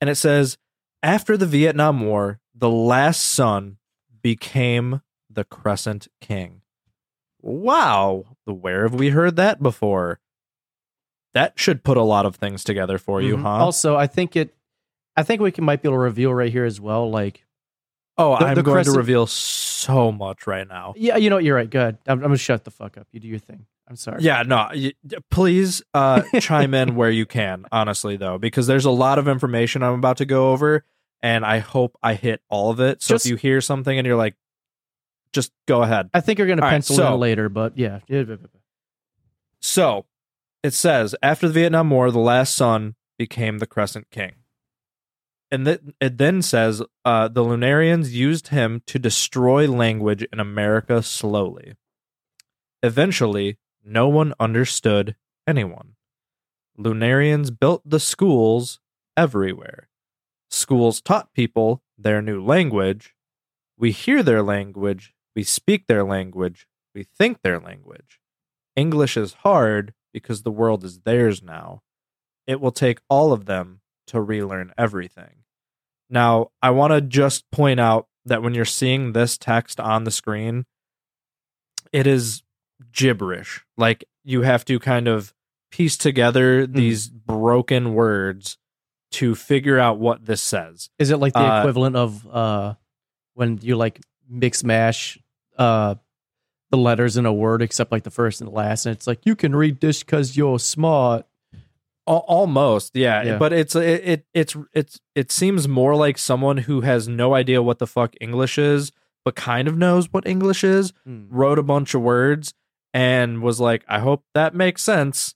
Speaker 3: And it says, after the Vietnam War, the last son became the Crescent King. Wow, where have we heard that before? That should put a lot of things together for you,
Speaker 2: Mhm.
Speaker 3: huh?
Speaker 2: Also, I think it I think we can might be able to reveal right here as well, like
Speaker 3: oh,
Speaker 2: the-
Speaker 3: I'm
Speaker 2: the
Speaker 3: going
Speaker 2: Crescent-
Speaker 3: to reveal so much right now.
Speaker 2: yeah, you know what, you're right. Good. I'm, I'm gonna shut the fuck up. You do your thing. I'm sorry.
Speaker 3: Yeah, no. y- d- Please uh,
Speaker 2: [LAUGHS]
Speaker 3: chime in where you can, honestly, though, because there's a lot of information I'm about to go over, and I hope I hit all of it. So
Speaker 2: Just-
Speaker 3: if you hear something and you're like, just go ahead.
Speaker 2: I think you're gonna
Speaker 3: [LAUGHS] All right,
Speaker 2: pencil
Speaker 3: so-
Speaker 2: in later, but yeah.
Speaker 3: So it says after the Vietnam War, the last son became the Crescent King, and th- it then says uh, the Lunarians used him to destroy language in America slowly. Eventually, no one understood anyone. Lunarians built the schools everywhere. Schools taught people their new language. We hear their language. We speak their language. We think their language. English is hard because the world is theirs now. It will take all of them to relearn everything. Now, I want to just point out that when you're seeing this text on the screen, it is gibberish. Like you have to kind of piece together these broken words to figure out what this says.
Speaker 2: Is it like the
Speaker 3: Uh,
Speaker 2: equivalent of uh, when you like mix mash uh, the letters in a word, except like the first and the last, and it's like you can read this because you're smart.
Speaker 3: Al- almost yeah,
Speaker 2: Yeah.
Speaker 3: but it's it, it it's it's it seems more like someone who has no idea what the fuck english is but kind of knows what english is
Speaker 2: Mm.
Speaker 3: wrote a bunch of words and was like i hope that makes sense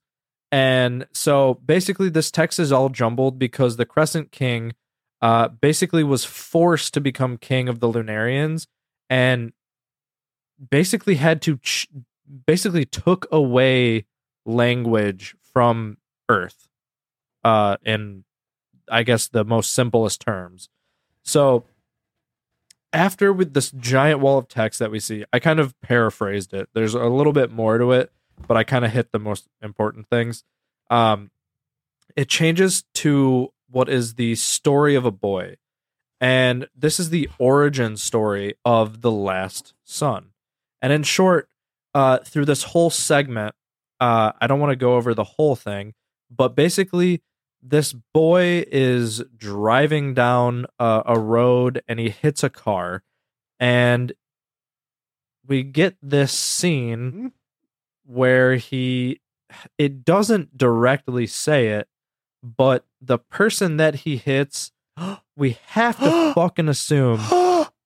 Speaker 3: and so basically this text is all jumbled because the crescent king uh basically was forced to become king of the lunarians and basically had to ch- basically took away language from Earth, uh, in I guess the most simplest terms. So after with this giant wall of text that we see, I kind of paraphrased it. There's a little bit more to it, but I kind of hit the most important things. Um, it changes to what is the story of a boy, and this is the origin story of the last son. And in short, uh, through this whole segment, uh, I don't want to go over the whole thing, but basically this boy is driving down uh, a road and he hits a car and we get this scene where he it doesn't directly say it but the person that he hits we have to fucking assume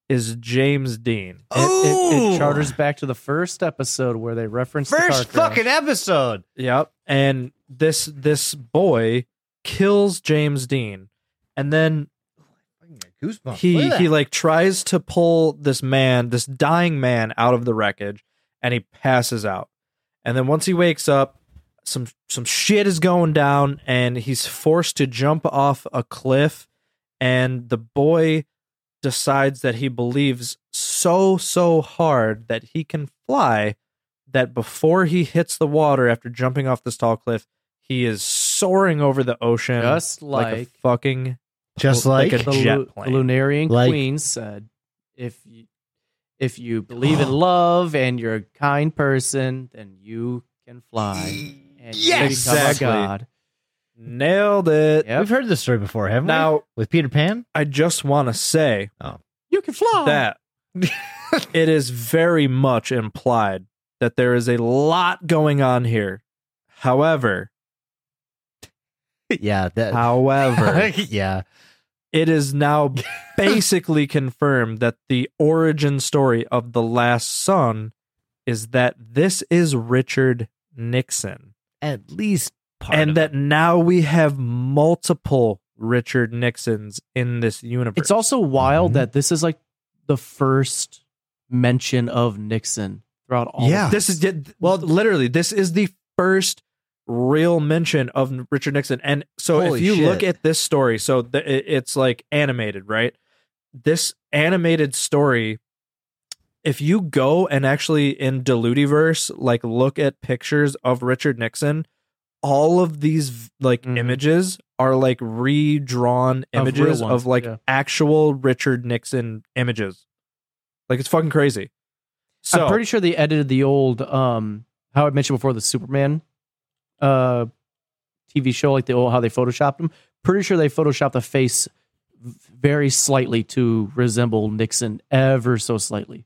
Speaker 3: is James Dean
Speaker 2: It, it,
Speaker 4: Ooh.
Speaker 2: it charters back to the first episode where they reference
Speaker 4: First
Speaker 2: the car crash.
Speaker 4: fucking episode.
Speaker 3: Yep. And this this boy kills James Dean. And then
Speaker 4: Goosebumps.
Speaker 3: he he like tries to pull this man, this dying man out of the wreckage and he passes out. And then once he wakes up, some some shit is going down and he's forced to jump off a cliff and the boy decides that he believes so so hard that he can fly that before he hits the water after jumping off this tall cliff, he is soaring over the ocean
Speaker 2: Just
Speaker 3: like,
Speaker 2: like,
Speaker 3: a fucking
Speaker 4: just like,
Speaker 3: like
Speaker 2: the,
Speaker 3: a jet
Speaker 2: Lu-
Speaker 3: plane.
Speaker 2: Lunarian
Speaker 4: Like-
Speaker 2: Queen said, if you, if [GASPS] you believe in love and you're a kind person, then you can fly. And you
Speaker 4: Yes!
Speaker 2: become a
Speaker 3: Exactly.
Speaker 2: god.
Speaker 3: nailed it.
Speaker 2: Yep.
Speaker 4: We've heard this story before, haven't we?
Speaker 3: Now,
Speaker 4: With
Speaker 3: [LAUGHS]
Speaker 4: Peter Pan.
Speaker 3: I just want to say
Speaker 2: You can fly.
Speaker 3: that it is very much implied that there is a lot going on here. However,
Speaker 4: yeah.
Speaker 3: [LAUGHS]
Speaker 4: That. [LAUGHS]
Speaker 3: however,
Speaker 4: yeah.
Speaker 3: it is now basically confirmed that the origin story of the last son is that this is Richard Nixon
Speaker 4: At least part.
Speaker 3: and
Speaker 4: of
Speaker 3: that
Speaker 4: it.
Speaker 3: now we have multiple Richard Nixons in this universe.
Speaker 2: It's also wild
Speaker 4: Mhm.
Speaker 2: that this is like the first mention of Nixon throughout all.
Speaker 4: Yeah.
Speaker 2: of
Speaker 3: This is well, literally, this is the first real mention of Richard Nixon. And so,
Speaker 4: Holy
Speaker 3: if you
Speaker 4: shit.
Speaker 3: look at this story, so th- it- it's like animated, right? This animated story, if you go and actually in Diludiverse, like look at pictures of Richard Nixon, all of these like
Speaker 2: Mhm.
Speaker 3: images are like redrawn
Speaker 2: Of real
Speaker 3: images of,
Speaker 2: ones,
Speaker 3: like
Speaker 2: yeah.
Speaker 3: actual Richard Nixon images. Like it's fucking crazy. So
Speaker 2: I'm pretty sure they edited the old um how I mentioned before the Superman uh TV show like the old how they photoshopped him. Pretty sure they photoshopped the face v- very slightly to resemble Nixon ever so slightly.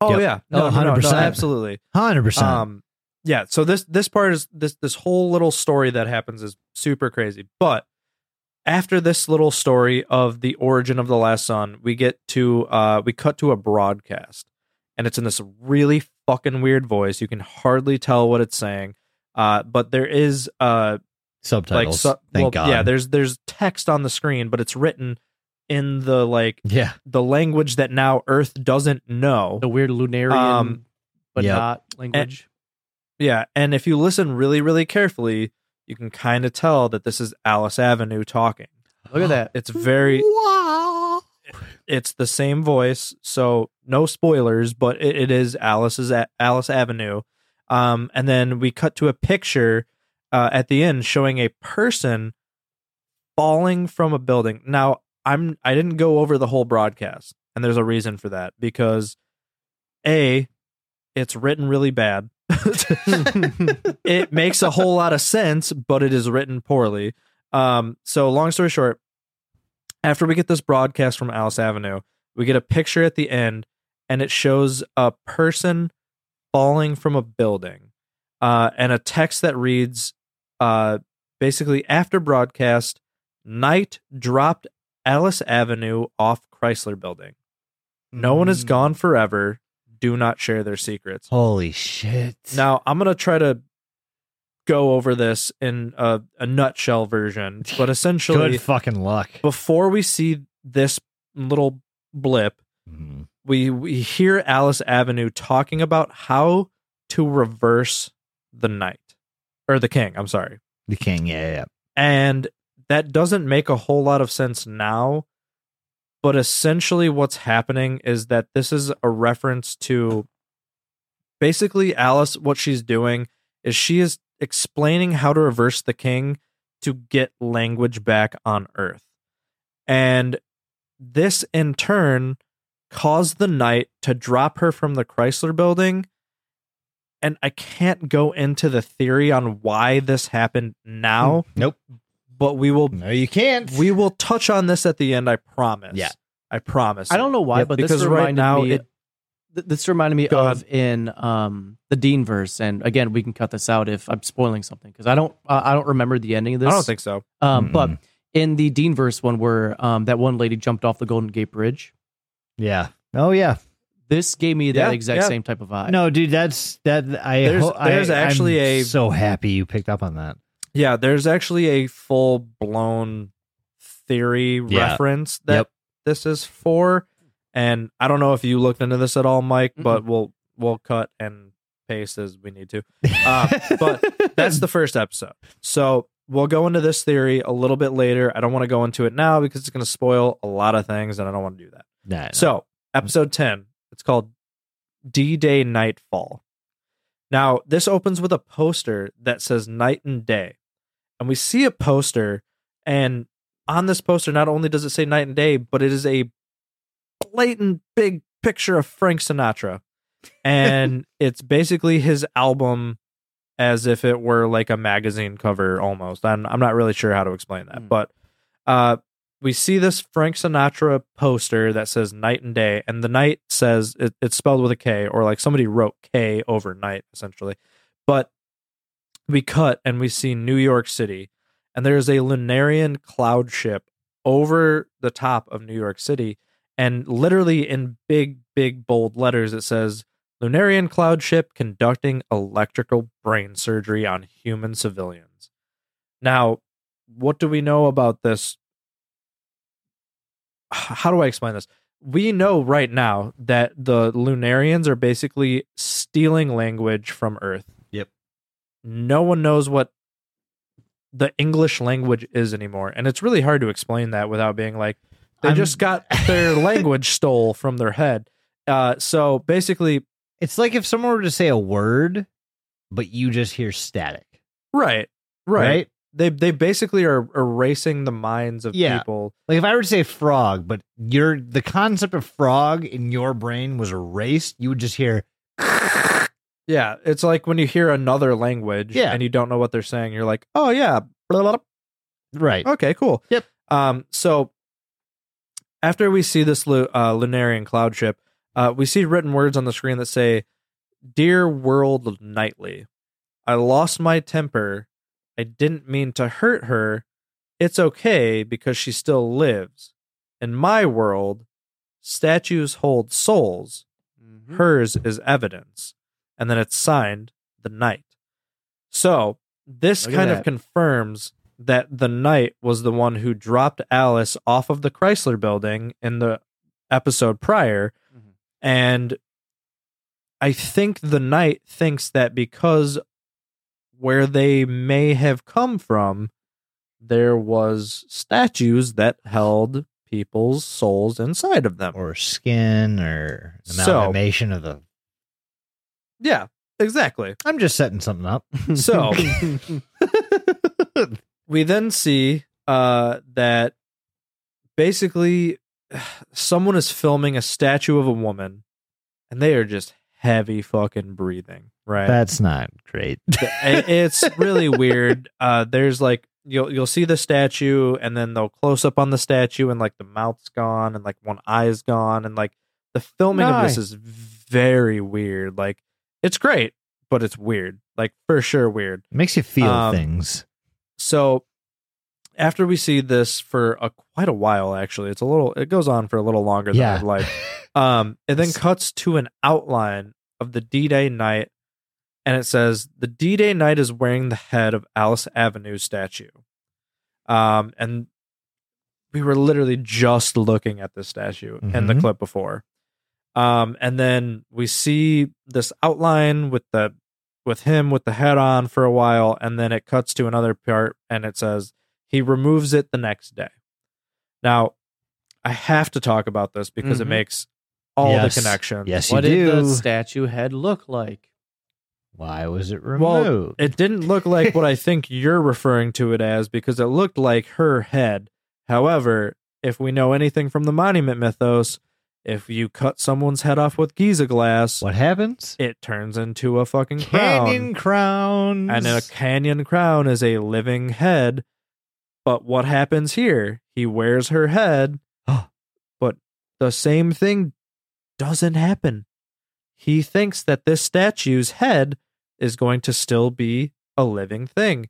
Speaker 3: Oh
Speaker 4: Yep.
Speaker 3: yeah,
Speaker 4: Oh, 100%.
Speaker 3: absolutely.
Speaker 4: hundred percent.
Speaker 3: Um, yeah. So this this part is this this whole little story that happens is super crazy. But after this little story of the origin of the last son, we get to uh, we cut to a broadcast, and it's in this really fucking weird voice. You can hardly tell what it's saying, Uh, but there is uh,
Speaker 4: subtitles.
Speaker 3: like su-
Speaker 4: thank
Speaker 3: well,
Speaker 4: God.
Speaker 3: yeah, there's there's text on the screen, but it's written in the like
Speaker 4: yeah.
Speaker 3: the language that now Earth doesn't know.
Speaker 2: The weird Lunarian,
Speaker 3: Um,
Speaker 2: but
Speaker 4: yep.
Speaker 2: not language.
Speaker 3: Yeah, and if you listen really really carefully, you can kind of tell that this is Alice Avenue talking.
Speaker 2: Look at that.
Speaker 3: It's very
Speaker 4: Wow.
Speaker 3: it's the same voice, so no spoilers, but it, it is Alice's a- Alice Avenue. Um, and then we cut to a picture uh, at the end showing a person falling from a building. Now I'm I didn't go over the whole broadcast, and there's a reason for that because a it's written really bad. it makes a whole lot of sense, but it is written poorly. Um, so long story short, after we get this broadcast from Alice Avenue, we get a picture at the end, and it shows a person falling from a building, uh, and a text that reads, uh, basically after broadcast, Knight dropped Alice Avenue off Chrysler Building. No one
Speaker 4: Mm.
Speaker 3: is gone forever. Do not share their secrets.
Speaker 4: Holy shit.
Speaker 3: Now I'm gonna try to go over this in a, a nutshell version, but essentially,
Speaker 4: Good fucking luck.
Speaker 3: before we see this little blip,
Speaker 4: Mhm.
Speaker 3: we we hear Alice Avenue talking about how to reverse the knight or the king. I'm sorry,
Speaker 4: The king. Yeah, yeah, yeah.
Speaker 3: and that doesn't make a whole lot of sense now. But essentially, what's happening is that this is a reference to basically Alice. What she's doing is she is explaining how to reverse the king to get language back on Earth. And this in turn caused the knight to drop her from the Chrysler building. And I can't go into the theory on why this happened now,
Speaker 4: Nope.
Speaker 3: but we will
Speaker 4: No, you can't.
Speaker 3: [LAUGHS] we will touch on this at the end, I promise.
Speaker 4: Yeah.
Speaker 3: I promise.
Speaker 2: I don't know why,
Speaker 3: Yeah,
Speaker 2: but this
Speaker 3: because right
Speaker 2: reminded
Speaker 3: now
Speaker 2: me.
Speaker 3: it-
Speaker 2: th- this reminded me
Speaker 3: Go
Speaker 2: of in um, the Dean verse, and again, we can cut this out if I'm spoiling something because I don't uh, I don't remember the ending of
Speaker 3: I
Speaker 2: this.
Speaker 3: don't think so.
Speaker 2: Um, but
Speaker 4: Mm-mm.
Speaker 2: in the Dean verse one, where um, that one lady jumped off the Golden Gate Bridge,
Speaker 4: yeah. Oh yeah.
Speaker 2: this gave me that
Speaker 3: Yeah,
Speaker 2: exact
Speaker 3: yeah.
Speaker 2: same type of vibe. [LAUGHS]
Speaker 4: No, dude, that's that. I
Speaker 3: There's-
Speaker 4: ho- I-
Speaker 3: there's actually
Speaker 4: I'm
Speaker 3: a-
Speaker 4: so happy you picked up on that.
Speaker 3: Yeah, there's actually a full blown theory
Speaker 4: Yeah.
Speaker 3: reference that
Speaker 4: Yep.
Speaker 3: this is for. And I don't know if you looked into this at all, Mike, but we'll we'll cut and paste as we need
Speaker 4: [LAUGHS]
Speaker 3: to. Uh, but that's the first episode. So we'll go into this theory a little bit later. I don't want to go into it now because it's going to spoil a lot of things, and I don't want to do that.
Speaker 4: Nah, nah.
Speaker 3: So, episode 10, it's called D Day Nightfall. Now, this opens with a poster that says night and day. And we see a poster, and on this poster, not only does it say night and day, but it is a blatant big picture of Frank Sinatra. And it's basically his album as if it were like a magazine cover almost. I'm, I'm not really sure how to explain that,
Speaker 2: Mm.
Speaker 3: but uh, we see this Frank Sinatra poster that says night and day, and the night says it, it's spelled with a K, or like somebody wrote K overnight, essentially. But we cut and we see New York City, and there is a Lunarian cloud ship over the top of New York City, and literally in big, big, bold letters, it says Lunarian cloud ship conducting electrical brain surgery on human civilians. Now, what do we know about this how do I explain this? We know right now that the Lunarians are basically stealing language from Earth.
Speaker 4: Yep.
Speaker 3: No one knows what the English language is anymore. And it's really hard to explain that without being like, they
Speaker 4: I'm-
Speaker 3: just got
Speaker 4: [LAUGHS]
Speaker 3: their language stole from their head. Uh, so basically,
Speaker 4: It's like if someone were to say a word, but you just hear static.
Speaker 3: right,
Speaker 4: Right.
Speaker 3: right. They, they basically are erasing the minds of
Speaker 4: Yeah.
Speaker 3: people.
Speaker 4: Like if I were to say frog, but your the concept of frog in your brain was erased, you would just hear
Speaker 3: Yeah. It's like when you hear another language
Speaker 4: Yeah.
Speaker 3: and you don't know what they're saying, you're like, oh, yeah. blah, blah, blah,
Speaker 4: right.
Speaker 3: Okay, cool.
Speaker 4: Yep.
Speaker 3: Um, so after we see this lu- uh, Lunarian cloud ship, uh, we see written words on the screen that say, "Dear World Nightly, I lost my temper. I didn't mean to hurt her. It's okay because she still lives. In my world, statues hold souls."
Speaker 2: Mhm.
Speaker 3: Hers is evidence. And then it's signed the knight. So this
Speaker 2: Look at
Speaker 3: kind
Speaker 2: that.
Speaker 3: of confirms that the knight was the one who dropped Alice off of the Chrysler building in the episode prior.
Speaker 2: Mhm.
Speaker 3: And I think the knight thinks that because where they may have come from, there was statues that held people's souls inside of them.
Speaker 4: or skin or
Speaker 3: So-
Speaker 4: amalgamation of the.
Speaker 3: Yeah, exactly.
Speaker 4: I'm just setting something up.
Speaker 3: [LAUGHS] So we then see uh, that basically [SIGHS] someone is filming a statue of a woman, and they are just heavy fucking breathing. Right?
Speaker 4: That's not great.
Speaker 3: It- it's really weird. Uh, there's like you'll you'll see the statue, and then they'll close up on the statue, and like the mouth's gone, and like one eye's gone, and like the filming of this
Speaker 4: Nice.
Speaker 3: is very weird. Like it's great, but it's weird. Like for sure weird.
Speaker 4: Makes you feel
Speaker 3: Um,
Speaker 4: things.
Speaker 3: So after we see this for a quite a while, actually, it's a little it goes on for a little longer than
Speaker 4: Yeah.
Speaker 3: I'd like.
Speaker 4: [LAUGHS]
Speaker 3: Um, it then
Speaker 4: It's-
Speaker 3: cuts to an outline of the D Day night, and it says the D Day night is wearing the head of Alice Avenue statue. Um, and we were literally just looking at this statue in the
Speaker 4: Mhm.
Speaker 3: clip before. Um, and then we see this outline with the with him with the head on for a while, and then it cuts to another part, and it says he removes it the next day. Now, I have to talk about this because
Speaker 2: Mhm.
Speaker 3: it makes all
Speaker 4: Yes.
Speaker 3: the connections.
Speaker 4: Yes,
Speaker 2: what
Speaker 4: you
Speaker 2: did
Speaker 4: do.
Speaker 2: the statue head look like?
Speaker 4: Why was it
Speaker 3: Well,
Speaker 4: removed?
Speaker 3: It didn't look like what I think you're referring to it as because it looked like her head. However, if we know anything from the monument mythos, if you cut someone's head off with Giza glass,
Speaker 4: what happens?
Speaker 3: it turns into a fucking crown.
Speaker 4: Canyon crowns.
Speaker 3: and a canyon crown is a living head. But what happens here? He wears her head, but the same thing doesn't happen. He thinks that this statue's head is going to still be a living thing.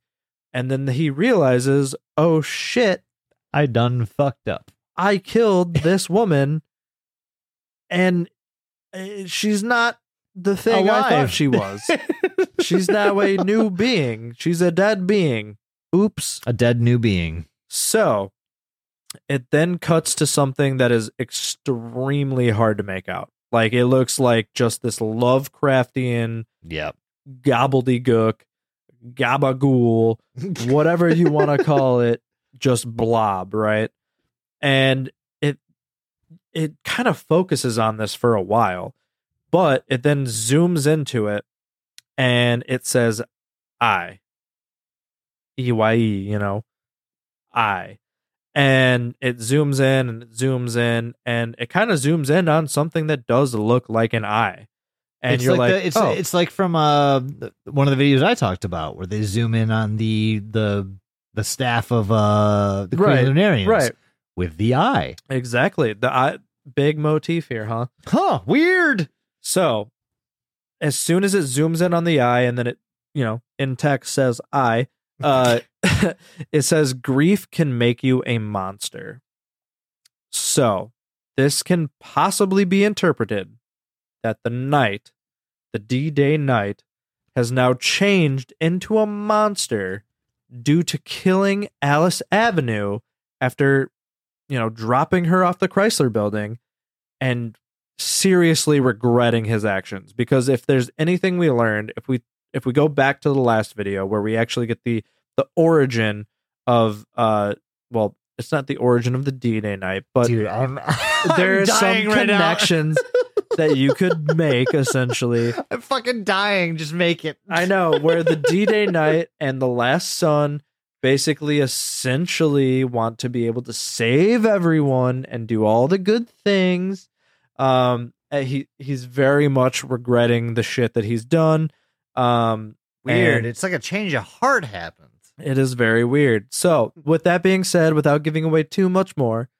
Speaker 3: And then he realizes, oh shit,
Speaker 4: I done fucked up.
Speaker 3: [LAUGHS] I killed this woman and uh, she's not the thing I thought
Speaker 4: Alive.
Speaker 3: she was. She's now a new being. She's a dead being. Oops.
Speaker 4: a dead new being.
Speaker 3: So it then cuts to something that is extremely hard to make out. Like it looks like just this Lovecraftian
Speaker 4: Yep.
Speaker 3: gobbledygook, gabagool, whatever you want to call it, just blob, right? And it it kind of focuses on this for a while, but it then zooms into it and it says I. E Y E, you know. I. And it zooms in and it zooms in and it kind of zooms in on something that does look like an eye. And
Speaker 4: it's
Speaker 3: you're like,
Speaker 4: the- it's
Speaker 3: oh.
Speaker 4: it's like from uh one of the videos I talked about where they zoom in on the the the staff of uh the
Speaker 3: Right,
Speaker 4: Queen Lunarians
Speaker 3: right.
Speaker 4: with the eye.
Speaker 3: Exactly. The I, big motif here, huh?
Speaker 4: Huh, weird.
Speaker 3: So, as soon as it zooms in on the eye and then it, you know, in text says I, uh [LAUGHS] it says grief can make you a monster. So, this can possibly be interpreted that the knight, the D-Day knight has now changed into a monster due to killing Alice Avenue after, you know, dropping her off the Chrysler building and seriously regretting his actions because if there's anything we learned if we if we go back to the last video where we actually get the the origin of uh well it's not the origin of the DNA night but
Speaker 4: Dude, I'm,
Speaker 3: [LAUGHS] there
Speaker 4: [LAUGHS] I'm
Speaker 3: are some
Speaker 4: dying right now.
Speaker 3: connections that you could make essentially
Speaker 4: [LAUGHS] I'm fucking dying. Just make it.
Speaker 3: I know where the
Speaker 4: [LAUGHS]
Speaker 3: D-Day night and the last son basically essentially want to be able to save everyone and do all the good things. Um and he he's very much regretting the shit that he's done. Um
Speaker 4: Weird.
Speaker 3: and
Speaker 4: It's like a change of heart happens.
Speaker 3: it is very weird. So, with that being said, without giving away too much more,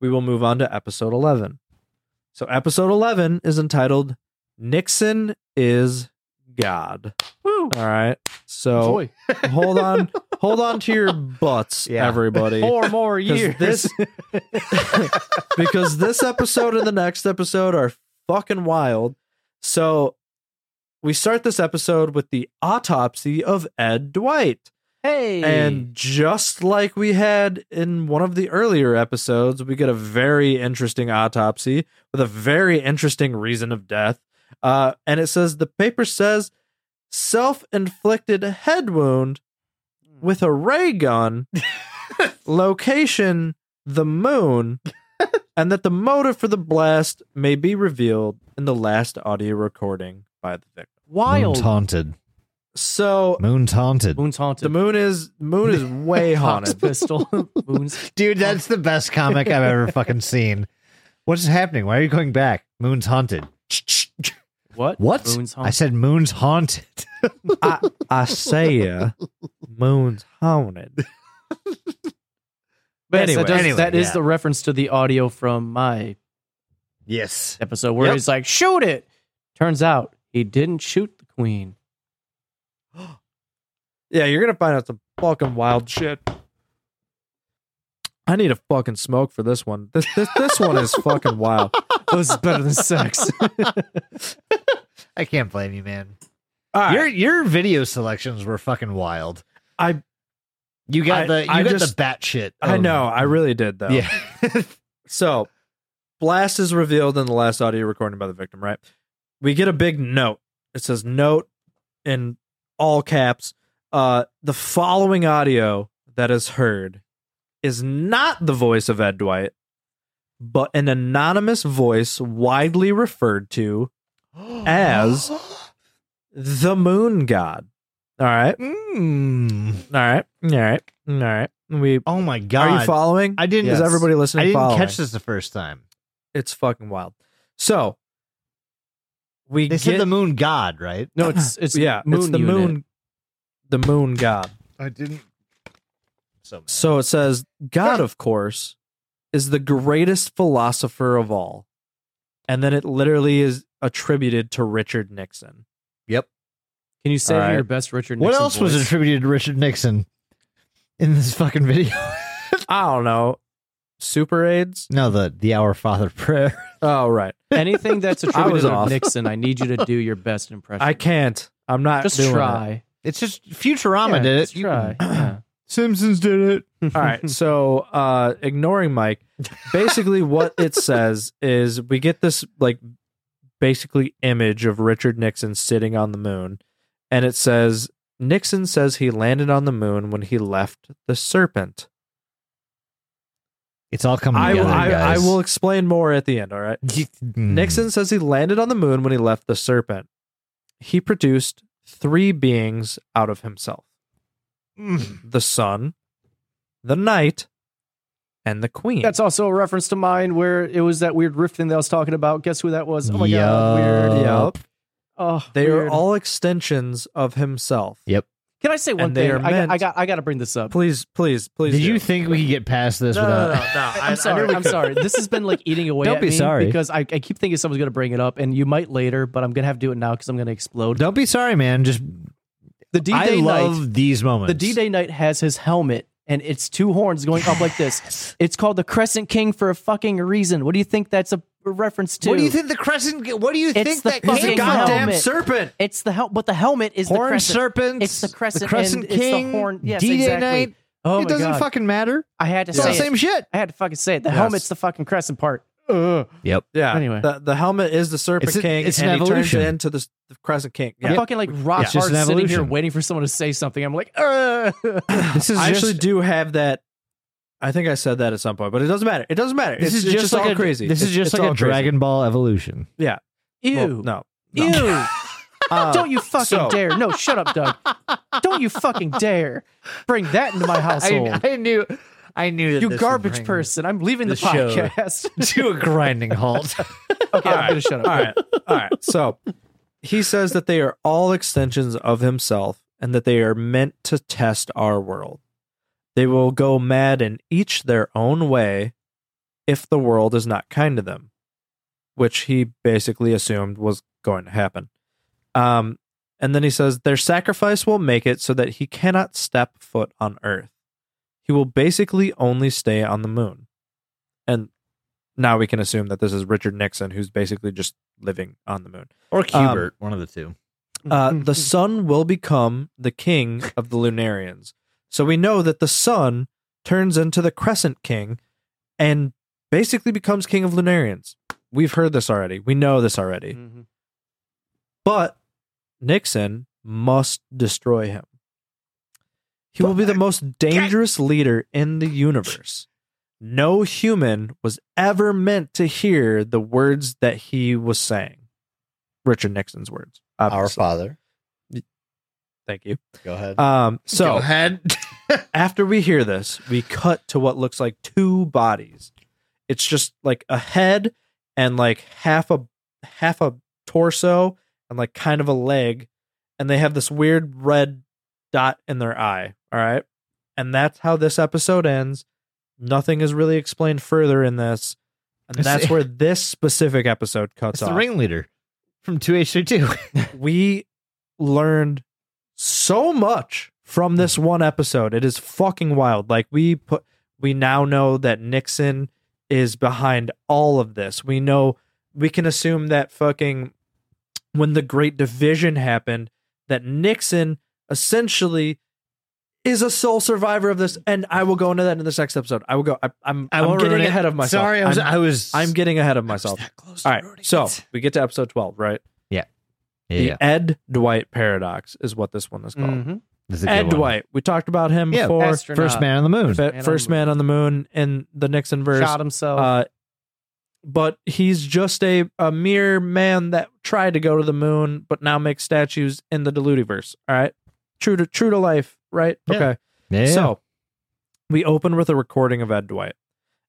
Speaker 3: we will move on to episode 11. So, episode 11 is entitled Nixon is God.
Speaker 2: Woo.
Speaker 3: All right. So,
Speaker 2: Boy.
Speaker 3: [LAUGHS] hold on hold on to
Speaker 4: [LAUGHS]
Speaker 3: your butts
Speaker 4: Yeah.
Speaker 3: everybody
Speaker 4: Four more
Speaker 3: [LAUGHS] 'Cause
Speaker 4: years.
Speaker 3: this [LAUGHS] because this episode and the next episode are fucking wild so we start this episode with the autopsy of Ed Dwight.
Speaker 2: Hey,
Speaker 3: And just like we had in one of the earlier episodes, we get a very interesting autopsy with a very interesting reason of death. Uh, and it says the paper says self inflicted head wound with a ray gun, location the moon, and that the motive for the blast may be revealed in the last audio recording by the victim.
Speaker 4: Moon
Speaker 2: wild
Speaker 4: taunted.
Speaker 3: So
Speaker 4: Moon taunted.
Speaker 2: moon's haunted.
Speaker 3: the moon is moon is way
Speaker 2: Cock's
Speaker 3: haunted.
Speaker 2: pistol. moon's
Speaker 4: Dude, that's the best comic I've ever fucking seen. What's happening? Why are you going back? Moon's haunted.
Speaker 2: what?
Speaker 4: What?
Speaker 2: Moon's
Speaker 4: I
Speaker 2: haunted.
Speaker 4: said Moon's haunted.
Speaker 3: I, Isaiah Moon's haunted.
Speaker 2: But yes, that
Speaker 3: Anyway.
Speaker 2: does-
Speaker 4: Anyway,
Speaker 2: that is
Speaker 4: yeah.
Speaker 2: the reference to the audio from my
Speaker 4: Yes.
Speaker 2: episode where
Speaker 3: Yep.
Speaker 2: he's like, "Shoot it." Turns out he didn't shoot the queen.
Speaker 3: Yeah, you're gonna find out some fucking wild shit. I need a fucking smoke for this one. This this, this one is fucking wild.
Speaker 2: This is better than
Speaker 4: [LAUGHS]
Speaker 2: sex.
Speaker 4: [LAUGHS] I can't blame you, man.
Speaker 3: All right.
Speaker 4: Your your video selections were fucking wild.
Speaker 3: I-
Speaker 4: you got
Speaker 3: I-
Speaker 4: the you
Speaker 3: I
Speaker 4: got
Speaker 3: just-
Speaker 4: the bat shit.
Speaker 3: I
Speaker 4: of-
Speaker 3: know, I really did though.
Speaker 4: Yeah.
Speaker 3: So blast is revealed in the last audio recording by the victim, right? We get a big note. It says note in all caps. Uh the following audio that is heard is not the voice of Ed Dwight, but an anonymous voice widely referred to
Speaker 4: [LAUGHS]
Speaker 3: as the moon god. All right.
Speaker 4: Mm.
Speaker 3: All right. All right. All right. We
Speaker 4: Oh my god.
Speaker 3: are you following?
Speaker 4: I didn't
Speaker 3: Is everybody
Speaker 4: I
Speaker 3: listening?
Speaker 4: didn't
Speaker 3: following?
Speaker 4: catch this the first time.
Speaker 3: It's fucking wild. So we
Speaker 4: They
Speaker 3: get
Speaker 4: said the moon god, right?
Speaker 2: No, it's it's
Speaker 3: yeah,
Speaker 2: moon
Speaker 3: it's the
Speaker 2: unit.
Speaker 3: moon, the moon god.
Speaker 4: I didn't. So
Speaker 3: So it says God, of course, is the greatest philosopher of all, and then it literally is attributed to Richard Nixon.
Speaker 4: yep.
Speaker 2: Can you save
Speaker 3: All right.
Speaker 2: your best Richard?
Speaker 4: What
Speaker 2: Nixon
Speaker 4: else was
Speaker 2: voice?
Speaker 4: attributed to Richard Nixon in this fucking video? [LAUGHS]
Speaker 3: I don't know, super aids.
Speaker 4: no, the the Our Father prayer.
Speaker 3: Oh right,
Speaker 2: Anything [LAUGHS] that's attributed
Speaker 3: was
Speaker 2: to
Speaker 3: off.
Speaker 2: Nixon, I need you to do your best impression.
Speaker 3: I can't. I'm not
Speaker 2: just
Speaker 3: doing
Speaker 2: try.
Speaker 4: It's just Futurama
Speaker 2: Yeah,
Speaker 4: did it.
Speaker 2: just try. Yeah.
Speaker 4: Simpsons did it.
Speaker 2: [CLEARS THROAT]
Speaker 3: it.
Speaker 2: [LAUGHS]
Speaker 3: All right, so uh, ignoring Mike, basically what it says is we get this like basically image of Richard Nixon sitting on the moon and it says Nixon says he landed on the moon when he left the serpent.
Speaker 4: It's all coming
Speaker 3: I,
Speaker 4: together,
Speaker 3: I, I
Speaker 4: Mm, guys.
Speaker 3: will explain more at the end, all right?
Speaker 4: Mm.
Speaker 3: Nixon says he landed on the moon when he left the serpent. He produced three beings out of himself.
Speaker 4: Mm.
Speaker 3: The sun, the night, and the queen.
Speaker 2: That's also a reference to mine where it was that weird riff thing that I was talking about. Guess who that was? Oh my god,
Speaker 4: Yup.
Speaker 2: weird.
Speaker 3: Yup.
Speaker 2: Oh,
Speaker 3: They are
Speaker 2: weird.
Speaker 3: all extensions of himself.
Speaker 4: Yep.
Speaker 2: Can I say one
Speaker 3: and they
Speaker 2: thing?
Speaker 3: are
Speaker 2: I got,
Speaker 3: meant-
Speaker 2: I got I got to bring this up.
Speaker 3: Please, please, please.
Speaker 4: Did
Speaker 3: do.
Speaker 4: you think we could get past this
Speaker 3: No, no,
Speaker 4: without?
Speaker 3: no, no. I, I
Speaker 2: I'm
Speaker 3: knew
Speaker 2: sorry.
Speaker 3: we
Speaker 2: I'm
Speaker 3: could.
Speaker 2: sorry. This has been like eating away
Speaker 4: Don't
Speaker 2: at
Speaker 4: be
Speaker 2: me
Speaker 4: sorry.
Speaker 2: because I, I keep thinking someone's going to bring it up, and you might later, but I'm going to have to do it now because I'm going to explode.
Speaker 4: Don't be sorry, man. Just
Speaker 2: The D
Speaker 4: I
Speaker 2: Day
Speaker 4: love
Speaker 2: night.
Speaker 4: these moments.
Speaker 2: The D Day night has his helmet, and it's two horns going up like this. It's called the Crescent King for a fucking reason. What do you think that's a reference to?
Speaker 4: What do you think the crescent? What do you
Speaker 2: It's
Speaker 4: think
Speaker 2: the
Speaker 4: that
Speaker 2: fucking
Speaker 4: came
Speaker 2: goddamn
Speaker 4: from?
Speaker 2: helmet.
Speaker 3: serpent.
Speaker 2: It's the hel- but the helmet is the
Speaker 4: Horn
Speaker 2: crescent.
Speaker 4: serpents.
Speaker 2: It's the crescent.
Speaker 4: The crescent
Speaker 2: and
Speaker 4: king.
Speaker 2: It's the horn. Yes,
Speaker 4: D-Day
Speaker 2: exactly.
Speaker 4: night.
Speaker 2: Oh
Speaker 4: it
Speaker 2: my
Speaker 4: doesn't
Speaker 2: God.
Speaker 4: fucking matter.
Speaker 2: I had to
Speaker 4: It's
Speaker 3: Yeah.
Speaker 2: say
Speaker 4: all the
Speaker 2: it.
Speaker 4: same shit.
Speaker 2: I had to fucking say it. The
Speaker 3: Yes.
Speaker 2: helmet's the fucking crescent part. Ugh.
Speaker 4: Yep.
Speaker 3: Yeah.
Speaker 2: Anyway.
Speaker 3: the, the helmet is the serpent
Speaker 4: It's a-
Speaker 3: king,
Speaker 4: it's an
Speaker 3: and he turns
Speaker 4: evolution.
Speaker 3: it into the, the crescent king.
Speaker 2: I'm
Speaker 3: Yeah.
Speaker 2: fucking like rock
Speaker 4: It's just
Speaker 2: hard
Speaker 4: an
Speaker 2: sitting here
Speaker 4: evolution.
Speaker 2: waiting for someone to say something. I'm like, "Er, Ugh.
Speaker 4: [LAUGHS] This is
Speaker 3: I
Speaker 4: just,
Speaker 3: actually do have that. I think I said that at some point, but it doesn't matter. It doesn't matter.
Speaker 4: This
Speaker 3: it's,
Speaker 4: is
Speaker 3: it's
Speaker 4: just, like
Speaker 3: all
Speaker 4: a,
Speaker 3: crazy.
Speaker 4: This is
Speaker 3: It's-
Speaker 4: just
Speaker 3: it's
Speaker 4: like
Speaker 3: all
Speaker 4: a
Speaker 3: crazy.
Speaker 4: Dragon Ball evolution.
Speaker 2: ew,
Speaker 3: Well, no,
Speaker 2: ew.
Speaker 4: [LAUGHS]
Speaker 3: Uh,
Speaker 2: Don't you fucking
Speaker 3: so-
Speaker 2: dare. No, shut up, Doug. Don't you fucking dare bring that into my household.
Speaker 4: I, I knew. I knew that
Speaker 2: you
Speaker 4: this would
Speaker 2: garbage
Speaker 4: bring
Speaker 2: person. I'm leaving the,
Speaker 4: the show.
Speaker 2: podcast.
Speaker 4: [LAUGHS] to a
Speaker 3: [LAUGHS]
Speaker 4: grinding halt.
Speaker 2: okay,
Speaker 3: All
Speaker 2: I'm
Speaker 3: right.
Speaker 2: going to shut up.
Speaker 3: All right. All right. So he says that they are all extensions of himself and that they are meant to test our world. They will go mad in each their own way if the world is not kind to them, which he basically assumed was going to happen. Um, and then he says their sacrifice will make it so that he cannot step foot on Earth. He will basically only stay on the moon. And now we can assume that this is Richard Nixon, who's basically just living on the moon.
Speaker 4: or
Speaker 3: Qbert,
Speaker 4: one of the two.
Speaker 3: uh, the sun will become the king of the Lunarians. So we know that the sun turns into the Crescent King and basically becomes king of Lunarians. We've heard this already. We know this already.
Speaker 2: Mm. Mm-hmm.
Speaker 3: But Nixon must destroy him. He will be the most dangerous leader in the universe. No human was ever meant to hear the words that he was saying. Richard Nixon's words.
Speaker 7: Our
Speaker 3: obviously.
Speaker 7: Father.
Speaker 3: Thank you.
Speaker 7: Go ahead.
Speaker 3: Um,
Speaker 4: Go
Speaker 3: so
Speaker 4: ahead.
Speaker 3: [LAUGHS] after we hear this, we cut to what looks like two bodies. It's just like a head and like half a half a torso and like kind of a leg, and they have this weird red dot in their eye. All right, and that's how this episode ends. Nothing is really explained further in this, and
Speaker 4: It's-
Speaker 3: that's where this specific episode
Speaker 4: It's
Speaker 3: cuts
Speaker 4: the
Speaker 3: off.
Speaker 4: ringleader from [LAUGHS] 2H32.
Speaker 3: we learned so much from this one episode. It is fucking wild. Like we put we now know that Nixon is behind all of this. We know we can assume that fucking when the great division happened that Nixon essentially is a sole survivor of this and I will go into that in this next episode. I will go I, I'm I am i am getting ahead of myself.
Speaker 4: Sorry, I was.
Speaker 3: I'm,
Speaker 4: I was
Speaker 3: I'm getting ahead of myself. All right. So, we get to episode 12, right?
Speaker 4: yeah,
Speaker 3: The
Speaker 4: yeah.
Speaker 3: Ed Dwight paradox is what this one is called.
Speaker 2: Mm-hmm.
Speaker 4: This is a good
Speaker 3: Ed
Speaker 4: one.
Speaker 3: Dwight. We talked about him
Speaker 4: Yeah,
Speaker 3: before.
Speaker 2: Astronaut.
Speaker 4: first man on the moon.
Speaker 3: Fe-
Speaker 2: Man on
Speaker 3: first
Speaker 2: the moon.
Speaker 3: man on the moon in the Nixon verse.
Speaker 2: Shot himself.
Speaker 3: Uh, but he's just a, a mere man that tried to go to the moon, but now makes statues in the Diludiverse. All right. True to true to life, right?
Speaker 4: Yeah.
Speaker 3: Okay.
Speaker 4: Yeah.
Speaker 3: So we open with a recording of Ed Dwight.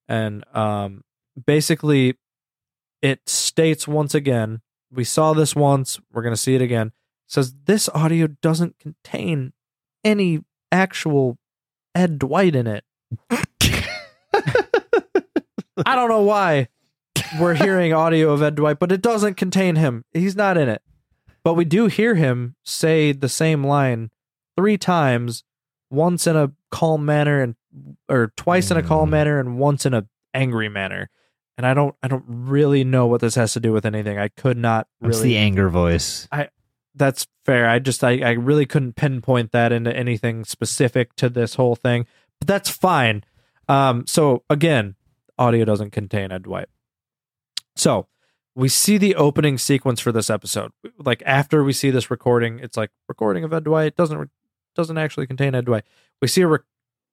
Speaker 3: And um, basically, it states once again we saw this once, we're going to see it again. says this audio doesn't contain any actual Ed Dwight in it. I don't know why we're hearing audio of Ed Dwight, but it doesn't contain him. He's not in it. But we do hear him say the same line three times once in a calm manner and or twice in a calm
Speaker 4: Mm.
Speaker 3: manner and once in a angry manner. And I don't I don't really know what this has to do with anything. I could not
Speaker 4: it's
Speaker 3: really
Speaker 4: the anger voice.
Speaker 3: that's fair. I just I, I really couldn't pinpoint that into anything specific to this whole thing. But that's fine. Um so again, audio doesn't contain Ed Dwight. So we see the opening sequence for this episode. Like after we see this recording, it's like recording of Ed Dwight doesn't re- doesn't actually contain Ed Dwight. We see a re-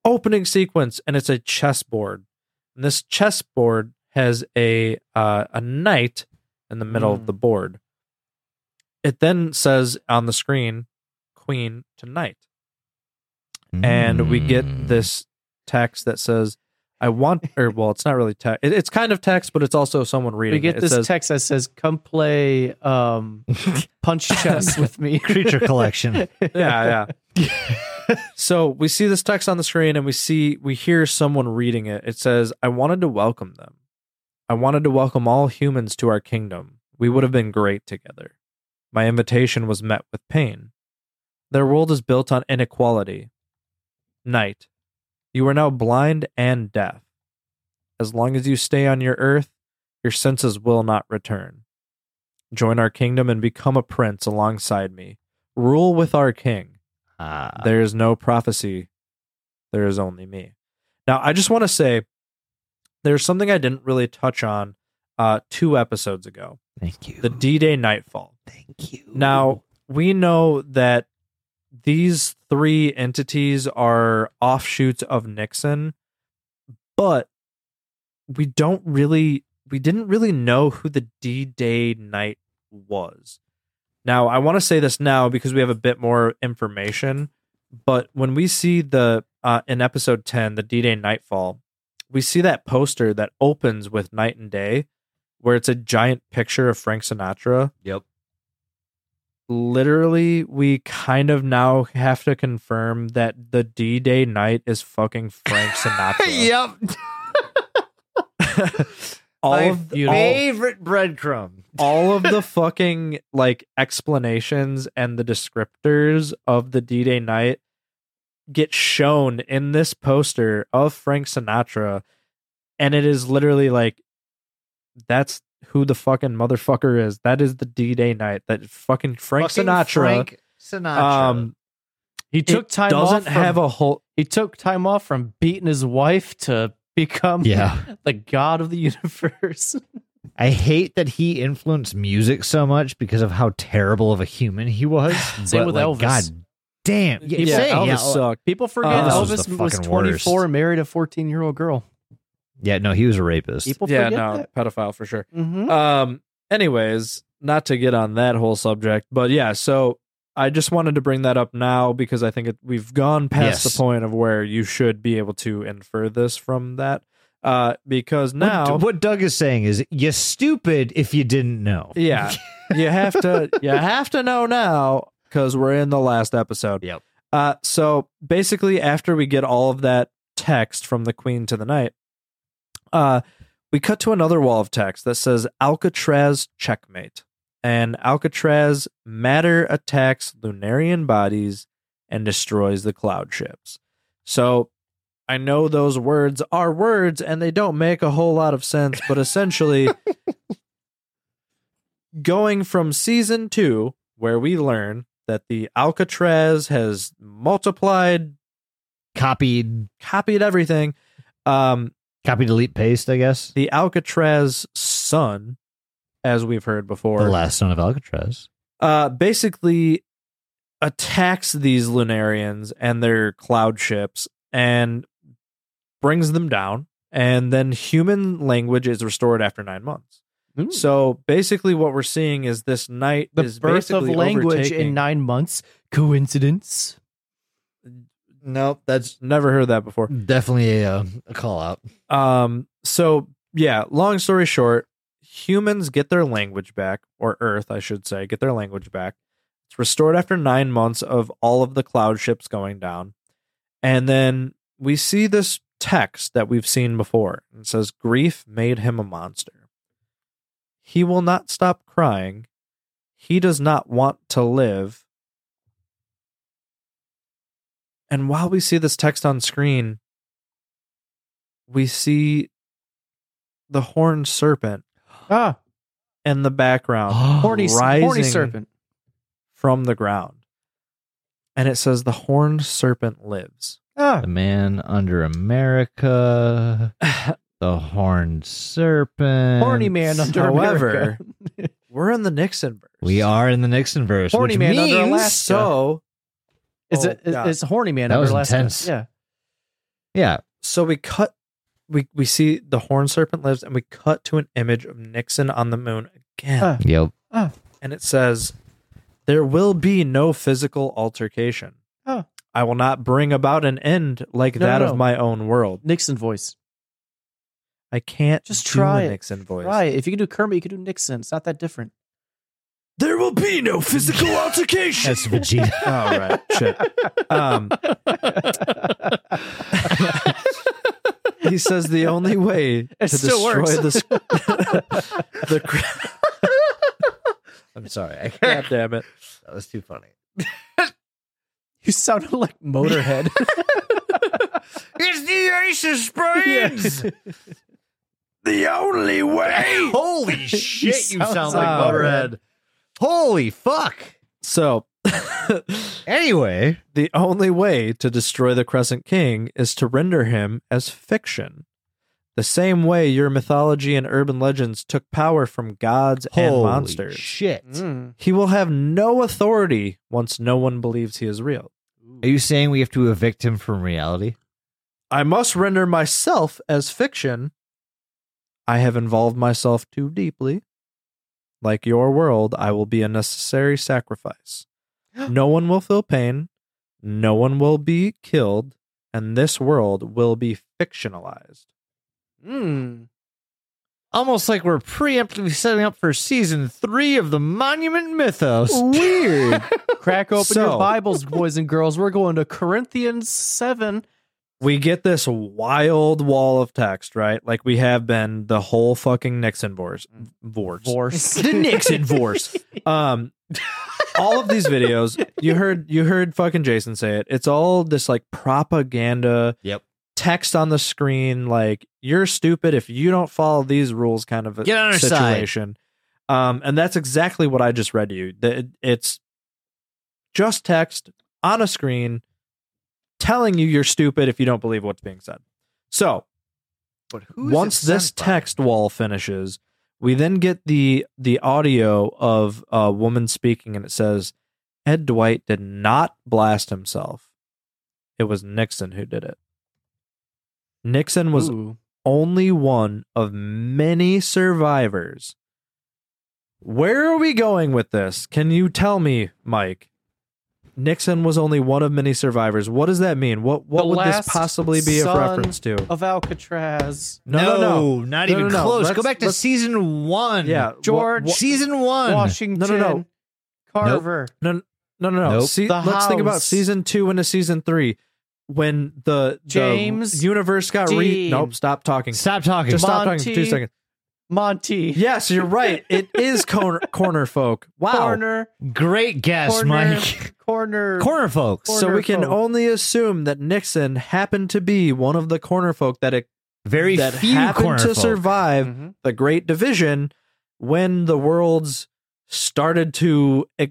Speaker 3: opening sequence and it's a chessboard. And this chessboard has a uh, a knight in the middle of
Speaker 2: Mm.
Speaker 3: the board. It then says on the screen, "Queen to knight," and we get
Speaker 4: Mm.
Speaker 3: this text that says, "I want." Or well, it's not really text. It, it's kind of text, but it's also someone reading.
Speaker 2: we
Speaker 3: it.
Speaker 2: get
Speaker 3: It
Speaker 2: this
Speaker 3: says,
Speaker 2: text that says, "Come play um, punch chess with me."
Speaker 4: [LAUGHS] [LAUGHS]
Speaker 3: [LAUGHS]
Speaker 4: creature collection.
Speaker 3: yeah, yeah. [LAUGHS] so we see this text on the screen and we see we hear someone reading it. It says, I wanted to welcome them. I wanted to welcome all humans to our kingdom. We would have been great together. My invitation was met with pain. Their world is built on inequality. Night, you are now blind and deaf. As long as you stay on your earth, your senses will not return. Join our kingdom and become a prince alongside me. Rule with our king.
Speaker 4: Ah.
Speaker 3: There is no prophecy. There is only me. Now, I just want to say there's something I didn't really touch on uh, two episodes ago
Speaker 4: thank you.
Speaker 3: the D Day Nightfall.
Speaker 4: thank you.
Speaker 3: Now, we know that these three entities are offshoots of Nixon, but we don't really, we didn't really know who the D Day Night was. Now, I want to say this now because we have a bit more information, but when we see the, uh, in episode 10, the D Day Nightfall, we see that poster that opens with Night and Day, where it's a giant picture of Frank Sinatra
Speaker 4: yep.
Speaker 3: literally we kind of now have to confirm that the D-Day night is fucking Frank Sinatra.
Speaker 4: yep.
Speaker 3: All
Speaker 4: My
Speaker 3: of the- all,
Speaker 4: favorite breadcrumb.
Speaker 3: all of the fucking like explanations and the descriptors of the D-Day night get shown in this poster of Frank Sinatra and it is literally like that's who the fucking motherfucker is. That is the D Day night. That fucking Frank
Speaker 4: Fucking
Speaker 3: Sinatra.
Speaker 4: Frank Sinatra.
Speaker 3: um,
Speaker 2: He took time off.
Speaker 3: doesn't
Speaker 2: From,
Speaker 3: have a whole.
Speaker 2: he took time off from beating his wife to become
Speaker 4: yeah.
Speaker 2: the god of the universe.
Speaker 4: I hate that he influenced music so much because of how terrible of a human he
Speaker 2: [SIGHS]
Speaker 4: was.
Speaker 2: Same
Speaker 4: but,
Speaker 2: with
Speaker 4: like,
Speaker 2: Elvis.
Speaker 4: God damn. Yeah,
Speaker 3: yeah,
Speaker 4: same,
Speaker 3: Elvis
Speaker 4: yeah, oh,
Speaker 3: sucked.
Speaker 2: People forget
Speaker 3: Uh,
Speaker 2: Elvis
Speaker 4: This was the
Speaker 2: was
Speaker 4: fucking
Speaker 2: 24,
Speaker 4: worst.
Speaker 2: married a 14 year old girl.
Speaker 4: yeah, no, he was a rapist.
Speaker 2: People
Speaker 3: yeah,
Speaker 2: forget
Speaker 3: no,
Speaker 2: that.
Speaker 3: pedophile for sure.
Speaker 2: Mm-hmm.
Speaker 3: Um. Anyways, not to get on that whole subject, but yeah. So I just wanted to bring that up now because I think it, we've gone past
Speaker 4: Yes.
Speaker 3: the point of where you should be able to infer this from that. Uh, because
Speaker 4: What-
Speaker 3: now,
Speaker 4: what, Doug is saying is, you stupid if you didn't know. [LAUGHS]
Speaker 3: yeah, you have to you have to know now because we're in the last episode.
Speaker 4: Yep.
Speaker 3: Uh, so basically, after we get all of that text from the Queen to the Knight, uh, we cut to another wall of text that says Alcatraz checkmate, and Alcatraz matter attacks Lunarian bodies and destroys the cloud ships. So. I know those words are words and they don't make a whole lot of sense, but
Speaker 2: [LAUGHS]
Speaker 3: essentially, going from season two, where we learn that the Alcatraz has multiplied,
Speaker 4: Copied,
Speaker 3: copied everything. Um,
Speaker 4: copy, delete, paste, I guess.
Speaker 3: the Alcatraz son, as we've heard before,
Speaker 4: the last son of Alcatraz.
Speaker 3: uh, basically attacks these Lunarians and their cloud ships and brings them down. And then human language is restored after nine months. So basically, what we're seeing is this night
Speaker 2: Hmm. the
Speaker 3: is
Speaker 2: birth of
Speaker 3: basically
Speaker 2: language
Speaker 3: overtaking-
Speaker 2: in nine months. Coincidence?
Speaker 4: No, that's
Speaker 3: Never heard that before.
Speaker 4: definitely a, a call [GASPS] out.
Speaker 3: Um, so yeah, long story short, humans get their language back, or Earth, I should say, get their language back. It's restored after nine months of all of the cloud ships going down. And then we see this text that we've seen before. It says, Grief made him a monster. He will not stop crying. He does not want to live. And while we see this text on screen, we see the horned serpent
Speaker 2: Ah,
Speaker 3: in the background,
Speaker 4: [GASPS]
Speaker 2: horny,
Speaker 3: rising
Speaker 2: horny serpent.
Speaker 3: from the ground. And it says the horned serpent lives.
Speaker 2: Ah,
Speaker 4: The man under America, the horned serpent,
Speaker 2: horny man under
Speaker 3: However,
Speaker 2: America.
Speaker 3: We're in the Nixon verse.
Speaker 4: We are in the Nixon verse.
Speaker 2: Horny
Speaker 4: which
Speaker 2: man
Speaker 4: means,
Speaker 2: under Alaska.
Speaker 3: So,
Speaker 2: It's,
Speaker 3: Oh,
Speaker 2: a, it's-
Speaker 3: God.
Speaker 2: it's a horny man
Speaker 4: That
Speaker 2: under
Speaker 4: was
Speaker 2: Alaska.
Speaker 4: intense.
Speaker 2: Yeah.
Speaker 4: Yeah,
Speaker 3: so we cut. We we see the horned serpent lives, and we cut to an image of Nixon on the moon again,
Speaker 2: Ah.
Speaker 4: yep.
Speaker 3: and it says, "There will be no physical altercation.
Speaker 2: Oh.
Speaker 3: I will not bring about an end like
Speaker 2: No,
Speaker 3: that
Speaker 2: no, no.
Speaker 3: of my own world.
Speaker 2: Nixon voice.
Speaker 3: I can't
Speaker 2: Just
Speaker 3: do
Speaker 2: try
Speaker 3: a
Speaker 2: it.
Speaker 3: Nixon voice.
Speaker 2: Right. If you could do Kermit, you could do Nixon. It's not that different. [LAUGHS]
Speaker 3: There will be no physical altercation.
Speaker 4: [LAUGHS] That's Vegeta.
Speaker 3: All right, shit.
Speaker 2: [LAUGHS]
Speaker 3: Um, he says the only way
Speaker 2: [LAUGHS] It
Speaker 3: to
Speaker 2: still
Speaker 3: destroy
Speaker 2: works. [LAUGHS]
Speaker 3: this. the cra-
Speaker 4: I'm sorry.
Speaker 3: [LAUGHS]
Speaker 4: I
Speaker 3: God
Speaker 4: can't.
Speaker 3: damn it!
Speaker 4: That was too funny.
Speaker 2: You sounded like Motorhead. [LAUGHS]
Speaker 4: It's the Aces Brains.
Speaker 3: The only way.
Speaker 4: [LAUGHS] Holy shit! You,
Speaker 2: sound
Speaker 4: sound
Speaker 2: like
Speaker 4: like
Speaker 3: Motorhead.
Speaker 4: Motorhead. Holy fuck.
Speaker 3: So,
Speaker 4: Anyway,
Speaker 3: the only way to destroy the Crescent King is to render him as fiction. The same way your mythology and urban legends took power from gods and
Speaker 4: holy
Speaker 3: monsters.
Speaker 4: shit.
Speaker 2: Mm.
Speaker 3: He will have no authority once no one believes he is real.
Speaker 4: Are you saying we have to evict him from reality?
Speaker 3: I must render myself as fiction. I have involved myself too deeply. Like your world, I will be a
Speaker 2: [GASPS]
Speaker 3: necessary sacrifice. No one will feel pain. No one will be killed. And this world will be fictionalized.
Speaker 2: Mm.
Speaker 4: Almost like we're preemptively setting up for season three of the Monument [LAUGHS] Mythos.
Speaker 3: Weird.
Speaker 2: Crack open
Speaker 3: So-
Speaker 2: your Bibles, boys and girls. We're going to Corinthians 7.
Speaker 3: we get this wild wall of text, right? Like we have been the whole fucking Nixon vorce.
Speaker 2: Mm.
Speaker 3: Vorce.
Speaker 2: Force.
Speaker 3: the Nixon vorce. Um, all of these videos, you heard, you heard fucking Jason say it. It's all this like propaganda.
Speaker 4: Yep.
Speaker 6: text on the screen like you're stupid if you don't follow these rules kind of a
Speaker 4: Get on our side.
Speaker 6: situation. Um, and that's exactly what I just read to you. That it- It's just text on a screen telling you you're stupid if you don't believe what's being said. So
Speaker 4: But who's
Speaker 6: once this text wall finishes, we then get the the audio of a woman speaking, and it says, "Ed Dwight did not blast himself. It was Nixon who did it. Nixon was
Speaker 2: Ooh.
Speaker 6: only one of many survivors." Where are we going with this? Can you tell me, Mike? Nixon was only one of many survivors. What does that mean? What what
Speaker 2: The
Speaker 6: would this
Speaker 2: last
Speaker 6: possibly be a
Speaker 2: son
Speaker 6: reference to?
Speaker 2: of Alcatraz,
Speaker 6: No, no, no.
Speaker 4: not
Speaker 6: No,
Speaker 4: even
Speaker 6: no, no.
Speaker 4: close. Go
Speaker 6: Let's-
Speaker 4: back to
Speaker 6: let's-
Speaker 4: season one.
Speaker 6: Yeah,
Speaker 2: George-
Speaker 6: wha- wha-
Speaker 4: season one.
Speaker 2: Washington,
Speaker 6: No, no, no.
Speaker 2: Carver.
Speaker 6: no, no, no.
Speaker 4: Nope.
Speaker 6: See,
Speaker 2: The
Speaker 6: let's think about
Speaker 2: house.
Speaker 6: season two into season three when the the
Speaker 2: James
Speaker 6: universe got re.
Speaker 2: Dean.
Speaker 6: Nope, stop talking.
Speaker 4: Stop talking.
Speaker 6: Just stop talking for two
Speaker 2: Monty.
Speaker 6: seconds.
Speaker 2: Monty,
Speaker 6: Yes, you're right.
Speaker 2: [LAUGHS]
Speaker 6: It is corner corner folk. Wow.
Speaker 2: Corner,
Speaker 4: Great guess,
Speaker 2: Corner,
Speaker 4: Mike. [LAUGHS]
Speaker 2: Corner,
Speaker 4: Corner folks.
Speaker 2: Corner.
Speaker 6: so we can
Speaker 2: folk.
Speaker 6: only assume that Nixon happened to be one of the corner folk that it,
Speaker 4: Very
Speaker 6: that
Speaker 4: few corner
Speaker 6: happened to
Speaker 4: folk.
Speaker 6: survive
Speaker 2: Mhm.
Speaker 6: the Great Division when the worlds started to eh,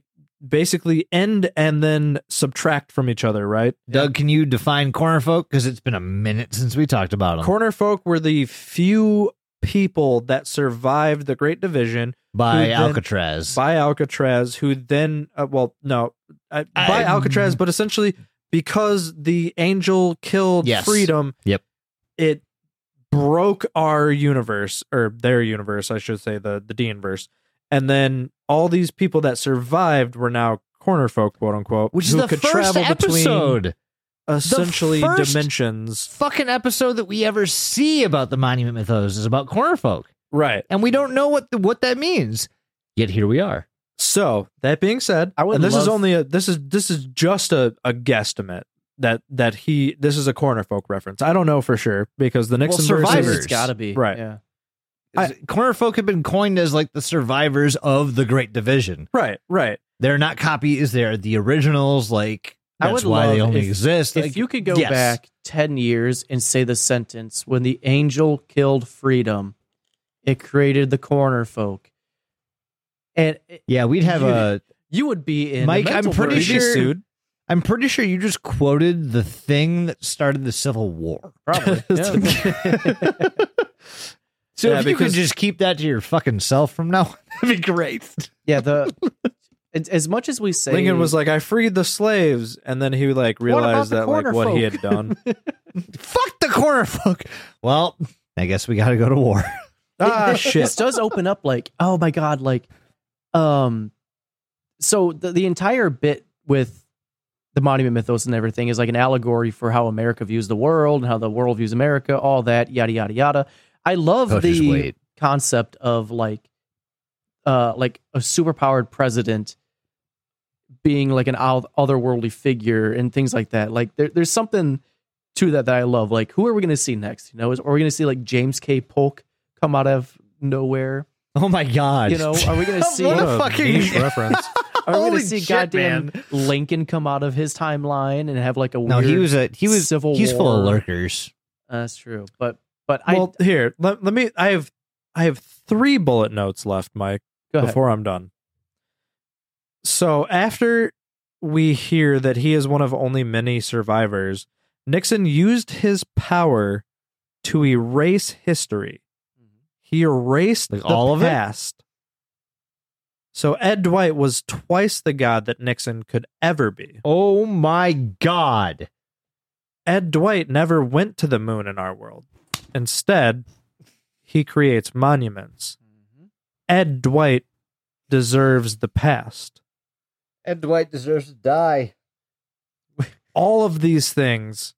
Speaker 6: basically end and then subtract from each other, right?
Speaker 4: Doug, can you define corner folk? Because it's been a minute since we talked about them.
Speaker 6: Corner folk were the few people that survived the Great Division
Speaker 4: by
Speaker 6: who then-
Speaker 4: Alcatraz.
Speaker 6: by Alcatraz, who then, uh, well, no, uh, by
Speaker 4: I-
Speaker 6: Alcatraz, but essentially because the angel killed
Speaker 4: Yes.
Speaker 6: freedom,
Speaker 4: Yep.
Speaker 6: it broke our universe, or their universe, I should say, the, the D inverse. And then all these people that survived were now corner folk, quote unquote,
Speaker 4: which is
Speaker 6: who
Speaker 4: the
Speaker 6: could
Speaker 4: first
Speaker 6: travel
Speaker 4: episode,
Speaker 6: between essentially
Speaker 4: first-
Speaker 6: dimensions.
Speaker 4: fucking episode that we ever see about the monument mythos is about corner folk,
Speaker 6: Right.
Speaker 4: and we don't know what the, what that means. Yet here we are.
Speaker 6: So that being said,
Speaker 2: I would
Speaker 6: and this is
Speaker 2: love-
Speaker 6: only a this is this is just a, a guesstimate that that he this is a corner folk reference. I don't know for sure because the Nixon
Speaker 4: survivors.
Speaker 6: versus
Speaker 2: It's gotta be
Speaker 6: Right.
Speaker 2: Yeah.
Speaker 6: I-
Speaker 4: corner folk have been coined as like the survivors of the Great Division.
Speaker 6: right right
Speaker 4: They're not copies; they're the originals. Like
Speaker 2: I
Speaker 4: that's
Speaker 2: would
Speaker 4: why they
Speaker 2: love
Speaker 4: only
Speaker 2: if-
Speaker 4: exist.
Speaker 2: If
Speaker 4: Like,
Speaker 2: you could go
Speaker 4: yes.
Speaker 2: back 10 years and say the sentence, when the angel killed freedom, it created the corner folk. And it-
Speaker 4: yeah, we'd have
Speaker 2: You-
Speaker 4: a.
Speaker 2: you would be in.
Speaker 4: Mike,
Speaker 2: mental
Speaker 4: I'm pretty
Speaker 2: burden.
Speaker 6: We'd be
Speaker 4: sure-
Speaker 6: sued.
Speaker 4: I'm pretty sure you just quoted the thing that started the Civil War. [LAUGHS]
Speaker 2: Probably. yeah.
Speaker 4: So
Speaker 6: Yeah,
Speaker 4: if you could
Speaker 6: because-
Speaker 4: just keep that to your fucking self from now, on, [LAUGHS] that'd be great.
Speaker 2: Yeah, the. [LAUGHS] As as much as we say.
Speaker 6: Lincoln was like I freed the slaves and then he like realized
Speaker 2: the
Speaker 6: that like
Speaker 2: corner
Speaker 6: what he
Speaker 2: folk? [LAUGHS]
Speaker 6: had done.
Speaker 4: Fuck the corner folk. Well, I guess we got to go to war. [LAUGHS]
Speaker 6: ah
Speaker 2: This-
Speaker 6: shit.
Speaker 2: This does open up like, oh my god, like, um, so the the entire bit with the monument mythos and everything is like an allegory for how America views the world and how the world views America, all that yada yada yada. I love
Speaker 4: Oh, just
Speaker 2: the
Speaker 4: wait.
Speaker 2: concept of like, uh, like a superpowered president being like an out- otherworldly figure and things like that. Like, there, there's something to that that I love. Like, who are we going to see next? You know, is are we going to see like James K. Polk come out of nowhere?
Speaker 4: Oh my god!
Speaker 2: You know,
Speaker 4: [LAUGHS]
Speaker 2: are we going to see?
Speaker 4: What a
Speaker 2: Are
Speaker 4: fucking-
Speaker 6: niche reference.
Speaker 2: we going
Speaker 4: Holy
Speaker 2: to see
Speaker 4: shit,
Speaker 2: goddamn
Speaker 4: man.
Speaker 2: Lincoln come out of his timeline and have like a weird?
Speaker 4: [LAUGHS] no, he was a he was
Speaker 2: Civil
Speaker 4: he's full of
Speaker 2: War.
Speaker 4: lurkers.
Speaker 2: Uh, that's true, but but
Speaker 6: well, here let, let me. I have I have three bullet notes left, Mike.
Speaker 2: I go ahead.
Speaker 6: before I'm done. So after we hear that he is one of only many survivors, Nixon used his power to erase history. He erased
Speaker 4: Mm-hmm. Like
Speaker 6: the
Speaker 4: all of it?
Speaker 6: past. So Ed Dwight was twice the god that Nixon could ever be.
Speaker 4: Oh my god!
Speaker 6: Ed Dwight never went to the moon in our world. Instead, he creates monuments.
Speaker 4: Mm-hmm.
Speaker 6: Ed Dwight deserves the past.
Speaker 4: Ed Dwight deserves to die.
Speaker 6: all of these things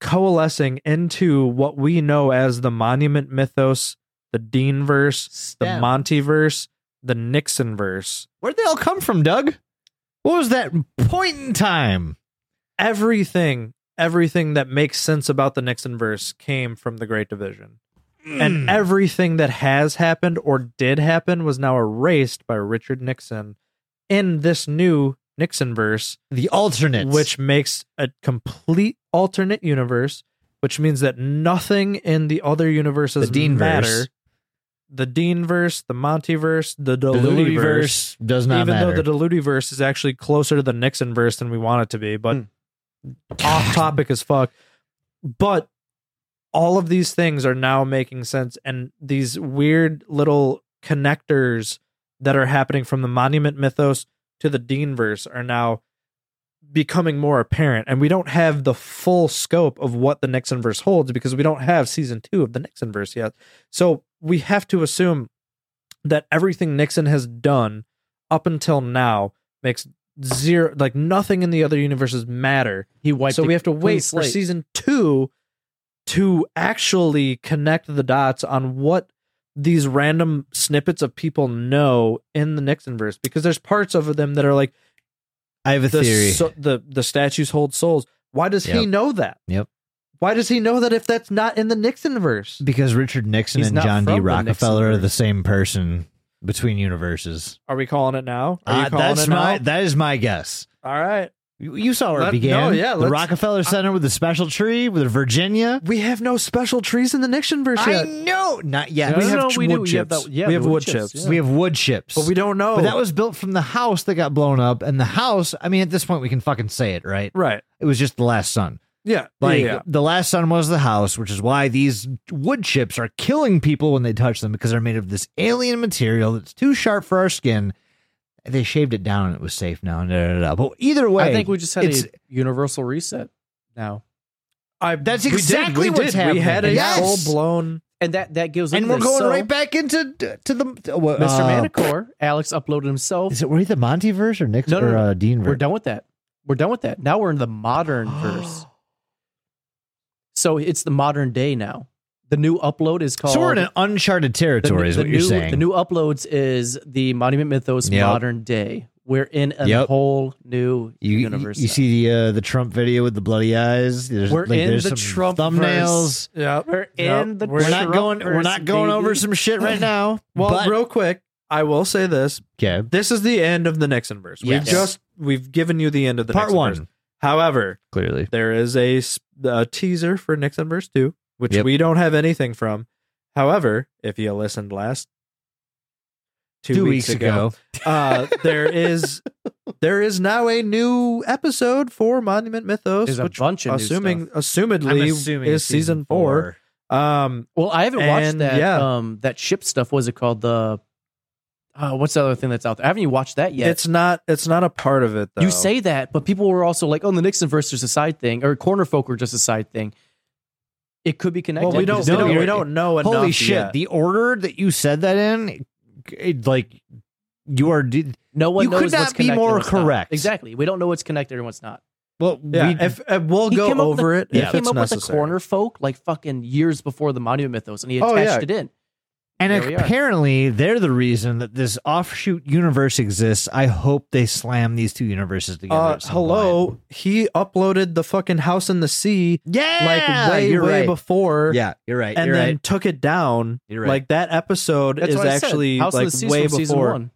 Speaker 6: coalescing into what we know as the monument mythos, the Dean verse, the Monty verse, the Nixon verse.
Speaker 4: Where'd they all come from, Doug? What was that point in time?
Speaker 6: Everything, everything that makes sense about the Nixon verse came from the Great Division.
Speaker 2: Hmm.
Speaker 6: And everything that has happened or did happen was now erased by Richard Nixon in this new Nixon verse
Speaker 4: the alternates,
Speaker 6: which makes a complete alternate universe which means that nothing in the other universes
Speaker 4: The Deanverse.
Speaker 6: matter. The Deanverse, the Montyverse, the
Speaker 4: Diludiverse
Speaker 6: Diludiverse.
Speaker 4: does not
Speaker 6: even
Speaker 4: matter.
Speaker 6: though the Diludiverse is actually closer to the Nixonverse than we want it to be, but
Speaker 2: Hmm.
Speaker 6: off topic as fuck. But all of these things are now making sense, and these weird little connectors that are happening from the Monument Mythos to the Deanverse are now becoming more apparent, and we don't have the full scope of what the Nixonverse holds because we don't have season two of the Nixonverse yet. So we have to assume that everything Nixon has done up until now makes zero like nothing in the other universes matter
Speaker 2: He wiped.
Speaker 6: so
Speaker 2: a
Speaker 6: we have to
Speaker 2: clean
Speaker 6: wait for
Speaker 2: slate.
Speaker 6: season two to actually connect the dots on what these random snippets of people know in the Nixonverse because there's parts of them that are like
Speaker 4: I have a
Speaker 6: the
Speaker 4: theory.
Speaker 6: so- the the statues hold souls. Why does he
Speaker 4: Yep.
Speaker 6: know that?
Speaker 4: Yep.
Speaker 6: Why does he know that if that's not in the Nixonverse?
Speaker 4: because Richard Nixon
Speaker 2: He's
Speaker 4: and
Speaker 2: not
Speaker 4: John D.
Speaker 2: from the
Speaker 4: Rockefeller are
Speaker 2: Nixonverse.
Speaker 4: the same person between universes.
Speaker 6: Are we calling it now? Are you
Speaker 4: Uh,
Speaker 6: calling
Speaker 4: that's
Speaker 6: it
Speaker 4: my
Speaker 6: now?
Speaker 4: that is my guess.
Speaker 6: All right.
Speaker 4: You, you saw where
Speaker 6: Let-
Speaker 4: it began.
Speaker 6: no, yeah,
Speaker 4: the
Speaker 6: let's-
Speaker 4: Rockefeller Center with the special tree with Virginia.
Speaker 6: We have no special trees in the Nixonverse
Speaker 4: I
Speaker 6: yet.
Speaker 4: know, not yet.
Speaker 2: No,
Speaker 4: we,
Speaker 2: no,
Speaker 4: have,
Speaker 2: no, we
Speaker 6: wood
Speaker 2: do. You have
Speaker 6: chips.
Speaker 2: that- yeah,
Speaker 6: We have
Speaker 2: the
Speaker 6: wood chips.
Speaker 2: yeah.
Speaker 4: we have wood chips.
Speaker 6: But we don't know.
Speaker 4: But that was built from the house that got blown up, and the house. I mean, at this point, we can fucking say it, right?
Speaker 6: right.
Speaker 4: It was just the last son.
Speaker 6: Yeah.
Speaker 4: Like
Speaker 6: yeah.
Speaker 4: the last son was the house, which is why these wood chips are killing people when they touch them because they're made of this alien material that's too sharp for our skin. They shaved it down and it was safe now. and da, da, da, da. But either way,
Speaker 2: I think we just had
Speaker 4: it's-
Speaker 2: a universal reset now,
Speaker 6: I,
Speaker 4: That's
Speaker 6: we did,
Speaker 4: exactly
Speaker 6: we
Speaker 4: what's
Speaker 6: did. We
Speaker 4: happening.
Speaker 6: had a
Speaker 4: Yes.
Speaker 6: full blown.
Speaker 2: and that that gives.
Speaker 4: and
Speaker 2: into
Speaker 4: we're
Speaker 2: this.
Speaker 4: going
Speaker 2: So,
Speaker 4: right back into to the
Speaker 2: Mr.
Speaker 4: what, uh,
Speaker 2: Manicore, Alex uploaded himself.
Speaker 4: Is it were he the Monty verse or Nick
Speaker 2: No, no,
Speaker 4: or
Speaker 2: no.
Speaker 4: uh, Dean verse?
Speaker 2: We're done with that. We're done with that. Now we're in the [GASPS] modern verse. So it's the modern day now. The new upload is called.
Speaker 4: So we're in an uncharted
Speaker 2: the,
Speaker 4: territory,
Speaker 2: the
Speaker 4: is what
Speaker 2: new,
Speaker 4: you're saying.
Speaker 2: The new uploads is the Monument Mythos
Speaker 4: Yep.
Speaker 2: modern day. We're in a
Speaker 4: Yep.
Speaker 2: whole new
Speaker 4: you, you-
Speaker 2: universe.
Speaker 4: you
Speaker 2: now.
Speaker 4: see the uh, the Trump video with the bloody eyes. There's,
Speaker 2: We're
Speaker 4: like,
Speaker 2: in
Speaker 4: there's
Speaker 2: the
Speaker 4: some
Speaker 2: Trump
Speaker 4: thumbnails.
Speaker 6: Yeah.
Speaker 2: We're
Speaker 6: Yep.
Speaker 2: in the.
Speaker 6: We're
Speaker 4: We're not
Speaker 2: Trump
Speaker 4: going. We're
Speaker 2: verse,
Speaker 4: not going
Speaker 2: baby.
Speaker 4: over some shit [LAUGHS] right now.
Speaker 6: Well,
Speaker 4: but,
Speaker 6: real quick, I will say this:
Speaker 4: okay.
Speaker 6: this is the end of the Nixon verse.
Speaker 4: Yes.
Speaker 6: We've just we've given you the end of the
Speaker 4: part
Speaker 6: Nixon
Speaker 4: one
Speaker 6: verse. However,
Speaker 4: clearly.
Speaker 6: there is a, s- a teaser for Nixon verse two, which
Speaker 4: Yep.
Speaker 6: we don't have anything from. However, if you listened last two, uh, there is there is now a new episode for Monument Mythos,
Speaker 2: There's a
Speaker 6: which
Speaker 2: bunch of new
Speaker 6: assuming
Speaker 2: stuff.
Speaker 6: assumedly is season four. Um,
Speaker 2: Well, I haven't watched
Speaker 6: And,
Speaker 2: that.
Speaker 6: yeah.
Speaker 2: Um, that ship stuff. Was it called the? Uh, what's the other thing that's out there? I haven't even watched that yet.
Speaker 6: it's not it's not a part of it though.
Speaker 2: You say that, but people were also like, "Oh, the Nixon verse is a side thing, or corner folk were just a side thing." It could be connected.
Speaker 6: well, we don't
Speaker 2: because
Speaker 6: we
Speaker 2: no,
Speaker 6: don't,
Speaker 2: you're-
Speaker 6: we don't know enough.
Speaker 4: Holy shit!
Speaker 6: yet.
Speaker 4: The order that you said that in, it, it, like you are. did-
Speaker 2: No one
Speaker 4: You
Speaker 2: knows
Speaker 4: could not
Speaker 2: what's
Speaker 4: be
Speaker 2: connected and
Speaker 4: more
Speaker 2: what's not.
Speaker 4: correct.
Speaker 2: Exactly. We don't know what's connected and what's not.
Speaker 4: Well,
Speaker 6: Yeah,
Speaker 4: we,
Speaker 6: if, uh, we'll
Speaker 2: He
Speaker 6: go
Speaker 2: came up
Speaker 6: over it.
Speaker 2: He
Speaker 6: if
Speaker 2: came
Speaker 6: it's
Speaker 2: up with the
Speaker 6: necessary.
Speaker 2: corner folk like fucking years before the Monument Mythos, and he attached
Speaker 6: Oh, yeah.
Speaker 2: it in.
Speaker 4: and
Speaker 2: there we are.
Speaker 4: apparently they're the reason that this offshoot universe exists. I hope they slam these two universes together.
Speaker 6: Uh,
Speaker 4: at some point.
Speaker 6: hello, he uploaded the fucking House in the Sea
Speaker 4: Yeah,
Speaker 6: like way
Speaker 4: you're
Speaker 6: way
Speaker 4: right.
Speaker 6: before,
Speaker 4: Yeah, you're right.
Speaker 6: and
Speaker 4: you're
Speaker 6: then
Speaker 4: right.
Speaker 6: took it down.
Speaker 4: You're right.
Speaker 6: Like that episode
Speaker 2: That's
Speaker 6: is
Speaker 2: what I said.
Speaker 6: actually
Speaker 2: House
Speaker 6: like
Speaker 2: of the Seas
Speaker 6: way
Speaker 2: from season
Speaker 6: before.
Speaker 2: one.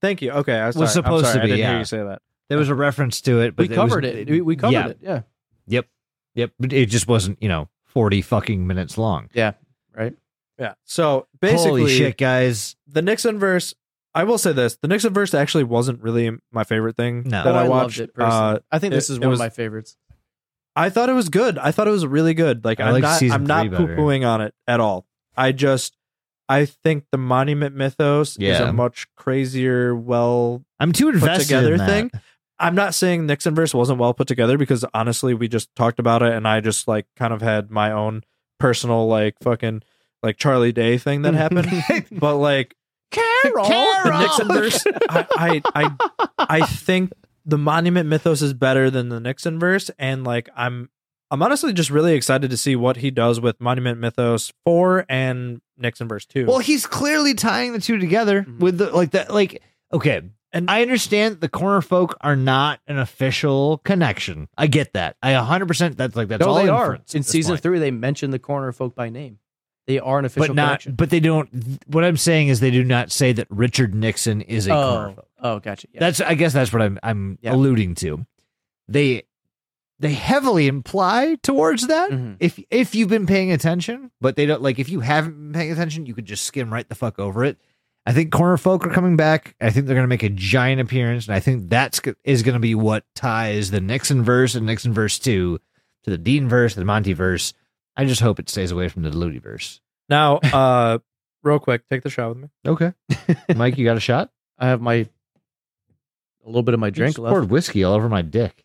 Speaker 6: Thank you. Okay, I was
Speaker 4: Was supposed to
Speaker 6: i
Speaker 4: be,
Speaker 6: didn't hear
Speaker 4: yeah.
Speaker 6: you say that.
Speaker 4: there was a reference to it. But
Speaker 2: we covered it. We, we covered
Speaker 4: yeah.
Speaker 2: it. Yeah.
Speaker 4: Yep, but it just wasn't you know forty fucking minutes long.
Speaker 6: Yeah. So
Speaker 4: Basically,
Speaker 6: basically,
Speaker 4: Holy shit, guys!
Speaker 6: the Nixon verse. I will say this: the Nixon verse actually wasn't really my favorite thing
Speaker 4: No.
Speaker 6: that
Speaker 2: Oh,
Speaker 6: I
Speaker 2: I
Speaker 6: watched.
Speaker 2: loved it personally.
Speaker 6: uh,
Speaker 2: I think this
Speaker 6: it-
Speaker 2: is
Speaker 6: it
Speaker 2: one
Speaker 6: was-
Speaker 2: of my favorites.
Speaker 6: I thought it was good. I thought it was really good. Like
Speaker 4: I
Speaker 6: I'm
Speaker 4: liked
Speaker 6: not,
Speaker 4: season
Speaker 6: I'm not
Speaker 4: three better.
Speaker 6: poo-pooing on it at all. I just, I think the Monument Mythos is
Speaker 4: Yeah.
Speaker 6: a much crazier, well
Speaker 4: I'm too
Speaker 6: put
Speaker 4: invested
Speaker 6: together
Speaker 4: in that.
Speaker 6: thing. I'm not saying Nixon verse wasn't well put together because honestly, we just talked about it, and I just like kind of had my own personal like fucking like Charlie Day
Speaker 4: [LAUGHS]
Speaker 6: thing that happened. but like
Speaker 2: Carol,
Speaker 6: the
Speaker 4: [LAUGHS]
Speaker 6: Nixonverse. [LAUGHS] I, I I I think the Monument Mythos is better than the Nixonverse, and like I'm I'm honestly just really excited to see what he does with Monument Mythos four and Nixonverse two.
Speaker 4: Well, he's clearly tying the two together
Speaker 2: Mhm.
Speaker 4: with the like that. Like, okay,
Speaker 6: And-
Speaker 4: and I understand the corner folk are not an official connection. I get that. I 100 percent. That's like that's
Speaker 2: no,
Speaker 4: all
Speaker 2: they are.
Speaker 4: inference at
Speaker 2: In
Speaker 4: this
Speaker 2: season
Speaker 4: point.
Speaker 2: three, they mention the corner folk by name. They are an official
Speaker 4: but not.
Speaker 2: connection.
Speaker 4: But they don't. What I'm saying is they do not say that Richard Nixon is a corner
Speaker 2: Oh,
Speaker 4: folk.
Speaker 2: oh, gotcha. Yeah.
Speaker 4: That's I guess that's what I'm I'm
Speaker 2: Yeah.
Speaker 4: alluding to. They they heavily imply towards that
Speaker 2: Mhm.
Speaker 4: if if you've been paying attention, but they don't like if you haven't been paying attention, you could just skim right the fuck over it. I think corner folk are coming back. I think they're going to make a giant appearance, and I think that's go- is going to be what ties the Nixon verse and Nixon verse two to the Dean verse, the Monty verse. I just hope it stays away from the Ludi verse.
Speaker 6: Now, uh, real quick, take the shot with me.
Speaker 4: Okay, Mike, you got a [LAUGHS] shot?
Speaker 2: I have my a little bit of my
Speaker 4: You
Speaker 2: drink
Speaker 4: just
Speaker 2: left.
Speaker 4: Poured whiskey all over my dick.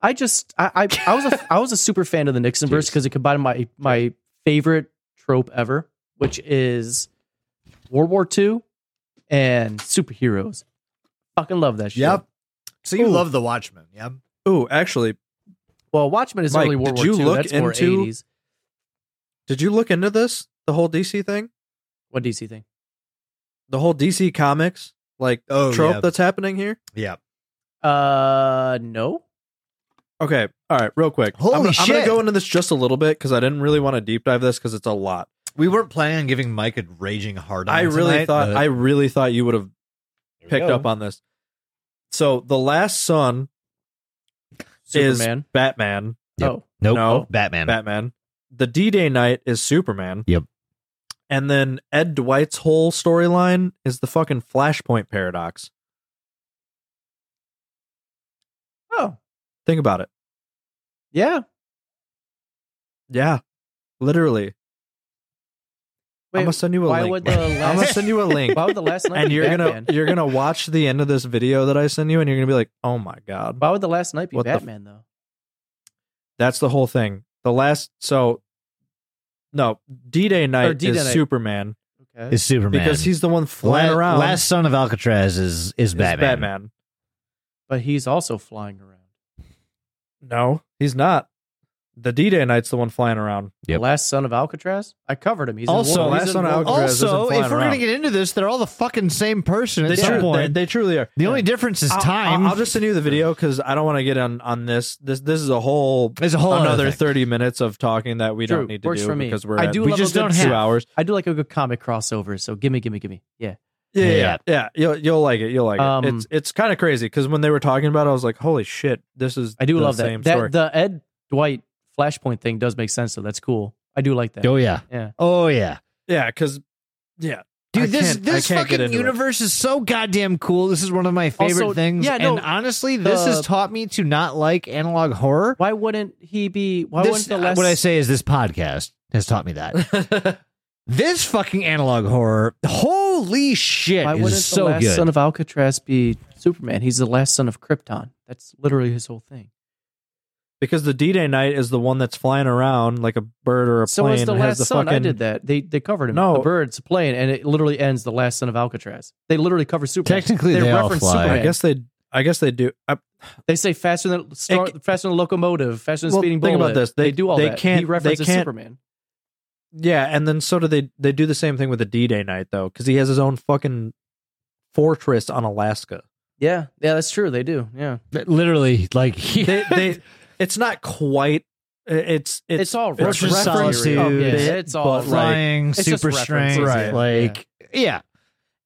Speaker 2: I just I I, I was [LAUGHS] a I was a super fan of the Nixon verse
Speaker 4: Jeez.
Speaker 2: because it combined my my favorite trope ever, which is World War II and superheroes. Fucking love that shit.
Speaker 4: So
Speaker 6: you love
Speaker 4: the Watchmen? Yep.
Speaker 6: Ooh, actually,
Speaker 2: Well, Watchmen is
Speaker 6: Mike,
Speaker 2: early World War
Speaker 6: did you
Speaker 2: II.
Speaker 6: look
Speaker 2: That's more
Speaker 6: into-
Speaker 2: 80s.
Speaker 6: did you look into this? The whole DC thing,
Speaker 2: What DC thing?
Speaker 6: the whole DC comics like
Speaker 4: Oh,
Speaker 6: trope
Speaker 4: yeah.
Speaker 6: that's happening here.
Speaker 4: Yeah.
Speaker 2: Uh, no.
Speaker 6: Okay, all right, real quick.
Speaker 4: Holy
Speaker 6: I'm, gonna- I'm gonna
Speaker 4: shit.
Speaker 6: go into this just a little bit because I didn't really want to deep dive this because it's a lot.
Speaker 4: We weren't planning on giving Mike a raging hard.
Speaker 6: I really thought I really thought you would have picked up on this. So the last son
Speaker 2: Superman.
Speaker 6: is Batman.
Speaker 4: Yep.
Speaker 2: Oh,
Speaker 4: nope.
Speaker 6: No.
Speaker 4: Batman.
Speaker 6: Batman. The D Day Knight is Superman.
Speaker 4: Yep.
Speaker 6: And then Ed Dwight's whole storyline is the fucking Flashpoint paradox.
Speaker 2: oh,
Speaker 6: Think about it.
Speaker 2: yeah.
Speaker 6: Yeah. Literally. I'm
Speaker 2: Wait,
Speaker 6: gonna send you a
Speaker 2: why
Speaker 6: link.
Speaker 2: would
Speaker 6: Mike.
Speaker 2: the
Speaker 6: I'm gonna
Speaker 2: last-
Speaker 6: send you a link.
Speaker 2: why would the last night
Speaker 6: and
Speaker 2: be
Speaker 6: you're
Speaker 2: Batman?
Speaker 6: gonna you're gonna watch the end of this video that I send you and you're gonna be like, oh my god.
Speaker 2: Why would the last night be
Speaker 6: What the f-
Speaker 2: Batman though?
Speaker 6: That's the whole thing. The last so no, D Day
Speaker 2: Or
Speaker 6: Night
Speaker 2: D-Day
Speaker 6: is
Speaker 2: Night.
Speaker 6: Superman
Speaker 2: Okay.
Speaker 4: Is Superman
Speaker 6: because he's the one flying
Speaker 4: La-
Speaker 6: around.
Speaker 4: Last son of Alcatraz is is
Speaker 6: is
Speaker 4: Batman.
Speaker 6: Batman.
Speaker 2: But he's also flying around.
Speaker 6: No, he's not. The D Day Knight's the one flying around.
Speaker 4: Yep.
Speaker 2: The last son of Alcatraz. I covered him. He's in
Speaker 4: Also,
Speaker 2: Wolverine.
Speaker 6: last
Speaker 2: He's in
Speaker 6: son of
Speaker 2: Wolverine.
Speaker 6: Alcatraz
Speaker 4: Also,
Speaker 6: isn't
Speaker 4: if
Speaker 6: flying
Speaker 4: we're
Speaker 6: around.
Speaker 4: gonna get into this, they're all the fucking same person at
Speaker 6: They,
Speaker 4: some
Speaker 6: tru-
Speaker 4: point.
Speaker 6: they, they truly are.
Speaker 4: the only difference is
Speaker 6: I'll-
Speaker 4: time.
Speaker 6: I'll, I'll just send you the video because I don't want to get on on this. This this is a whole
Speaker 4: There's a whole
Speaker 6: another
Speaker 4: other thing.
Speaker 6: thirty minutes of talking that we
Speaker 2: True.
Speaker 6: don't need to
Speaker 2: Works
Speaker 6: do
Speaker 2: for me.
Speaker 6: because we're
Speaker 2: I
Speaker 6: at-
Speaker 2: do
Speaker 6: we
Speaker 2: love
Speaker 6: just
Speaker 2: a
Speaker 6: done
Speaker 2: good
Speaker 6: two
Speaker 2: half.
Speaker 6: hours.
Speaker 2: I do like a good comic crossover. So gimme, gimme, gimme. Yeah.
Speaker 6: Yeah, yeah,
Speaker 4: Yeah.
Speaker 6: yeah. You'll you'll like it. You'll like
Speaker 2: Um,
Speaker 6: it. It's it's kind of crazy because when they were talking about, it, I was like, holy shit, this is
Speaker 2: I do
Speaker 6: the
Speaker 2: love
Speaker 6: same
Speaker 2: that. that.
Speaker 6: story.
Speaker 2: The Ed Dwight Flashpoint thing does make sense though. That's cool. I do like that.
Speaker 4: Oh yeah.
Speaker 2: Yeah.
Speaker 4: Oh yeah.
Speaker 6: yeah, because yeah,
Speaker 4: Dude,
Speaker 6: I
Speaker 4: this
Speaker 6: can't-
Speaker 4: this
Speaker 6: I can't get
Speaker 4: fucking
Speaker 6: into it.
Speaker 4: universe is so goddamn cool. This is one of my favorite
Speaker 2: Also,
Speaker 4: things.
Speaker 2: yeah, no,
Speaker 4: and honestly, this
Speaker 2: the-
Speaker 4: has taught me to not like analog horror.
Speaker 2: Why wouldn't he be? Why
Speaker 4: This-
Speaker 2: wouldn't the last?
Speaker 4: What I say is this podcast has taught me that. [LAUGHS] this fucking analog horror, holy shit,
Speaker 2: Why wouldn't
Speaker 4: is so
Speaker 2: the last
Speaker 4: good.
Speaker 2: son of Alcatraz be Superman? He's the last son of Krypton. That's literally his whole thing.
Speaker 6: because the D Day Knight is the one that's flying around like a bird or a
Speaker 2: So
Speaker 6: plane.
Speaker 2: it's the
Speaker 6: and has
Speaker 2: last
Speaker 6: the
Speaker 2: son.
Speaker 6: Fucking,
Speaker 2: I did that. They they covered him.
Speaker 6: No.
Speaker 2: the bird's a plane, and it literally ends the last son of Alcatraz. They literally cover Superman.
Speaker 4: Technically,
Speaker 2: They
Speaker 4: they all
Speaker 2: reference
Speaker 4: fly.
Speaker 2: Superman.
Speaker 6: I guess they. I guess they do. I,
Speaker 2: They say faster than star, faster than a locomotive, faster than a
Speaker 6: Well,
Speaker 2: speeding
Speaker 6: think
Speaker 2: bullet.
Speaker 6: about this.
Speaker 2: They,
Speaker 6: They-
Speaker 2: do all
Speaker 6: they
Speaker 2: that.
Speaker 6: can't-
Speaker 2: he
Speaker 6: they
Speaker 2: references
Speaker 6: can't-
Speaker 2: Superman.
Speaker 6: Yeah, and then so do they. They do the same thing with the D Day Knight though, because he has his own fucking fortress on Alaska.
Speaker 2: Yeah, yeah, that's true. They do. Yeah,
Speaker 4: Literally, like [LAUGHS] he,
Speaker 6: They, they it's not quite. It's it's,
Speaker 2: it's, all
Speaker 6: it's
Speaker 2: references.
Speaker 6: referenced
Speaker 2: Yeah,
Speaker 6: a bit,
Speaker 2: it's all
Speaker 6: but, like,
Speaker 4: flying,
Speaker 2: It's just
Speaker 4: super strength,
Speaker 2: references, yeah.
Speaker 4: like yeah.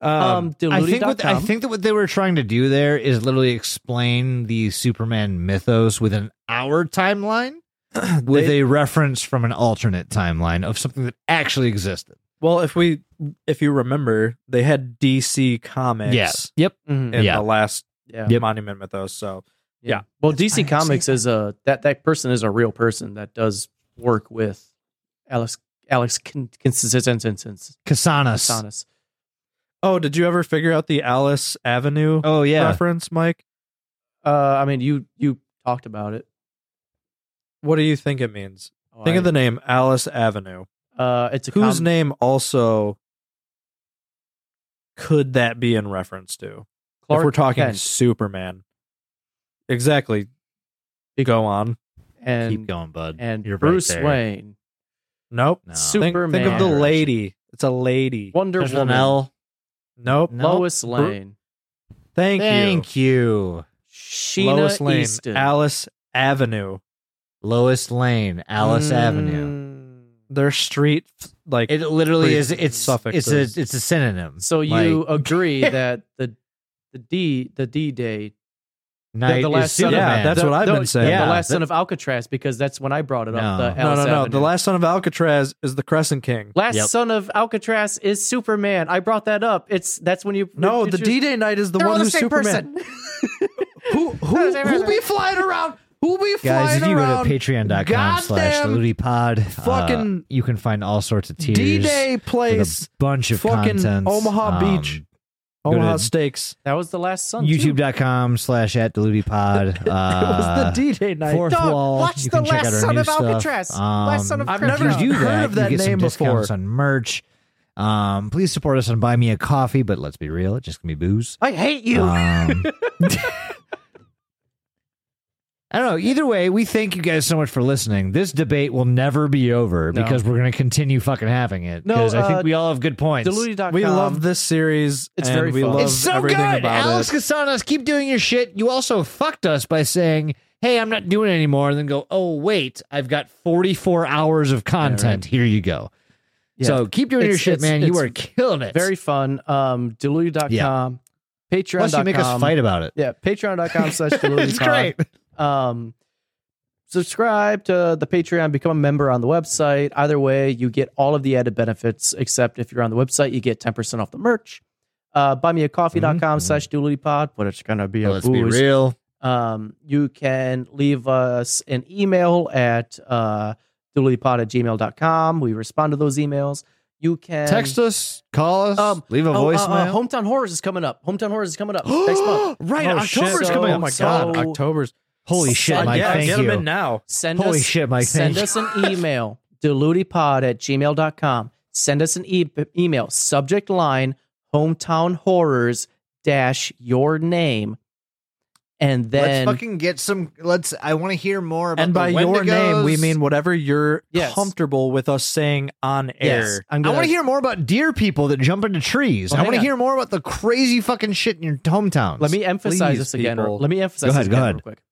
Speaker 6: uh,
Speaker 4: uh,
Speaker 2: Um,
Speaker 4: I think what I
Speaker 2: Deludi.com.
Speaker 4: think that what they were trying to do there is literally explain the Superman mythos within our timeline [CLEARS THROAT] with
Speaker 6: They-
Speaker 4: a reference from an alternate timeline of something that actually existed.
Speaker 6: Well, if we if you remember, they had DC Comics
Speaker 4: Yeah. Yep.
Speaker 2: Mhm.
Speaker 6: in
Speaker 4: Yeah.
Speaker 6: the last
Speaker 2: yeah.
Speaker 6: Monument Mythos. So yeah.
Speaker 2: Well, DC
Speaker 4: I can see
Speaker 2: Comics is a that that person is a real person that does work with Alex Alex Consistensis
Speaker 4: Kasanas.
Speaker 2: Sonis.
Speaker 6: oh, did you ever figure out the Alice Avenue
Speaker 4: Oh yeah.
Speaker 6: reference, Mike?
Speaker 2: Uh, I mean, you you talked about it.
Speaker 6: What do you think it means?
Speaker 2: Oh,
Speaker 6: think
Speaker 2: I-
Speaker 6: of the name Alice Avenue.
Speaker 2: uh, it's a
Speaker 6: Whose
Speaker 2: com-
Speaker 6: name also could that be in reference to?
Speaker 2: Clark
Speaker 6: if we're talking
Speaker 2: Kent
Speaker 6: Superman. Exactly. Go on.
Speaker 2: and
Speaker 4: Keep going, bud.
Speaker 2: and
Speaker 4: You're right
Speaker 2: Bruce
Speaker 4: there.
Speaker 2: Wayne,
Speaker 6: Nope.
Speaker 4: No.
Speaker 2: Super-
Speaker 6: Think, think of the
Speaker 2: Superman.
Speaker 6: lady. It's a lady.
Speaker 2: Wonder
Speaker 4: There's
Speaker 2: Woman,
Speaker 4: an L.
Speaker 6: Nope.
Speaker 4: No.
Speaker 2: Lois Lane,
Speaker 6: Thank, you.
Speaker 4: Thank you.
Speaker 2: Sheena
Speaker 6: Lois Lane.
Speaker 2: Easton,
Speaker 6: Alice Avenue.
Speaker 4: Lois Lane, Alice
Speaker 3: Mm.
Speaker 2: Mm.
Speaker 4: Avenue.
Speaker 6: Their street like
Speaker 4: It literally
Speaker 6: Brief
Speaker 4: is. It's
Speaker 6: suffixes.
Speaker 4: It's a it's a synonym.
Speaker 2: So you
Speaker 4: Like,
Speaker 2: agree that the the D the D Day
Speaker 4: Knight
Speaker 2: the last
Speaker 4: is
Speaker 2: son of-
Speaker 4: Superman.
Speaker 3: Yeah, that's
Speaker 2: The-
Speaker 3: what I've
Speaker 2: the-
Speaker 3: been saying.
Speaker 2: the
Speaker 4: Yeah.
Speaker 2: last son of Alcatraz, because that's when I brought it up.
Speaker 4: No.
Speaker 2: The
Speaker 3: No,
Speaker 2: Alice
Speaker 3: no, no.
Speaker 2: Avenue.
Speaker 3: The last son of Alcatraz is the Crescent King.
Speaker 2: Last
Speaker 4: Yep.
Speaker 2: son of Alcatraz is Superman. I brought that up. It's that's when you
Speaker 3: No,
Speaker 2: you
Speaker 3: the
Speaker 2: choose-
Speaker 3: D Day Knight is the
Speaker 2: They're all
Speaker 3: one
Speaker 2: the
Speaker 3: who's
Speaker 2: same
Speaker 3: Superman. who who
Speaker 2: same
Speaker 3: who
Speaker 2: person.
Speaker 3: be flying around? Who be
Speaker 4: Guys,
Speaker 3: flying
Speaker 4: if you go
Speaker 3: around?
Speaker 4: to patreon.com slash
Speaker 3: goddamn
Speaker 4: lootipod,
Speaker 3: fucking
Speaker 4: you can find all sorts of tiers.
Speaker 3: D Day
Speaker 4: with
Speaker 3: place,
Speaker 4: a bunch of
Speaker 3: fucking
Speaker 4: contents. Um,
Speaker 3: Omaha Beach.
Speaker 4: go to-
Speaker 3: Omaha Steaks.
Speaker 2: That was the last son. too.
Speaker 4: YouTube.com slash at deludipod. Uh,
Speaker 3: it was the D Day Night.
Speaker 4: Fourth
Speaker 2: Dog,
Speaker 4: wall.
Speaker 2: watch
Speaker 4: you
Speaker 2: the
Speaker 4: can check
Speaker 2: last
Speaker 4: out our
Speaker 2: son
Speaker 4: new
Speaker 2: of
Speaker 4: stuff.
Speaker 2: Alcatras.
Speaker 4: Um,
Speaker 2: Last son of
Speaker 3: I've
Speaker 4: if
Speaker 3: never
Speaker 4: you do
Speaker 3: heard
Speaker 4: that,
Speaker 3: of that
Speaker 4: you get
Speaker 3: name
Speaker 4: some discounts
Speaker 3: before.
Speaker 4: on merch. Um, please support us on Buy Me a Coffee, but let's be real, it's just gonna be booze.
Speaker 2: I hate you. [LAUGHS]
Speaker 4: Um, I don't know. Either way, we thank you guys so much for listening. This debate will never be over
Speaker 2: No.
Speaker 4: because we're going to continue fucking having it.
Speaker 2: No,
Speaker 4: Because I
Speaker 2: uh,
Speaker 4: think we all have good points.
Speaker 2: Diluted.com.
Speaker 3: We love this series.
Speaker 2: It's
Speaker 3: and
Speaker 2: very
Speaker 3: we
Speaker 2: fun.
Speaker 3: love
Speaker 4: It's so good.
Speaker 3: everything about
Speaker 4: Alex
Speaker 3: it.
Speaker 4: Casanas, keep doing your shit. You also fucked us by saying, hey, I'm not doing it anymore. And then go, oh, wait, I've got 44 hours of content. Here you go.
Speaker 2: Yeah.
Speaker 4: So keep doing your
Speaker 2: It's-
Speaker 4: shit,
Speaker 2: it's-
Speaker 4: man. You
Speaker 2: it's
Speaker 4: are killing it.
Speaker 2: very fun. Um, Diluted.com.
Speaker 4: Yeah.
Speaker 2: Patreon.com.
Speaker 4: Plus, you make us fight about [LAUGHS] it.
Speaker 2: Yeah, patreon.com [LAUGHS] slash Diluted
Speaker 4: it's
Speaker 2: Pod.
Speaker 4: great.
Speaker 2: Um, subscribe to the Patreon, become a member on the website. Either way, you get all of the added benefits, except if you're on the website, you get 10% off the merch. Uh, buymeacoffee.com
Speaker 4: Mhm.
Speaker 2: slash doolitypod, but it's going to be a
Speaker 4: Let's be
Speaker 2: booze.
Speaker 4: real.
Speaker 2: Um, you can leave us an email at uh, doolitypod at gmail.com. We respond to those emails. You can
Speaker 4: Text us, call us,
Speaker 2: Um,
Speaker 4: leave a
Speaker 2: Oh, uh, uh,
Speaker 4: voicemail.
Speaker 2: Hometown Horrors is coming up. Hometown Horrors is coming up next
Speaker 4: [GASPS]
Speaker 2: month.
Speaker 4: [GASPS] right,
Speaker 3: Oh, shit.
Speaker 4: October's
Speaker 2: So-
Speaker 4: coming
Speaker 3: Oh
Speaker 4: up.
Speaker 3: my
Speaker 2: so-
Speaker 3: god, October's.
Speaker 4: Holy
Speaker 2: Yeah,
Speaker 4: shit, Mike!
Speaker 2: yeah,
Speaker 4: thank
Speaker 3: get
Speaker 4: you.
Speaker 3: them in now.
Speaker 2: Send
Speaker 4: Holy
Speaker 2: us,
Speaker 4: shit, Mike!
Speaker 2: send
Speaker 4: thank
Speaker 2: us
Speaker 4: [LAUGHS]
Speaker 2: an email dilutipod at gmail.com send us an e- email subject line hometown horrors dash your name and
Speaker 4: you.
Speaker 2: then
Speaker 4: let's fucking get some. Let's. I want to hear more about.
Speaker 3: And
Speaker 4: the
Speaker 3: by your name, we
Speaker 4: Wendigos.
Speaker 3: mean whatever you're
Speaker 2: Yes.
Speaker 3: comfortable with us saying on
Speaker 2: yes,
Speaker 3: air.
Speaker 2: I'm
Speaker 4: I
Speaker 2: gonna,
Speaker 4: want to hear more about deer people that jump into trees.
Speaker 2: Well,
Speaker 4: I
Speaker 2: hang
Speaker 4: want to
Speaker 2: on.
Speaker 4: hear more about the crazy fucking shit in your hometowns.
Speaker 2: let me emphasize
Speaker 3: Please,
Speaker 2: this again
Speaker 3: people.
Speaker 2: let me emphasize
Speaker 4: Go ahead,
Speaker 2: this
Speaker 4: go
Speaker 2: again
Speaker 4: ahead.
Speaker 2: real quick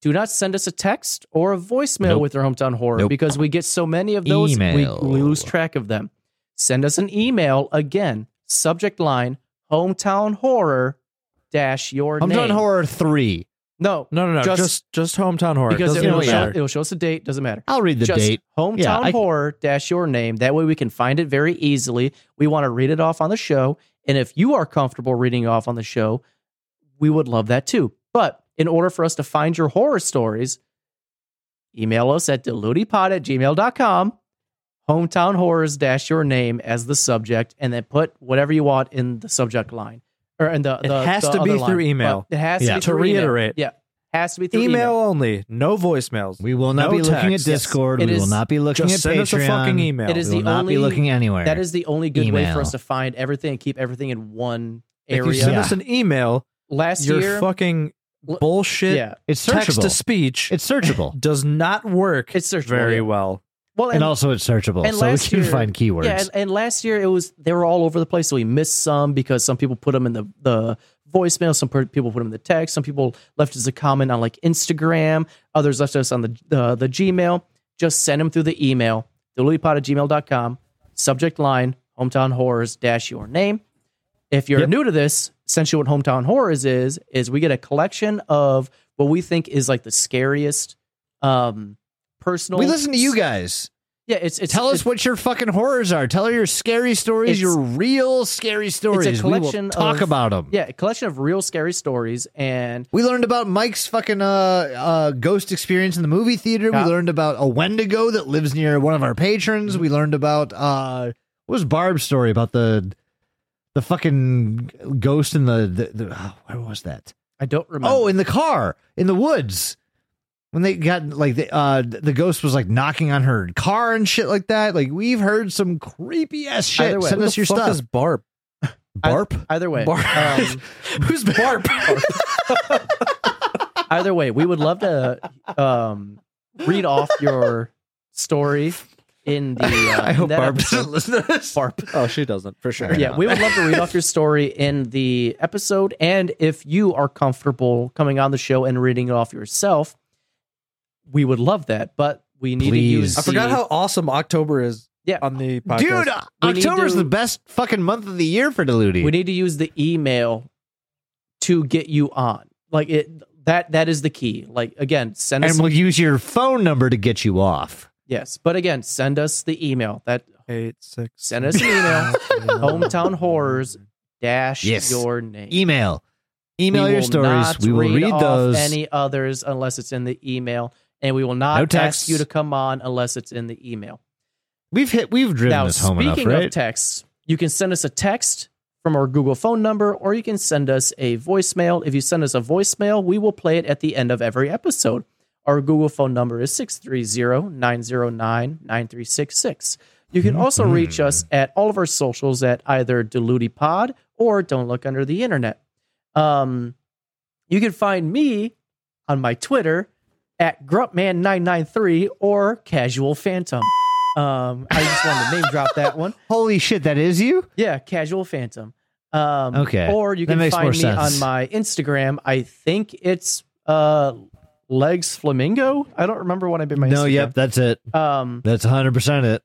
Speaker 2: do not send us a text or a voicemail
Speaker 4: Nope.
Speaker 2: with your hometown horror
Speaker 4: Nope.
Speaker 2: because we get so many of those we,
Speaker 4: Email.
Speaker 2: we lose track of them send us an email again subject line hometown horror dash your name
Speaker 4: Hometown horror three.
Speaker 2: no
Speaker 3: No, no, no.
Speaker 2: Just-
Speaker 3: Just just, hometown horror.
Speaker 2: because
Speaker 3: Doesn't
Speaker 2: it, will
Speaker 3: really
Speaker 2: show,
Speaker 3: matter.
Speaker 2: it will show us a date. Doesn't matter.
Speaker 4: I'll read the
Speaker 2: Just
Speaker 4: date.
Speaker 2: hometown
Speaker 4: Yeah, I-
Speaker 2: horror dash your name. That way we can find it very easily. We want to read it off on the show, and if you are comfortable reading off on the show, we would love that too. But in order for us to find your horror stories, email us at deludipod at gmail.com, hometown horrors dash your name as the subject, and then put whatever you want in the subject line. Or in the,
Speaker 3: It
Speaker 2: the-
Speaker 3: has
Speaker 2: the
Speaker 3: to be
Speaker 2: other line.
Speaker 3: through email.
Speaker 2: But It has to
Speaker 4: Yeah.
Speaker 2: be
Speaker 3: To
Speaker 2: through email.
Speaker 3: reiterate.
Speaker 2: Yeah. Has to be through
Speaker 3: Email,
Speaker 2: email.
Speaker 3: only, no voicemails.
Speaker 4: We will
Speaker 3: No
Speaker 4: not be looking at
Speaker 3: text. Yes.
Speaker 4: Discord.
Speaker 2: It
Speaker 4: we
Speaker 2: is-
Speaker 4: will not be looking
Speaker 3: just
Speaker 4: at
Speaker 3: send
Speaker 4: Patreon.
Speaker 3: us a fucking email.
Speaker 2: It is
Speaker 4: we will
Speaker 2: the
Speaker 4: not be
Speaker 2: only-
Speaker 4: looking anywhere.
Speaker 2: That is the only good way for
Speaker 4: Email.
Speaker 2: us to find everything and keep everything in one
Speaker 3: if you
Speaker 2: area.
Speaker 3: send
Speaker 4: Yeah.
Speaker 3: us an email,
Speaker 2: Last
Speaker 3: your
Speaker 2: year,
Speaker 3: fucking
Speaker 2: L-
Speaker 3: bullshit
Speaker 2: yeah,
Speaker 4: it's
Speaker 3: text to
Speaker 4: searchable.
Speaker 3: speech
Speaker 4: It's
Speaker 2: [LAUGHS]
Speaker 4: searchable.
Speaker 3: does not work
Speaker 2: it's searchable.
Speaker 3: very
Speaker 2: yeah.
Speaker 3: well.
Speaker 2: Well,
Speaker 4: and also it's searchable.
Speaker 2: and
Speaker 4: so we
Speaker 2: last
Speaker 4: can
Speaker 2: year-
Speaker 4: find keywords.
Speaker 2: yeah, and, and last year it was they were all over the place. So we missed some because some people put them in the the voicemail, some per- people put them in the text, some people left us a comment on like Instagram, others left us on the the the Gmail. Just send them through the email, delulipod at gmail.com, subject line, hometown horrors dash your name. If you're new to this, essentially what hometown horrors is, is we get a collection of what we think is like the scariest um personal
Speaker 4: we listen to you guys.
Speaker 2: Yeah, it's it's
Speaker 4: Tell
Speaker 2: it's,
Speaker 4: us what your fucking horrors are. Tell us your scary stories,
Speaker 2: It's-
Speaker 4: your real scary stories. we
Speaker 2: collection
Speaker 4: will talk
Speaker 2: of-
Speaker 4: about them.
Speaker 2: Yeah, a collection of real scary stories, and
Speaker 4: We learned about Mike's fucking uh, uh, ghost experience in the movie theater.
Speaker 2: Yeah.
Speaker 4: We learned about a Wendigo that lives near one of our patrons. We learned about uh, what was Barb's story about the the fucking ghost in the, the, the oh, where was that?
Speaker 2: I don't remember.
Speaker 4: Oh, in the car in the woods when they got like the uh, the ghost was like knocking on her car and shit like that. Like we've heard some creepy ass
Speaker 2: Either
Speaker 4: shit.
Speaker 2: way,
Speaker 4: Send
Speaker 2: who
Speaker 4: us your
Speaker 3: Fuck
Speaker 4: stuff.
Speaker 3: is Barb.
Speaker 4: Barp.
Speaker 2: either way,
Speaker 3: Barb.
Speaker 4: [LAUGHS]
Speaker 2: um,
Speaker 3: Who's Barb?
Speaker 2: either way, we would love to um, read off your story in the. Uh,
Speaker 4: [LAUGHS] I
Speaker 2: in
Speaker 4: hope
Speaker 2: that
Speaker 4: Barb
Speaker 2: episode.
Speaker 4: doesn't listen to this.
Speaker 2: Barb.
Speaker 3: oh, she doesn't for sure.
Speaker 2: Yeah, we would love to read off
Speaker 4: [LAUGHS]
Speaker 2: your story in the episode, and if you are comfortable coming on the show and reading it off yourself, we would love that. But we need to use.
Speaker 4: Please.
Speaker 3: I forgot
Speaker 2: the-
Speaker 3: how awesome October is.
Speaker 2: Yeah.
Speaker 3: on the podcast.
Speaker 4: Dude, uh,
Speaker 2: We need
Speaker 4: October's
Speaker 2: to-
Speaker 4: the best fucking month of the year for Deludi.
Speaker 2: We need to use the email to get you on. Like it That that is the key. Like again, send us
Speaker 4: and we'll use your phone number to get you off.
Speaker 2: yes, but again, send us the email that
Speaker 3: Eight six.
Speaker 2: Send us an
Speaker 4: [LAUGHS]
Speaker 2: email.
Speaker 3: [LAUGHS]
Speaker 2: Hometown horrors. dash
Speaker 4: Yes.
Speaker 2: your name.
Speaker 4: Email, email
Speaker 2: We
Speaker 4: your
Speaker 2: will
Speaker 4: stories.
Speaker 2: not
Speaker 4: We will read,
Speaker 2: off
Speaker 4: those.
Speaker 2: Any others unless it's in the email, and we will not
Speaker 4: No
Speaker 2: ask
Speaker 4: texts.
Speaker 2: you to come on unless it's in the email.
Speaker 4: we've hit. We've driven
Speaker 2: now,
Speaker 4: this home enough,
Speaker 2: speaking
Speaker 4: right?
Speaker 2: of texts, you can send us a text from our Google phone number, or you can send us a voicemail. If you send us a voicemail, we will play it at the end of every episode. Our Google phone number is 630 909 9366. You can also reach us at all of our socials at either Diluti Pod or Don't Look Under the Internet. Um, you can find me on my Twitter at Grumpman993 or Casual Phantom. Um, I just wanted to name drop that one.
Speaker 4: Holy shit, that is you.
Speaker 2: Yeah, Casual Phantom. Um,
Speaker 4: Okay,
Speaker 2: Or you
Speaker 4: that
Speaker 2: can
Speaker 4: makes
Speaker 2: find
Speaker 4: more
Speaker 2: me
Speaker 4: sense.
Speaker 2: on my Instagram. I think it's uh, Legs Flamingo. I don't remember what I've been my
Speaker 4: No,
Speaker 2: Instagram.
Speaker 4: yep, that's it.
Speaker 2: Um,
Speaker 4: That's 100 percent it.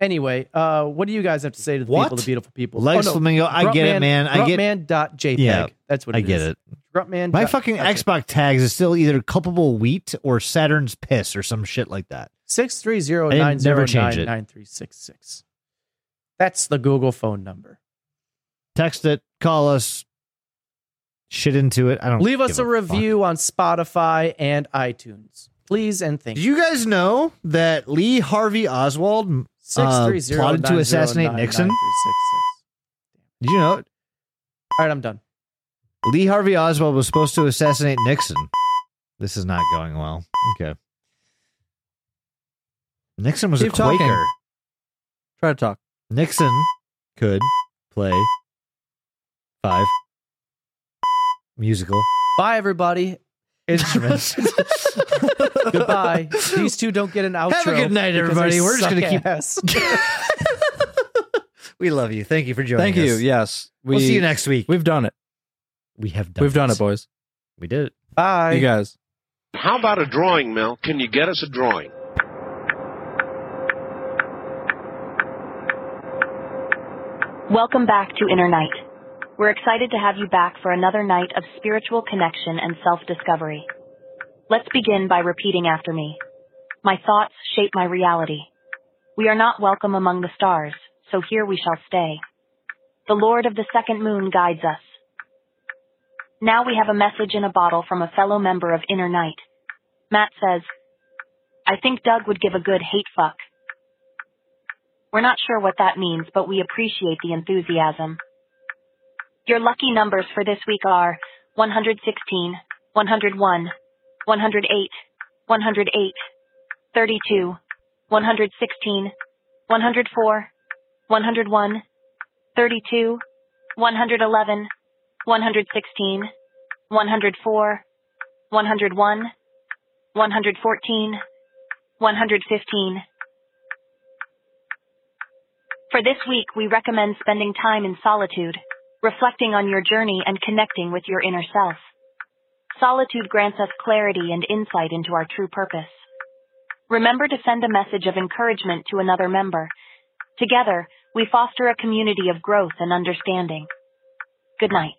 Speaker 2: anyway, uh, what do you guys have to say to the people,
Speaker 4: What?
Speaker 2: the beautiful people? Oh,
Speaker 4: Legs flamingo. I get it, man. I get.
Speaker 2: Gruntman.jpg.
Speaker 4: Yeah,
Speaker 2: E That's what
Speaker 4: I get it.
Speaker 2: Gruntman.
Speaker 4: My fucking
Speaker 2: E
Speaker 4: Xbox tags is still either culpable wheat or Saturn's piss or some shit like that.
Speaker 2: Six three zero
Speaker 4: I
Speaker 2: nine
Speaker 4: didn't-
Speaker 2: zero
Speaker 4: never change
Speaker 2: nine
Speaker 4: it.
Speaker 2: nine three six six. That's the Google phone number.
Speaker 4: Text it, call us, shit into it. I don't
Speaker 2: Leave us
Speaker 4: give
Speaker 2: a review on Spotify and iTunes, please and
Speaker 4: Fuck.
Speaker 2: thank
Speaker 4: Did
Speaker 2: you.
Speaker 4: you guys know that Lee Harvey Oswald? Did uh, plotted to assassinate
Speaker 2: 630-909-9366.
Speaker 4: Nixon? you know
Speaker 2: All right, I'm done.
Speaker 4: Lee Harvey Oswald was supposed to assassinate Nixon? This is not going well. Okay. Nixon was
Speaker 3: Keep
Speaker 4: a Quaker.
Speaker 3: talking. Try to talk.
Speaker 4: Nixon could play five musical
Speaker 2: Bye, everybody.
Speaker 3: [LAUGHS]
Speaker 4: instruments. [LAUGHS]
Speaker 2: Goodbye. These two don't get an outro.
Speaker 4: Have a good night,
Speaker 2: because
Speaker 4: everybody.
Speaker 2: they
Speaker 4: We're just gonna
Speaker 2: suck
Speaker 4: keep- [LAUGHS]
Speaker 2: ass.
Speaker 4: [LAUGHS] we love you. Thank you for joining
Speaker 3: Thank you.
Speaker 4: us.
Speaker 3: Yes, we,
Speaker 4: we'll see you next week.
Speaker 3: We've done it.
Speaker 4: We have done
Speaker 3: We've done it, boys.
Speaker 4: We did it.
Speaker 2: Bye.
Speaker 3: You guys.
Speaker 5: How about a drawing, Mel? Can you get us a drawing?
Speaker 7: Welcome back to Inner Night. We're excited to have you back for another night of spiritual connection and self-discovery. Let's begin by repeating after me. My thoughts shape my reality. We are not welcome among the stars, so here we shall stay. The Lord of the second moon guides us. Now we have a message in a bottle from a fellow member of Inner Night. Matt says, I think Doug would give a good hate fuck. We're not sure what that means, but we appreciate the enthusiasm. Your lucky numbers for this week are 116, 101, 108, 108, 32, 116, 104, 101, 32, 111, 116, 104, 101, 114, 115, for this week, we recommend spending time in solitude, reflecting on your journey and connecting with your inner self. Solitude grants us clarity and insight into our true purpose. Remember to send a message of encouragement to another member. Together, we foster a community of growth and understanding. Good night.